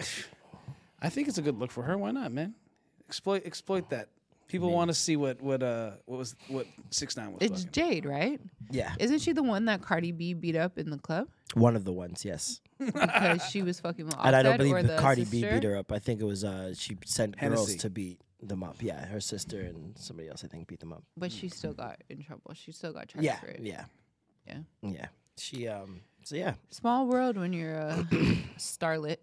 E: I think it's a good look for her. Why not, man? Exploit exploit that. People want to see what what uh what was what six nine was.
A: It's
E: fucking.
A: Jade, right?
D: Yeah.
A: Isn't she the one that Cardi B beat up in the club
D: One of the ones, yes.
A: because she was fucking with
D: and I don't
A: Offset or
D: believe that
A: the
D: Cardi B
A: sister?
D: beat her up. I think it was uh, she sent girls
A: Hennessy.
D: to beat them up. Yeah, her sister and somebody else I think beat them up.
A: But she still got in trouble. She still got charged
D: Yeah,
A: for it.
D: yeah,
A: yeah,
D: yeah. She um. So yeah,
A: Small world when you're a starlet,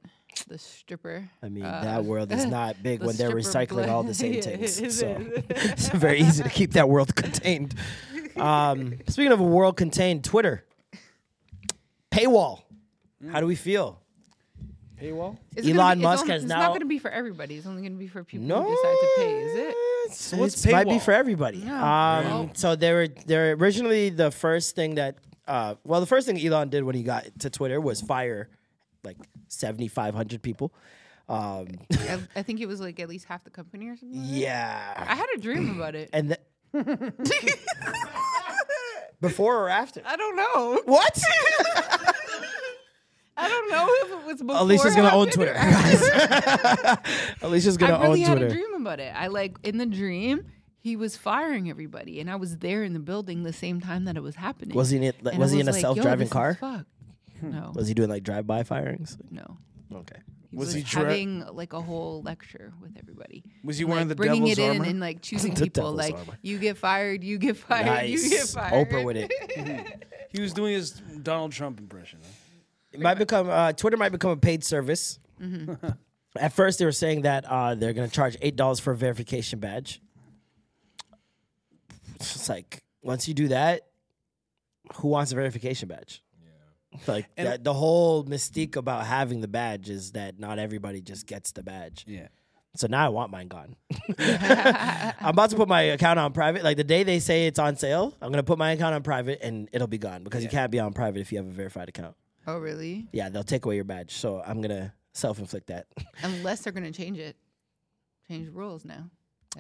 A: the stripper.
D: I mean
A: uh,
D: that world is not big
A: the
D: when they're
A: stripper
D: recycling all the
A: blood.
D: same
A: Yeah, it
D: things. So
A: is.
D: it's very easy to keep that world contained. Um, speaking of a world contained, Twitter paywall. How do we feel?
E: Paywall.
A: Is it
D: Elon
A: gonna be,
D: Musk
A: it's only,
D: has
A: it's
D: now-
A: not going to be for everybody. It's only going to be for people
D: No,
A: who decide to pay. Is it?
D: So it's might be for everybody.
A: Yeah.
D: Um,
A: Wow.
D: So they were they're originally the first thing that uh, well the first thing Elon did when he got to Twitter was fire like seventy five hundred people. Um,
A: I, I think it was like at least half the company or something. like that.
D: yeah,
A: I had a dream about it.
D: and th- before or after?
A: I don't know.
D: What?
A: I don't know if it was before.
D: Alicia's gonna own
A: happened or
D: Twitter.
A: after.
D: Alicia's gonna
A: I really
D: own
A: had
D: Twitter.
A: a dream about it. I like in the dream he was firing everybody, and I was there in the building the same time that it was happening.
D: Was he in it-
A: And I
D: was he in a
A: like, yo,
D: self-driving
A: this is
D: car?
A: fucked. No.
D: Was he doing like drive by firings?
A: No.
D: Okay.
A: He was,
E: he dra-
A: having like a whole lecture with everybody?
E: Was he
A: And,
E: wearing
A: like,
E: the
A: bringing
E: devil's
A: it
E: armor?
A: in and like choosing
E: The
A: people?
E: devil's
A: Like
E: armor.
A: you get fired, you get fired, you get
D: Nice.
A: fired.
D: Oprah with it.
E: Mm-hmm. He was doing his Donald Trump impression.
D: It might become uh, Twitter might become a paid service.
E: Mm-hmm.
D: At first, they were saying that uh, they're going to charge eight dollars for a verification badge. It's just like once you do that, who wants a verification badge? Yeah, like
E: And-
D: that, the whole mystique about having the badge is that not everybody just gets the badge.
E: Yeah.
D: So now I want mine gone. I'm about to put my account on private. Like the day they say it's on sale, I'm gonna put my account on private and it'll be gone because you can't be on private if you have a verified account.
A: Oh really?
D: Yeah, they'll take away your badge. So I'm gonna self inflict that.
A: Unless they're gonna change it, change the rules now.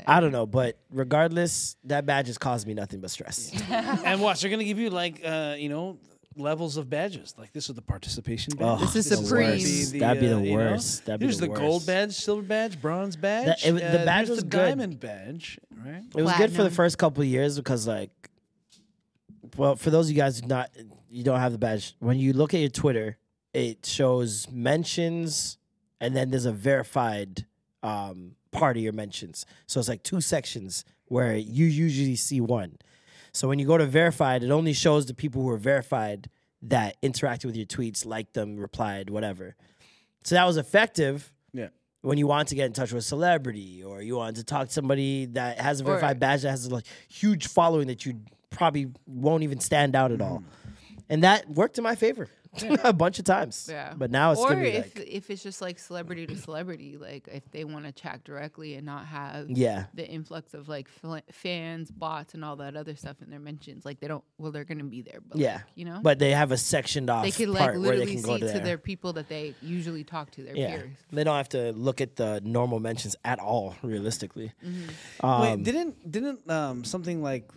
D: I don't know, but regardless, that badge has caused me nothing but stress.
E: and watch, they're gonna give you like uh, you know levels of badges. Like this is the participation
D: Oh,
E: badge.
D: This is
E: would
D: supreme.
E: be
D: That'd be the
E: uh, you know,
D: worst. That'd be
E: here's
D: the
E: the,
D: worst.
E: gold badge, silver badge, bronze badge.
D: That- it was- the
E: uh,
D: badge
E: here's
D: was
E: the
D: good.
E: diamond badge, right?
D: It was good for the first couple of years because, like, well, for those of you guys who not you don't have the badge, when you look at your Twitter, it shows mentions, and then there's a verified um, party or mentions. So it's like two sections where you usually see one. So when you go to verified, it only shows the people who are verified that interacted with your tweets, liked them, replied, whatever. So that was effective
E: Yeah.
D: when you want to get in touch with a celebrity or you want to talk to somebody that has a
E: Or-
D: verified badge that has a like, huge following that you probably won't even stand out at all.
E: Mm.
D: And that worked in my favor a bunch of times.
A: Yeah.
D: But now it's
A: or
D: gonna be
A: if
D: like
A: if it's just like celebrity to celebrity, like if they want to chat directly and not have
D: Yeah.
A: the influx of like fl- fans, bots, and all that other stuff in their mentions, like they don't. Well, they're gonna be there, but
D: yeah,
A: like, you know,
D: But they have a sectioned off
A: they could like
D: part where
A: literally
D: they can
A: see
D: go
A: to
D: to there.
A: their people that they usually talk to their
D: yeah,
A: peers.
D: they don't have to look at the normal mentions at all, realistically.
A: Mm-hmm.
D: Um,
E: Wait, didn't didn't um, something like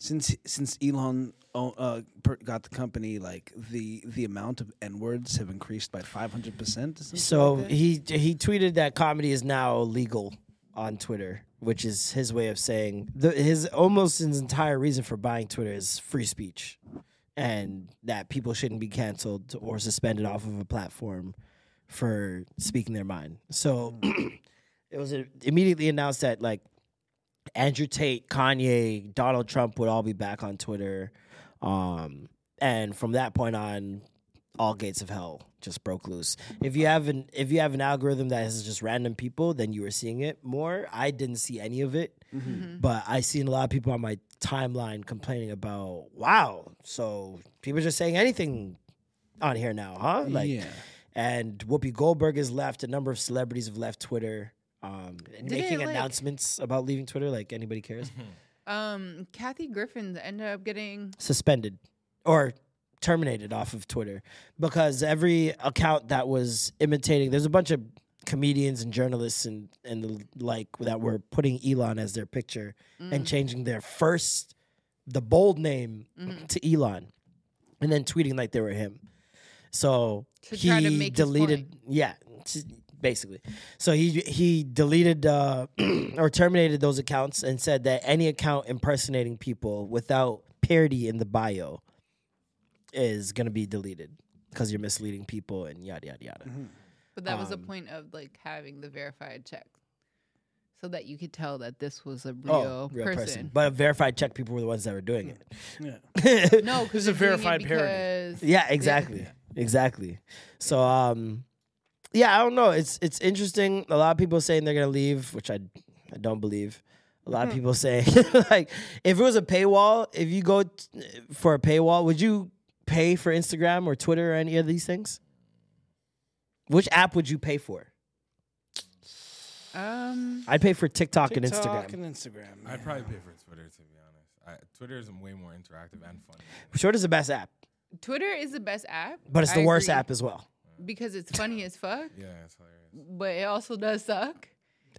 E: since since Elon o- uh, per- got the company, like the the amount of n words have increased by five hundred percent.
D: So he he tweeted that comedy is now legal on Twitter, which is his way of saying the, his almost his entire reason for buying Twitter is free speech, and that people shouldn't be canceled or suspended off of a platform for speaking their mind. So it was uh, immediately announced that like Andrew Tate, Kanye, Donald Trump would all be back on Twitter, um, and from that point on, all gates of hell just broke loose. If you have an if you have an algorithm that is just random people, then you are seeing it more. I didn't see any of it,
C: Mm-hmm.
A: Mm-hmm.
B: Mhm.
D: but I seen a lot of people on my timeline complaining about, wow, so people are just saying anything on here now, huh? Like,
E: Yeah.
D: and Whoopi Goldberg has left. A number of celebrities have left Twitter. Um, and
A: Did it,
D: making
A: like-
D: announcements about leaving Twitter, like anybody cares.
A: Um, Kathy Griffin ended up getting
D: suspended or terminated off of Twitter because every account that was imitating, there's a bunch of comedians and journalists and, and the like that were putting Elon as their picture
B: Mm.
D: and changing their first, the bold name
A: Mm-hmm.
B: Mhm.
D: to Elon and then tweeting like they were him. So
B: To
D: he
B: try to make his
D: deleted, yeah, t- basically. So he he deleted uh, or terminated those accounts and said that any account impersonating people without parody in the bio is gonna be deleted because you're misleading people and yada yada yada.
B: Mm-hmm.
A: But that was the
D: Um,
A: point of like having the verified check, so that you could tell that this was a real,
D: Oh, real person.
A: person.
D: But a verified check people were the ones that were doing it.
A: Yeah. no,
E: This is
A: because
E: a verified
A: parody.
D: Yeah, exactly. Exactly. So um yeah, I don't know. It's it's interesting. A lot of people saying they're gonna leave, which I I don't believe. A lot of people saying like if it was a paywall, if you go t- for a paywall, would you pay for Instagram or Twitter or any of these things? Which app would you pay for?
A: Um,
D: I'd pay for TikTok, and
F: TikTok
D: Instagram.
E: and Instagram.
F: I'd probably pay for Twitter to be honest. I, Twitter is way more interactive and fun.
D: Twitter's the best app,
A: Twitter is the best app,
D: but it's
A: I
D: the worst
A: agree,
D: app as well.
A: because it's funny as fuck,
F: Yeah, it's hilarious.
A: but it also does suck.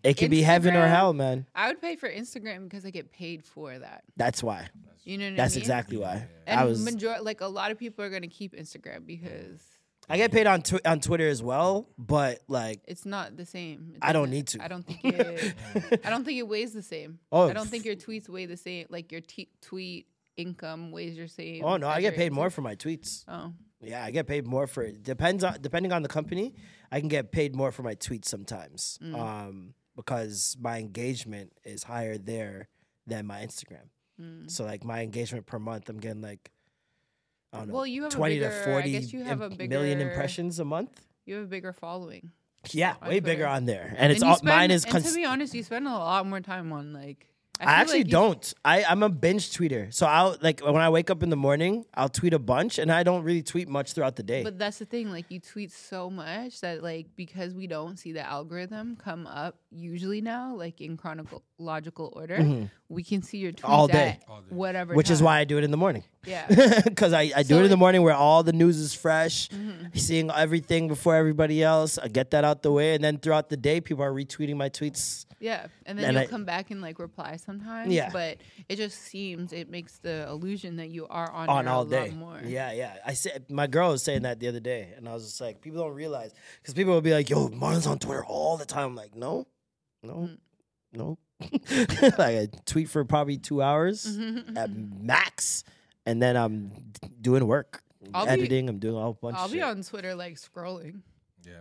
D: It can be heaven or
A: Instagram-
D: hell, man.
A: I would pay for Instagram because I get paid for that.
D: That's why.
A: You know what I
D: That's
A: mean?
D: exactly why.
A: And
D: I was
A: major- like a lot of people are gonna keep Instagram because
D: I get paid on tw- on Twitter as well, but like
A: it's not the same. It
D: I don't
A: doesn't-
D: need to.
A: I don't think it. I don't think it weighs the same.
D: Oh,
A: I don't think your tweets weigh the same. Like your t- tweet income weighs your same.
D: Oh no, I
A: as
D: get
A: your
D: paid
A: Insta-
D: more for my tweets.
A: Oh.
D: Yeah, I get paid more for it. Depends on depending on the company, I can get paid more for my tweets sometimes.
B: Mm.
D: Um because my engagement is higher there than my Instagram.
A: Mm.
D: So like my engagement per month, I'm getting like I don't know,
A: Well, you have a
D: 20
A: bigger- I
D: to 40
A: guess you have
D: im-
A: a
D: million
A: bigger-
D: impressions a month.
A: You have a bigger following.
D: Yeah,
A: on
D: way bigger
A: Twitter.
D: on there. And it's
A: you
D: all
A: spend-
D: mine is
A: And
D: cons-
A: to be honest, you spend a lot more time on like.
D: I,
A: feel
D: actually
A: like you-
D: don't. I, I'm a binge tweeter. So I'll like when I wake up in the morning, I'll tweet a bunch and I don't really tweet much throughout the day.
A: But that's the thing. Like you tweet so much that like because we don't see the algorithm come up usually now, like in chronological order,
D: Mhm.
A: we can see your tweets
D: All day.
A: at whatever.
D: which is
A: time.
D: why I do it in the morning.
A: Yeah.
D: Because I, I do
A: So Mm-hmm.
D: it in the
A: it-
D: morning where all the news is fresh, seeing everything before everybody else. I get that out the way. And then throughout the day, people are retweeting my tweets.
A: Yeah, and then
D: And
A: you'll
D: I-
A: come back and like reply sometimes.
D: Yeah.
A: but it just seems it makes the illusion that you are on,
D: On,
A: there
D: all
A: a
D: day.
A: Lot more.
D: Yeah, yeah. I said my girl was saying that the other day, and I was just like, people don't realize because people will be like, "Yo, Marlon's on Twitter all the time." I'm like, no, no, no. like I tweet for probably two hours at max, and then I'm d- doing work,
A: I'll be-
D: editing. I'm doing a whole bunch.
A: I'll
D: of
A: be
D: shit.
A: on Twitter like scrolling.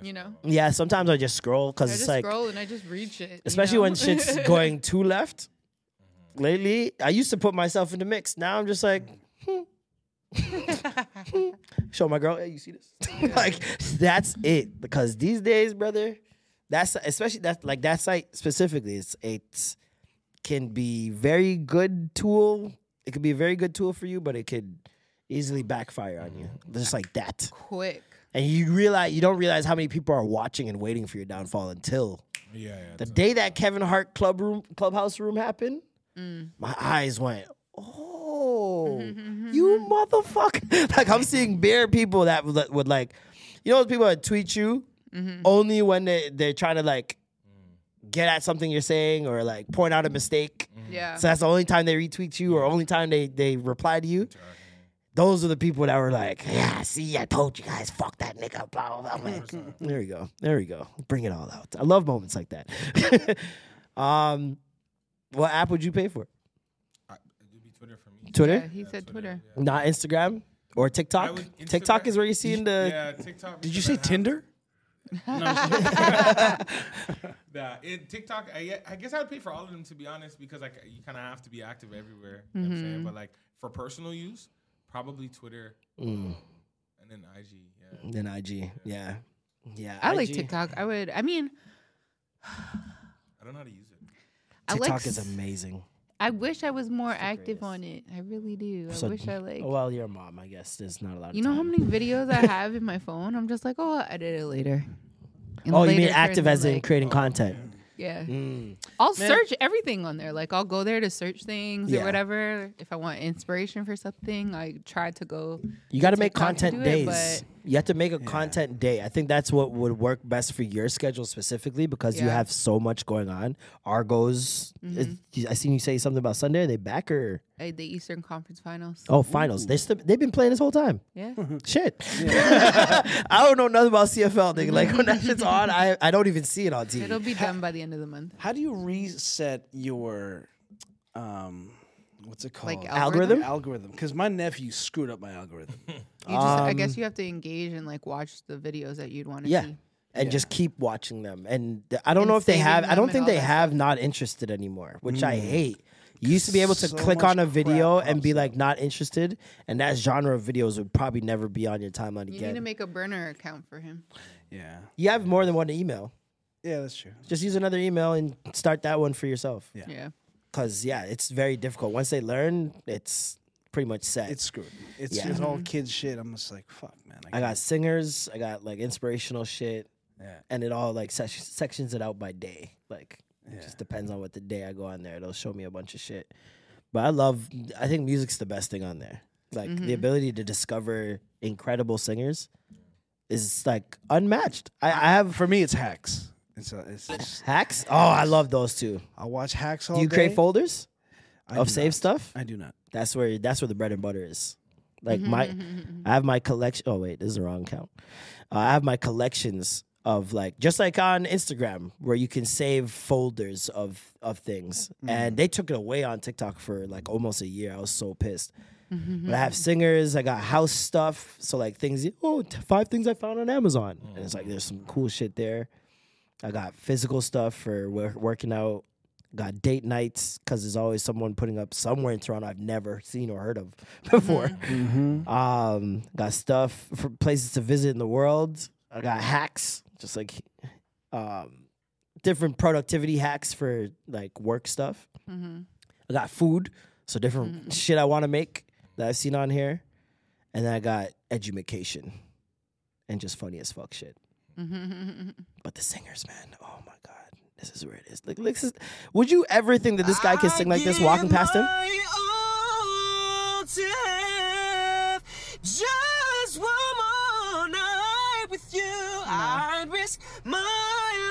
A: you know?
D: Yeah, sometimes I just scroll
A: I
D: because
A: just
D: it's like,
A: scroll and I just read shit. you
D: especially
A: know?
D: when shit's going too left. Lately, I used to put myself in the mix. Now I'm just like, hmm. show my girl, hey, you see this? like that's it. Because these days, brother, that's especially that like that site specifically. It's it can be very good tool. It could be a very good tool for you, but it could easily backfire on you, just like that.
A: quick.
D: And you realize you don't realize how many people are watching and waiting for your downfall until
F: Yeah, yeah.
D: the day that Kevin Hart club room clubhouse room happened.
A: Mm.
D: My eyes went, oh, you motherfucker! like I'm seeing bare people that would, that would like, you know, those people that tweet you
A: Mm-hmm.
D: only when they they're trying to like get at something you're saying or like point out a mistake.
A: Mm.
C: Mm.
A: Yeah.
D: So that's the only time they retweet you or only time they they reply to you. Those are the people that were like, yeah, see, I told you guys, fuck that nigga, blah, blah, blah. There we go. There we go. Bring it all out. I love moments like that. um, what app would you pay for? Twitter
A: Yeah, he said Twitter.
D: Not Instagram or TikTok. TikTok is where you're seeing the.
F: Yeah, TikTok
G: Did you say Tinder?
F: Nah, it, TikTok. I, gue- I guess I would pay for all of them to be honest, because like you kind of have to be active everywhere. You know what I'm saying,
A: Mhm.
F: but like for personal use, probably Twitter
D: Mm.
F: and then IG. Yeah.
D: Then IG. Yeah. Yeah.
A: I like
D: IG.
A: TikTok. I would, I mean,
F: I don't know how to use it.
A: I like
D: TikTok is
A: s-
D: amazing.
A: I wish I was more active on it. I really do. I
D: So-
A: wish I like.
D: Well, your mom, I guess, there's not oh, a lot.
A: You
D: of
A: know
D: time.
A: how many videos I have in my phone? I'm just like, oh, I'll edit it later. And
D: Oh, you
A: later
D: mean
A: turns
D: active as in
A: like-
D: creating content?
A: Yeah.
D: Mm.
A: I'll
D: Man.
A: search everything on there. Like I'll go there to search things
D: Yeah.
A: or whatever. If I want inspiration for something, I try to go.
D: You got to make
A: TikTok to
D: content
A: do it,
D: days. you have to make a content day. I think that's what would work best for your schedule specifically because you
A: Yeah. Mm-hmm.
D: have so much going on. Argos, is- I seen you say something about Sunday. Are they back or
A: but uh, the Eastern Conference Finals.
D: oh finals? They st- they've been playing this whole time.
A: Yeah.
D: Shit, I don't know nothing about CFL. Nigga. Like when that shit's on, I, I don't even see it on TV.
A: It'll be done by the end of the month.
G: How do you reset your um what's it called?
A: Like algorithm?
G: Algorithm. Because my nephew screwed up my algorithm.
A: You just, I guess you have to engage and like watch the videos that you'd want to
D: Yeah.
A: see.
D: And just keep watching them. And th- I don't
A: And
D: know if they
A: saving
D: have, I
A: them
D: don't
A: and
D: think
A: all
D: they
A: that
D: have not interested anymore, which I
G: Mm.
D: hate. You used to be able to
G: So
D: click
G: much
D: on a video and be like not interested, and that genre of videos would probably never be on your timeline
A: You need to
D: again.
A: make a burner account for him.
G: Yeah.
D: You have more than one email.
G: Yeah, that's true.
D: Just use another email and start that one for yourself.
G: Yeah.
A: Yeah.
D: Because, yeah, it's very difficult. Once they learn, it's pretty much set.
G: It's screwed. It's,
D: Yeah.
G: it's
A: Mm-hmm.
G: all kids shit. I'm just like, fuck, man.
D: I got singers, I got like inspirational shit,
G: Yeah.
D: and it all like sec- sections it out by day. Like it just depends on what the day I go on there. It'll show me a bunch of shit. But I love. I think music's the best thing on there. Like the
G: Mhm.
D: ability to discover incredible singers is like unmatched. I, I have
G: for me, it's hacks. It's, uh, it's just-
D: hacks. Oh, I love those too.
G: I watch hacks all
D: Do you create
G: day.
D: folders
G: I
D: of
G: do
D: save stuff?
G: I do not.
D: That's where that's where the bread and butter is. Like my, I have my collection. Oh wait, this is the wrong count. Uh, I have my collections of like just like on Instagram where you can save folders of of things,
G: Mm-hmm.
D: and they took it away on TikTok for like almost a year. I was so pissed.
A: Mm-hmm.
D: But I have singers. I got house stuff. So like things. Oh, t- five things I found on Amazon. And it's like there's some cool shit there. I got physical stuff for wor- working out. Got date nights because there's always someone putting up somewhere in Toronto I've never seen or heard of before. Um, got stuff for places to visit in the world. I got hacks, just like um, different productivity hacks for like work stuff.
A: Mhm.
D: I got food, so different shit I want to make that I've seen on here, and then I got edumacation, and just funny as fuck shit.
A: Mm-hmm.
D: But the singers, man, oh my god, this is where it is. Like, this is, would you ever think that this guy could sing like this walking past him?
C: Just one more night with you, I'd risk my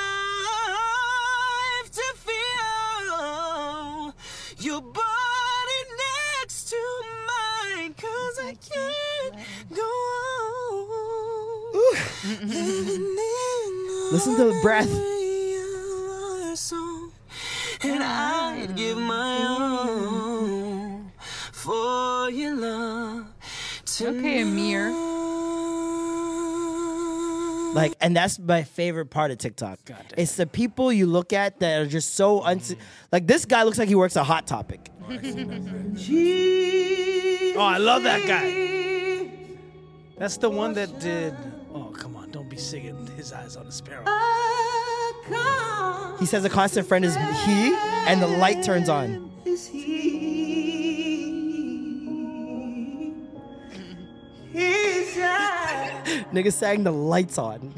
C: life to feel your body next to mine, cause I can't go on living in
D: Listen to the breath.
C: another song, and I'd give my all for your love.
A: Okay, Amir.
D: Like, and that's my favorite part of TikTok. It's the people you look at that are just so uns. Like this guy looks like he works a Hot Topic.
E: Oh, I love that guy. That's the one that did. Oh, come on! Don't be singing his eyes on the sparrow.
D: He says a constant friend is he, and the light turns on.
C: Is he? His eyes
D: Nigga sang the lights on.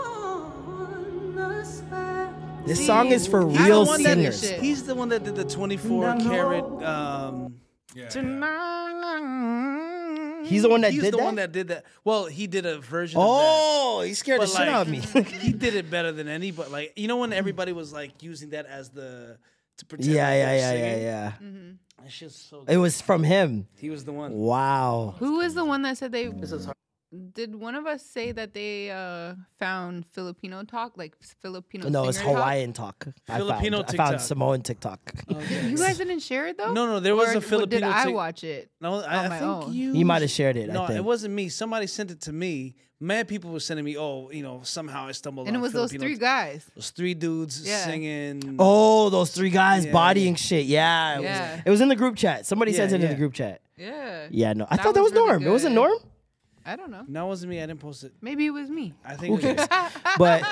C: on the sparrow.
D: This song is for
E: He's the
D: real
E: one that-
D: singers.
E: he's the one that did the 24 karat. Um,
D: He's the one that
E: Mm-hmm. he's
D: did
E: the
D: that?
E: one that did that. Well, he did a version.
D: Oh,
E: of that.
D: he scared the
E: But,
D: shit out of
E: like, he did it better than anybody. Like you know when everybody was like using that as the to pretend.
D: Yeah,
E: like
D: yeah,
E: they're
D: yeah, yeah,
E: singing? Mm-hmm.
D: yeah.
E: That shit's so
D: It was from him.
E: He was the one.
D: Wow.
A: Who is the one that said they? Did one of us say that they uh, found Filipino talk, like Filipino?
D: No, it's
A: singer talk?
D: Hawaiian talk.
E: Filipino
D: I found, I
E: TikTok.
D: found Samoan TikTok.
A: You guys didn't share it though.
E: No, no, there was
A: Or
E: a
A: Did
E: Filipino
A: I
E: tick-
A: watch it?
E: No, I,
A: on
E: I
A: my
E: think
A: own?
E: you.
D: You might have shared it, I
E: No, it
D: think.
E: wasn't me. Somebody sent it to me. Mad people were sending me. Oh, you know, somehow I stumbled.
A: And it
E: on
A: was those
E: Filipino
A: three
E: t-
A: guys.
E: Those three dudes
A: Yeah. Mm.
E: singing.
D: Oh, those three guys
E: Yeah.
D: bodying shit. Yeah. It,
A: Yeah.
D: Was, it was in the group chat. Somebody
E: Yeah,
D: sent it in
E: yeah.
D: the group chat.
A: Yeah.
D: Yeah, no. I
A: That
D: thought that was
A: was really
D: Norm. It wasn't
A: good.
D: Norm?
A: I don't know.
E: No, it wasn't me. I didn't post it.
A: Maybe it was me.
E: I think. It was
D: But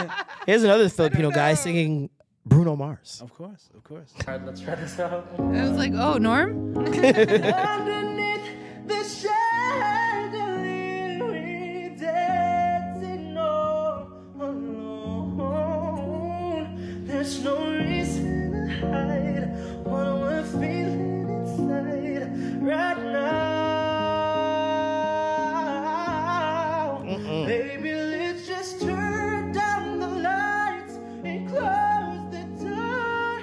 D: here's another Filipino guy singing Bruno Mars.
E: Of course, of course.
D: All right, let's try this
A: I was like, oh, Norm.
C: Underneath the chandelier, we're dancing all alone. There's no reason to hide what we're feeling inside right now. Baby, let's just turn down the lights and close the door.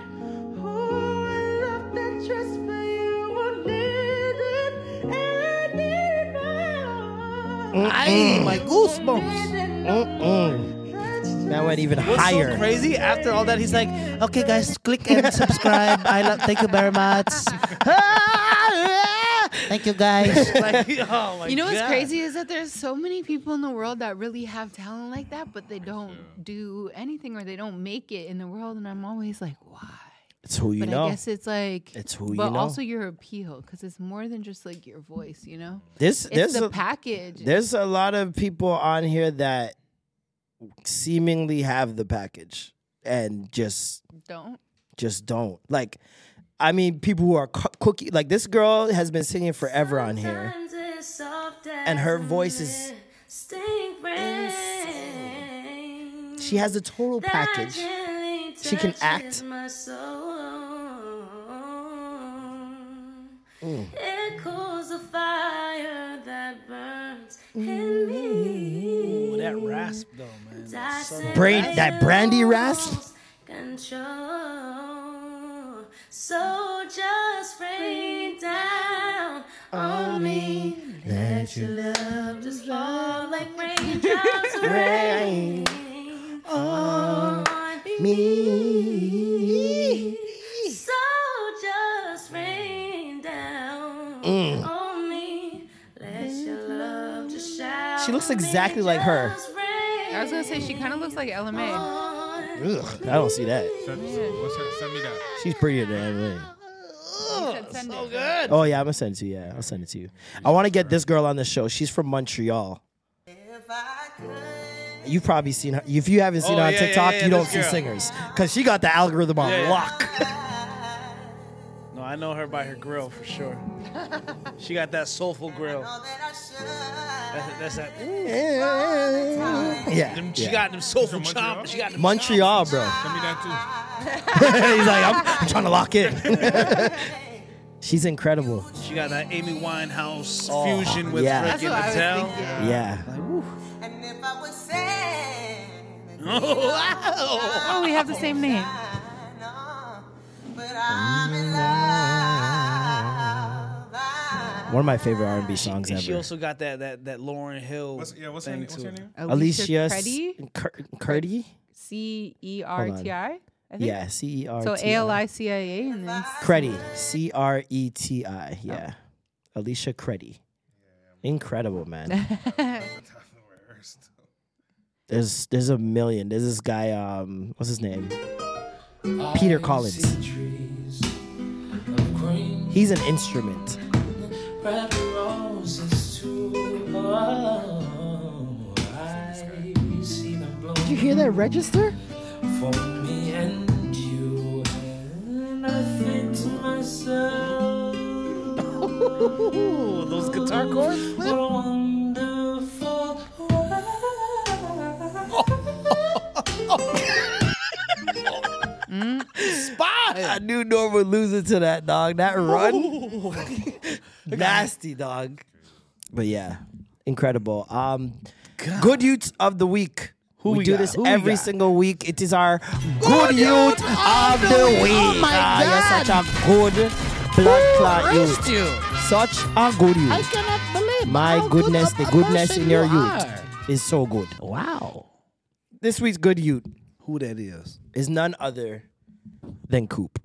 C: Oh, I love that dress for you. I need it, and I need more.
D: Ay, my
C: I need it
D: Mm-mm. That went even
E: What's
D: higher.
E: so crazy? After all that, he's like, "Okay, guys, click and subscribe. I love. Thank you very much.
D: Thank you guys.
E: Like, oh my
A: you know what's
E: God.
A: crazy is that there's so many people in the world that really have talent like that, but they don't do anything or they don't make it in the world. And I'm always like, why?
D: it's who you
A: but
D: know.
A: I guess it's like
D: It's who you
A: but
D: know.
A: also your appeal because it's more than just like your voice, you know.
D: This-
A: it's
D: there's
A: the
D: a-
A: package.
D: There's a lot of people on here that seemingly have the package and just
A: don't.
D: just don't. Like, I mean, people who are cu- cookie. Like this girl has been singing forever on here, and her voice is. She has the total package. She can act. Mm.
C: Echoes a fire that burns in me.
E: Ooh, that rasp though, man. That's so-
D: Brain that brandy rasp.
C: Control. So just rain down on me. Let your love just fall like raindrops of rain on me. So just rain down
D: Mm.
C: on me. Let your love just shower.
D: She looks exactly like her.
A: I was gonna say she kind of looks like
M: Oh.
A: LMA.
D: Ugh, I don't see that.
F: Send, what's her, send me that.
D: She's prettier than Emily.
A: so
E: good.
D: Oh yeah, I'm gonna send it to you. Yeah, I'll send it to you. I want to get this girl on the show. She's from Montreal. You've probably seen her. If you haven't seen
E: Oh,
D: her on
E: yeah, yeah,
D: TikTok,
E: yeah,
D: you don't
E: this
D: see
E: girl.
D: singers because she got the algorithm on
E: Yeah, yeah.
D: lock.
E: No, I know her by her grill for sure. She got that soulful grill. That's, that's that.
D: Yeah,
E: Them- she
D: yeah.
E: got them soulful chomp. She got them
D: Montreal, bro.
F: Send me that
D: He's like, I'm, I'm trying to lock in. She's incredible.
E: chomp. She got that Amy Winehouse
D: Oh,
E: fusion with
D: yeah.
E: Rick
D: That's
E: and
D: what I was
E: Patel.
D: thinking. Yeah.
E: Oh, wow.
A: Oh, we have the same name.
D: One of my favorite R&B songs
E: And she
D: ever.
E: also got that that that Lauren Hill. What's,
F: yeah, what's
E: thing
F: her, what's her name?
D: Alicia
A: Alicia
D: Curdy.
A: C E R T I. I think.
D: Yeah, C E R.
A: So A L I C I A and then
D: Creti. C R E T I. Yeah. Alicia Creti. Incredible, man. There's there's a million. There's this guy. Um, what's his name? Peter Collins. He's an instrument.
C: Red roses too. Oh, I see them blow.
D: Did you hear that register?
C: For me and you, and I think to myself.
E: those guitar chords.
C: What a wonderful
D: Spot. I knew Norm would lose it to that dog. That run, nasty dog. But yeah, incredible. Um, good youth of the week. Who we,
C: we
D: do
C: got?
D: this
C: Who we
D: every
C: got?
D: single week. It is our good youth of the week.
C: Oh my
D: Ah,
C: God.
D: you're such a good blood clot
C: raised
D: youth.
C: you?
D: Such a good
C: I
D: youth.
C: cannot believe.
D: My
C: how
D: goodness,
C: good
D: the
C: of a
D: goodness
C: person
D: in your
C: you
D: youth
C: are.
D: is so good. Wow. This week's good youth
G: Who that is?
D: is none other than Coop.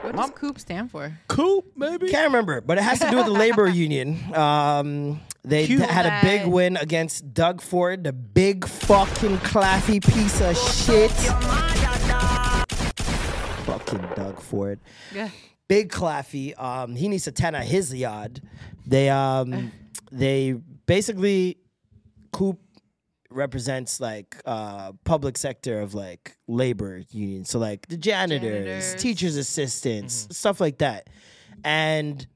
A: What does COOP stand for?
D: Coop, maybe? Can't remember, but it has to do with the labor union. Um, they
A: Cute.
D: had a big win against Doug Ford, the big fucking claffy piece of shit. Fucking Doug Ford.
C: Yeah.
D: Big claffy. Um, he needs to ten out his yard. They um, they basically Coop represents like uh public sector of like labor union. So like the janitors,
C: Janitors.
D: teachers assistants, stuff like that. And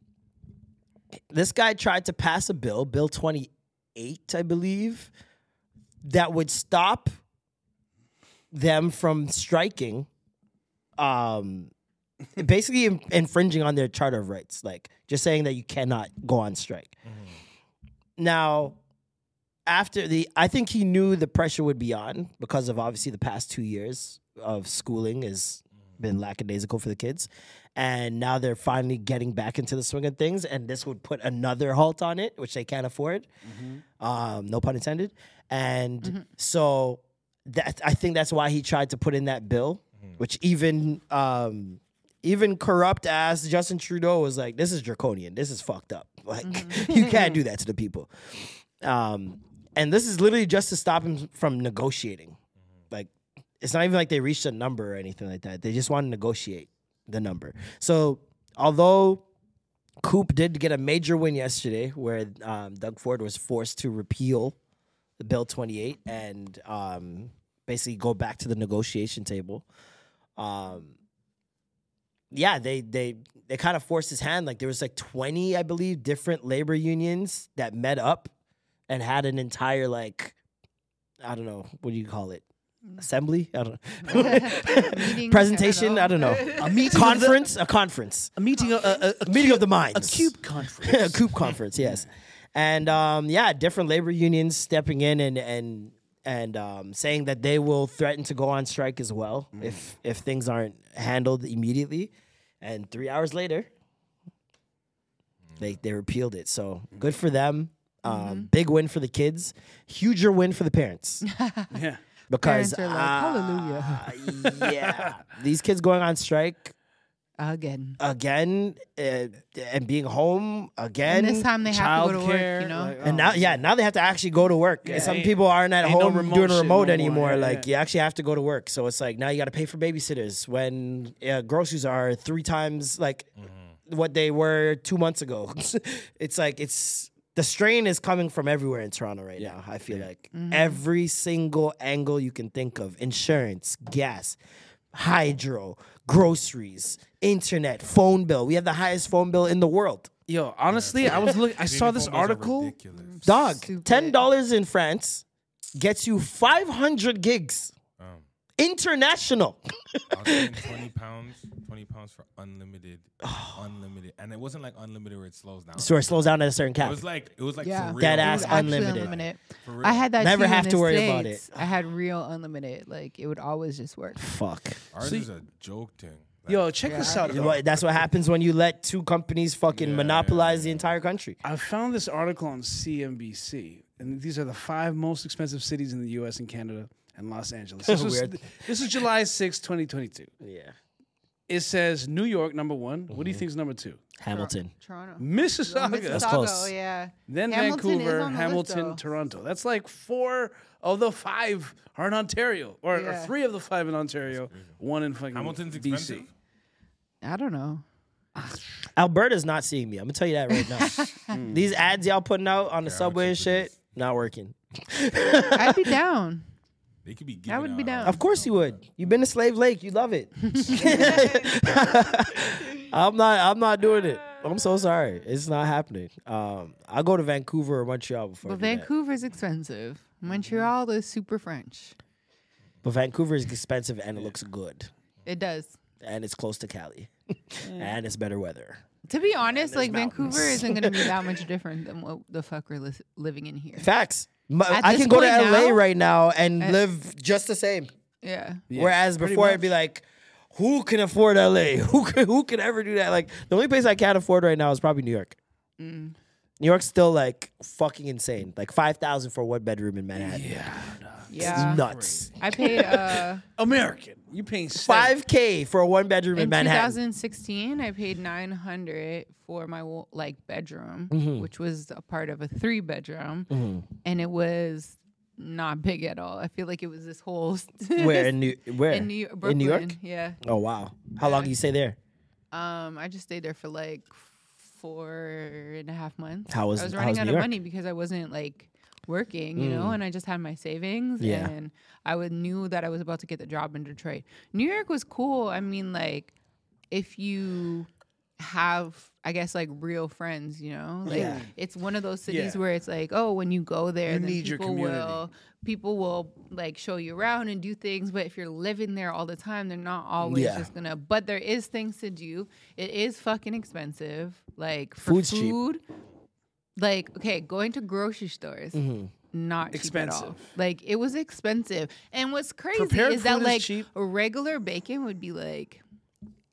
D: this guy tried to pass a bill, Bill 28, I believe, that would stop them from striking um basically in- infringing on their charter of rights like just saying that you cannot go on strike Mm-hmm. now after the i think he knew the pressure would be on because of obviously the past two years of schooling has been lackadaisical for the kids and now they're finally getting back into the swing of things and this would put another halt on it which they can't afford um, no pun intended and so that i think that's why he tried to put in that bill which even um, even corrupt ass justin trudeau was like this is draconian this is fucked up like you can't do that to the people um, and this is literally just to stop him from negotiating. Like, it's not even like they reached a number or anything like that. They just want to negotiate the number. So, although Coop did get a major win yesterday, where um, Doug Ford was forced to repeal the Bill 28 and um, basically go back to the negotiation table. Um, yeah, they they they kind of forced his hand. Like there was like twenty, I believe, different labor unions that met up and had an entire like, I don't know, what do you call it? Assembly? I don't know. Presentation? I don't know.
G: A meeting of the-
D: conference? a conference.
G: A meeting of a, Oh, a, a
D: meeting of the minds.
G: A cube conference.
D: a coop conference, yes. And um, yeah, different labor unions stepping in and and and um, saying that they will threaten to go on strike as well if if things aren't handled immediately. And three hours later, they they repealed it. So good for them. Um,
G: Mm-hmm.
D: Big win for the kids. Huger win for the parents.
A: Mm-hmm.
E: Yeah.
D: Because uh,
A: Parents are like,
D: hallelujah. yeah. These kids going on strike
A: Again.
D: again uh, and being home again.
A: And this time they have to go to work, you know?
D: And now, yeah, now they have to actually go to work.
A: oh, Yeah,
D: And some
A: ain't-
D: people aren't at
A: ain't no
D: home
A: remote
D: doing
A: shit
D: a remote
A: no more,
D: anymore.
A: yeah,
D: like you actually have to go to work. So it's like now you got to pay for babysitters when uh, groceries are three times like
A: Mm-hmm.
D: what they were two months ago. it's like it's the strain is coming from everywhere in Toronto right now. I feel like
A: Mm-hmm.
C: Mhm.
D: every single angle you can think of: insurance, gas, hydro, groceries, internet, phone bill. We have the highest phone bill in the world.
E: Yo, honestly, I was looking. I saw this article.
D: Dog, ten dollars in France gets you five hundred gigs.
F: Oh.
D: International.
F: I was paying twenty pounds, twenty pounds for unlimited, unlimited, and it wasn't like unlimited where it slows down.
D: So it slows down at a certain cap.
F: It was like it was like
A: Yeah.
F: for real.
D: Dead
F: It
D: ass
F: was actually
D: unlimited.
A: Unlimited.
F: For real.
A: I had that.
D: Never
A: too
D: have
A: in
D: to
A: the
D: worry about
A: States. I had real unlimited. Like it would always just work.
D: Fuck.
F: Ours
A: See-
F: is a joke thing.
E: Yo, check this out.
D: You know what- That's what happens when you let two companies fucking monopolize the entire country.
E: I found this article on CNBC, and these are the five most expensive cities in the U.S. and Canada and Los Angeles. This, was,
D: Weird.
E: this is July 6, 2022.
D: Yeah.
E: It says New York number one. What
F: Mm-hmm.
E: do you think is number two?
D: Hamilton.
E: Toronto. Mississauga.
D: That's close.
M: oh, yeah.
E: Then
M: Hamilton is
E: Vancouver,
M: on the list,
E: Hamilton,
M: though.
E: Toronto. That's like four of the five are in Ontario, or, or
M: Yeah.
E: three of the five in Ontario, one in fucking
F: Hamilton's
E: BC.
F: expensive?
A: I don't know.
D: Alberta's not seeing me. I'm gonna tell you that right now. These ads y'all putting out on the subway and shit, not working.
A: I'd be down.
F: They could be.
A: I would be down.
D: Of course you would. You've been to Slave Lake. You love it. I'm not. I'm not doing it. I'm so sorry. It's not happening. Um, I'll go to Vancouver or Montreal before. I
A: But
D: do that.
A: Vancouver's expensive. Montreal is super French.
D: But Vancouver is expensive and it looks good,
A: It does.
D: and it's close to Cali, and it's better weather.
A: To be honest, like Vancouver
D: mountains.
A: isn't going to be that much different than what the fuck we're li- living in here.
D: Facts. M-
A: At
D: I
A: this
D: can go to
A: point
D: LA
A: now- uh,
D: right now and
A: At-
D: live just the same.
A: Yeah.
D: Whereas
A: Pretty
D: before, I'd be like, who can afford LA? Who could, who could ever do that? Like, the only place I can't afford right now is probably New York.
A: Mm.
D: New York's still like fucking insane. Like 5000 for a one bedroom in Manhattan. Yeah.
A: Yeah.
D: nuts.
A: I paid uh,
E: American. You paying seven.
D: 5K for a one bedroom in,
A: in
D: Manhattan.
A: 2016. I paid 900 for my wo- like bedroom,
D: Mhm.
A: which was a part of a three bedroom,
D: Mhm.
A: and it was not big at all. I feel like it was this whole
D: Where in New Where
A: in New, York-
D: in New York?
A: Brooklyn, Yeah.
D: Oh wow! How long do you stay there?
A: Um, I just stayed there for like four and a half months.
D: How was-
A: I was
D: how
A: running
D: was
A: out
D: New
A: of
D: York?
A: money because I wasn't like working, you know,
D: Mm.
A: and I just had my savings
D: Yeah.
A: and I would knew that I was about to get the job in Detroit. New York was cool. I mean, like if you have I guess like real friends, you know? Like
E: Yeah.
A: it's one of those cities
E: Yeah.
A: where it's like, oh, when you go there,
E: You
A: then
E: need your
A: people
E: community.
A: will people will like show you around and do things, but if you're living there all the time, they're not always
D: Yeah.
A: just gonna but there is things to do. It is fucking expensive. Like for
D: Food's cheap.
A: food, like okay, going to grocery stores
E: Mm-hmm.
D: Mhm.
A: not expensive. Cheap at all.
D: Expensive.
A: Like it was expensive. And what's crazy
E: Prepared
A: is that
E: food is
A: like
E: cheap.
A: regular bacon would be like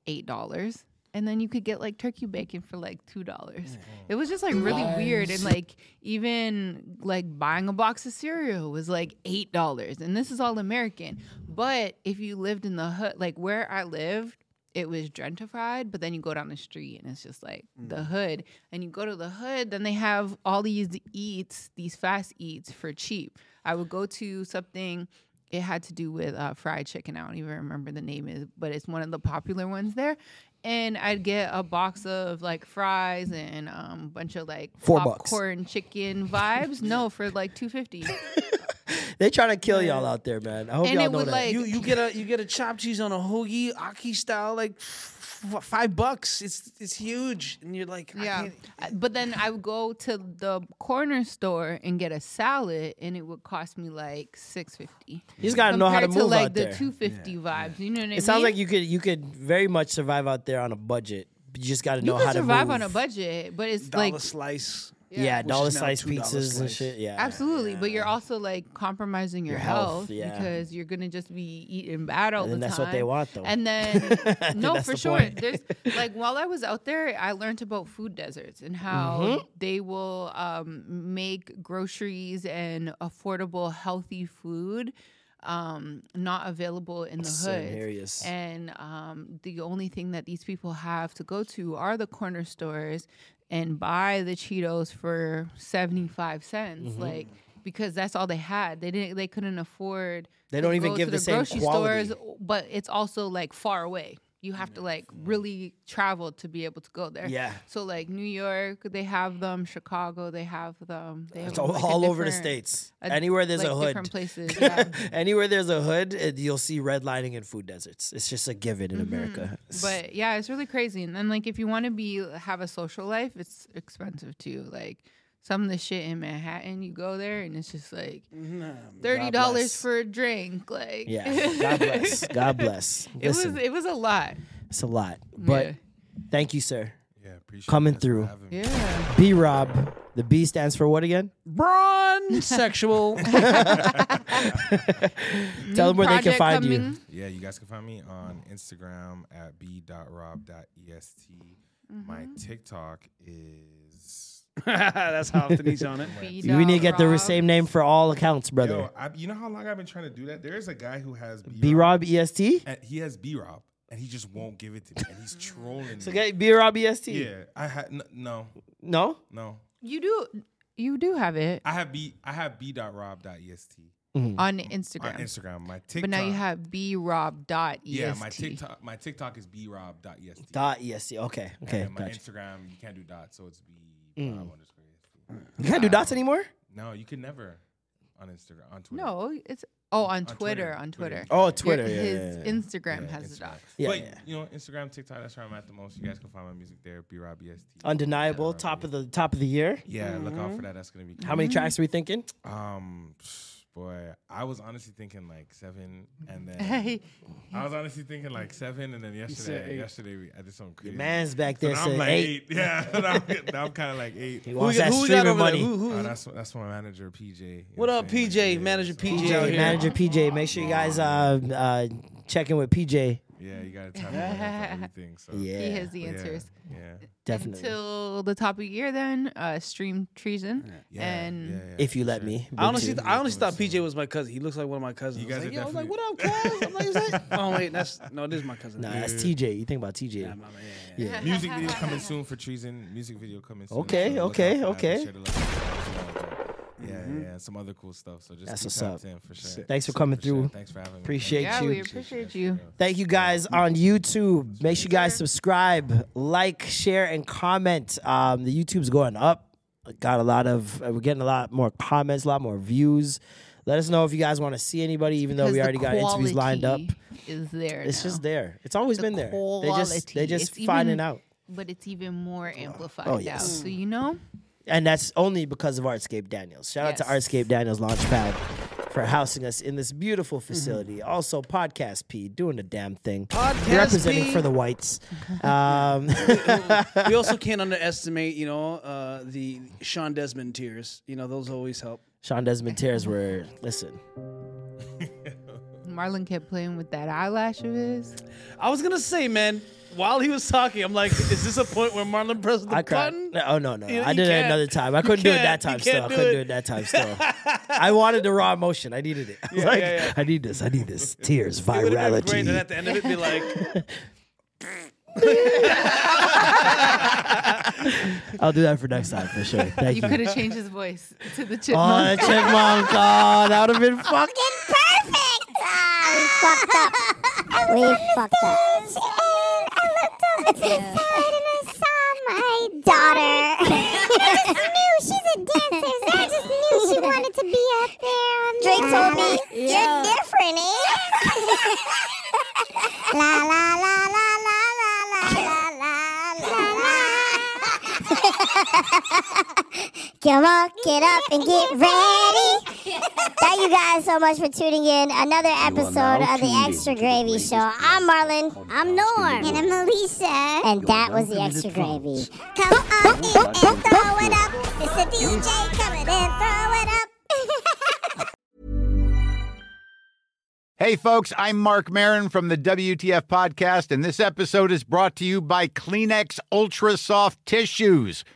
A: eight dollars. And then you could get like turkey bacon for like two dollars. It was just like really weird, and
M: Nice.
A: like even like buying a box of cereal was like eight dollars. And this is all American. But if you lived in the hood, like where I lived, it was gentrified. But then you go down the street, and it's just like the hood. And you go to the hood, then they have all these eats, these fast eats for cheap. I would go to something it had to do with uh, fried chicken. I don't even remember the name is, but it's one of the popular ones there. And I'd get a box of like fries and um, bunch of like
D: Four bucks.
A: popcorn chicken vibes. no, for like two fifty.
D: They trying to kill y'all out there, man. I hope
A: And
D: y'all
A: it
D: know
A: would,
D: that.
A: like-
E: You you get a you get a chopped cheese on a hoagie, aki style, like f- f- five bucks. It's it's huge, and you're like, I
A: Yeah,
E: can't-
A: Uh, but then I would go to the corner store and get a salad, and it would cost me like six fifty.
D: You just gotta know how to
A: Compared
D: move
A: like
D: out
A: the
D: there.
A: two fifty vibes. You know what I mean?
D: it sounds like you could you could very much survive out there on a budget. But you just got to
A: you
D: know
A: can
D: how to
A: survive
D: move.
A: on a budget, but it's
E: dollar
A: like
E: slice.
D: Yeah,
E: which is
D: dollar
E: now
D: slice
E: $2
D: pizzas and
E: slice.
D: shit. Yeah,
A: Absolutely, but you're also like compromising your,
D: Your health,
A: health,
D: yeah.
A: because you're gonna just be eating bad all
D: And then
A: the time.
D: that's what they want, though.
A: And
D: I
A: then
D: think
A: no,
D: that's
A: for
D: the
A: sure.
D: point.
A: There's like while I was out there, I learned about food deserts and how
D: Mhm.
A: they will um, make groceries and affordable, healthy food um, not available in the
D: Same
A: hood
D: areas.
A: and um, the only thing that these people have to go to are the corner stores and buy the Cheetos for seventy five cents,
D: Mhm.
A: like because that's all they had. They didn't. They couldn't afford.
D: They
A: to
D: don't even
A: go
D: give
A: to
D: the same quality.
A: stores, but it's also like far away. You have to like really travel to be able to go there.
D: Mm-hmm. Yeah.
A: So like New York, they have them. Chicago, they have them. They
D: It's
A: have,
D: all,
A: like, a
D: all over the
A: different-
D: states.
A: a-
D: Anywhere there's a
A: like,
D: hood,
A: different places. yeah.
D: Anywhere there's a hood, it- you'll see redlining and food deserts. It's just a given in
A: Mm-hmm.
D: America.
A: Hmm, But yeah, it's really crazy. And then like if you want to be have a social life, it's expensive too. Like some of the shit in Manhattan, you go there and it's just like thirty dollars
D: bless.
A: for a drink. Like
D: Yeah. God bless. God bless.
A: it was
D: Listen,
A: it was a lot.
D: it's a lot. But thank you, sir.
F: Yeah, appreciate
D: Coming through.
A: Yeah.
D: B Rob. The B stands for what again?
E: Brawn sexual.
D: Tell them where they can
A: project
D: find you.
A: coming.
F: Yeah, you guys can find me on Instagram at b.rob.est. My
A: Mm-hmm.
F: TikTok is.
E: That's how often he's on it.
D: We need to get the same name for all accounts, brother. E
F: Yo, I, you know how long I've been trying to do that? There is a guy who has
D: B Rob EST?
F: Uh, He has B Rob. and he just won't give it to me, and he's trolling.
D: So
F: me.
D: get- E be around BST.
F: Yeah, I had n- no,
D: no,
F: no.
A: You do you do have it
F: I have b I have b dot rob dot est
D: Mm-hmm.
A: on Instagram.
F: on Instagram. My TikTok.
A: But now you have B Rob dot E
F: Yeah, my TikTok. My TikTok is b rob dot E est.
D: Dot E EST. Okay.
F: And
D: Okay.
F: then my
D: Gotcha.
F: Instagram, you can't do dots, so it's b
D: Mm.
F: rob underscore est.
D: You can't do dots anymore?
F: No, you can never on Instagram on Twitter.
A: No, it's oh on,
F: On
A: Twitter,
F: Twitter,
A: on Twitter.
F: Twitter.
D: Oh,
A: Your-
D: Twitter, yeah,
A: his
D: yeah, yeah.
A: Instagram has the dot.
D: Yeah,
F: but
D: yeah.
F: you know, Instagram, TikTok, that's where I'm at the most. You guys can find my music there, B Rob EST.
D: Undeniable. Top of the top of the year.
F: Yeah, look out for that. That's gonna be
D: How many
F: crazy.
D: tracks are we thinking?
F: Um, boy, I was honestly thinking like seven, and then I was honestly thinking like seven, and then
D: said
F: yesterday,
D: eight.
F: yesterday we, I did something crazy.
D: man's back there
F: so now I'm
D: said
F: like
D: eight.
F: Yeah, now I'm, kind of like eight.
D: He Who wants we got- that who we got streaming over there? money. Who- who-
F: Oh, that's that's my manager PJ. you know
E: What
F: I'm
E: up,
F: saying?
E: PJ? Manager PJ.
D: PJ,
E: out here.
D: manager PJ. Make sure you guys uh, uh, check in with PJ.
F: Yeah, you gotta tap me for everything. So
D: Yeah.
A: He has the
F: Yeah,
A: answers.
F: Yeah.
D: Definitely.
A: Till the top of the year, then uh, stream treason
F: Yeah,
A: and
F: yeah,
D: if you let me.
E: I honestly,
D: Big two.
E: I honestly thought PJ was my cousin. He looks like one of my cousins.
F: You guys
E: I was like,
F: are
E: yo, I was like,
F: definitely-
E: what up, cuz? I'm like, is that? Oh wait, that's no, this is my cousin.
D: Nah, that's TJ. You think about TJ. Yeah.
F: Music video coming soon for Treason. Music video coming soon. So
D: Okay,
F: look out
D: okay,
F: for that.
D: okay.
F: Share the love. Yeah, yeah, some other cool stuff. So just
D: That's
F: keep
D: what's
F: tapped
D: up.
F: in for sure.
D: Thanks for coming through.
F: Thanks for having me.
D: Appreciate
A: yeah,
D: you.
A: we appreciate you.
D: Thank you guys on YouTube. Make sure you guys subscribe, like, share, and comment. Um, the YouTube's going up. Got a lot of, uh, we're getting a lot more comments, a lot more views. Let us know if you guys want to see anybody, even though
A: Because
D: we
A: the
D: already got interviews lined up.
A: quality Is there?
D: It's
A: now.
D: just there. It's always
A: The
D: been there. They just, they
A: quality.
D: just
A: It's
D: finding
A: even-
D: out.
A: but it's even more amplified
D: oh,
A: now.
D: yes.
A: So you know,
D: And that's only because of Artscape Daniels. Shout out to
A: Yes.
D: Artscape Daniels Launchpad for housing us in this beautiful
E: Mm-hmm.
D: facility. Also, Podcast P doing the damn thing.
E: Podcast
D: Representing
E: P.
D: for the whites. Um,
E: we also can't underestimate, you know, uh, the Sean Desmond tears. You know, those always help.
D: Sean Desmond Terrors were, listen,
A: Marlon kept playing with that eyelash of his.
E: I was gonna say, man, while he was talking, I'm like, is this a point where Marlon pressed the
D: I cried.
E: button?
D: No, Oh, no, no.
E: You-
D: I
E: you
D: did it
E: can't-
D: another time. I
E: you
D: couldn't do it that
E: can't- you
D: time still. I
E: can't do
D: couldn't do
E: it.
D: it that time still. I wanted the raw emotion. I needed it. I was
E: Yeah,
D: like,
E: yeah, yeah.
D: I need this. I need this. Tears,
E: It would have been great,
D: virality.
E: and at the end of it, be like,
D: I'll do that for next time for sure. Thank
A: you
D: you.
A: could have changed his voice to the
D: Oh,
A: chipmunk.
D: chipmunk. Oh, that would have been fucking
M: fucked up. We fucked up. Daughter. I just knew she's a dancer. so I just knew she wanted to be up there. On Drake told me, "You're different, eh?" la la la la la la la la la la. Come on, get up and get ready. Thank you guys so much for tuning in. Another episode
K: now
M: of the
K: tuned
M: Extra Gravy Show. I'm Marlon. I'm Norm. And I'm Alicia. And that was the Extra Gravy. Come on in and throw it up. It's the DJ coming in. Throw it up.
O: Hey, folks, I'm Mark Marin from the WTF Podcast, and this episode is brought to you by Kleenex Ultra Soft Tissues,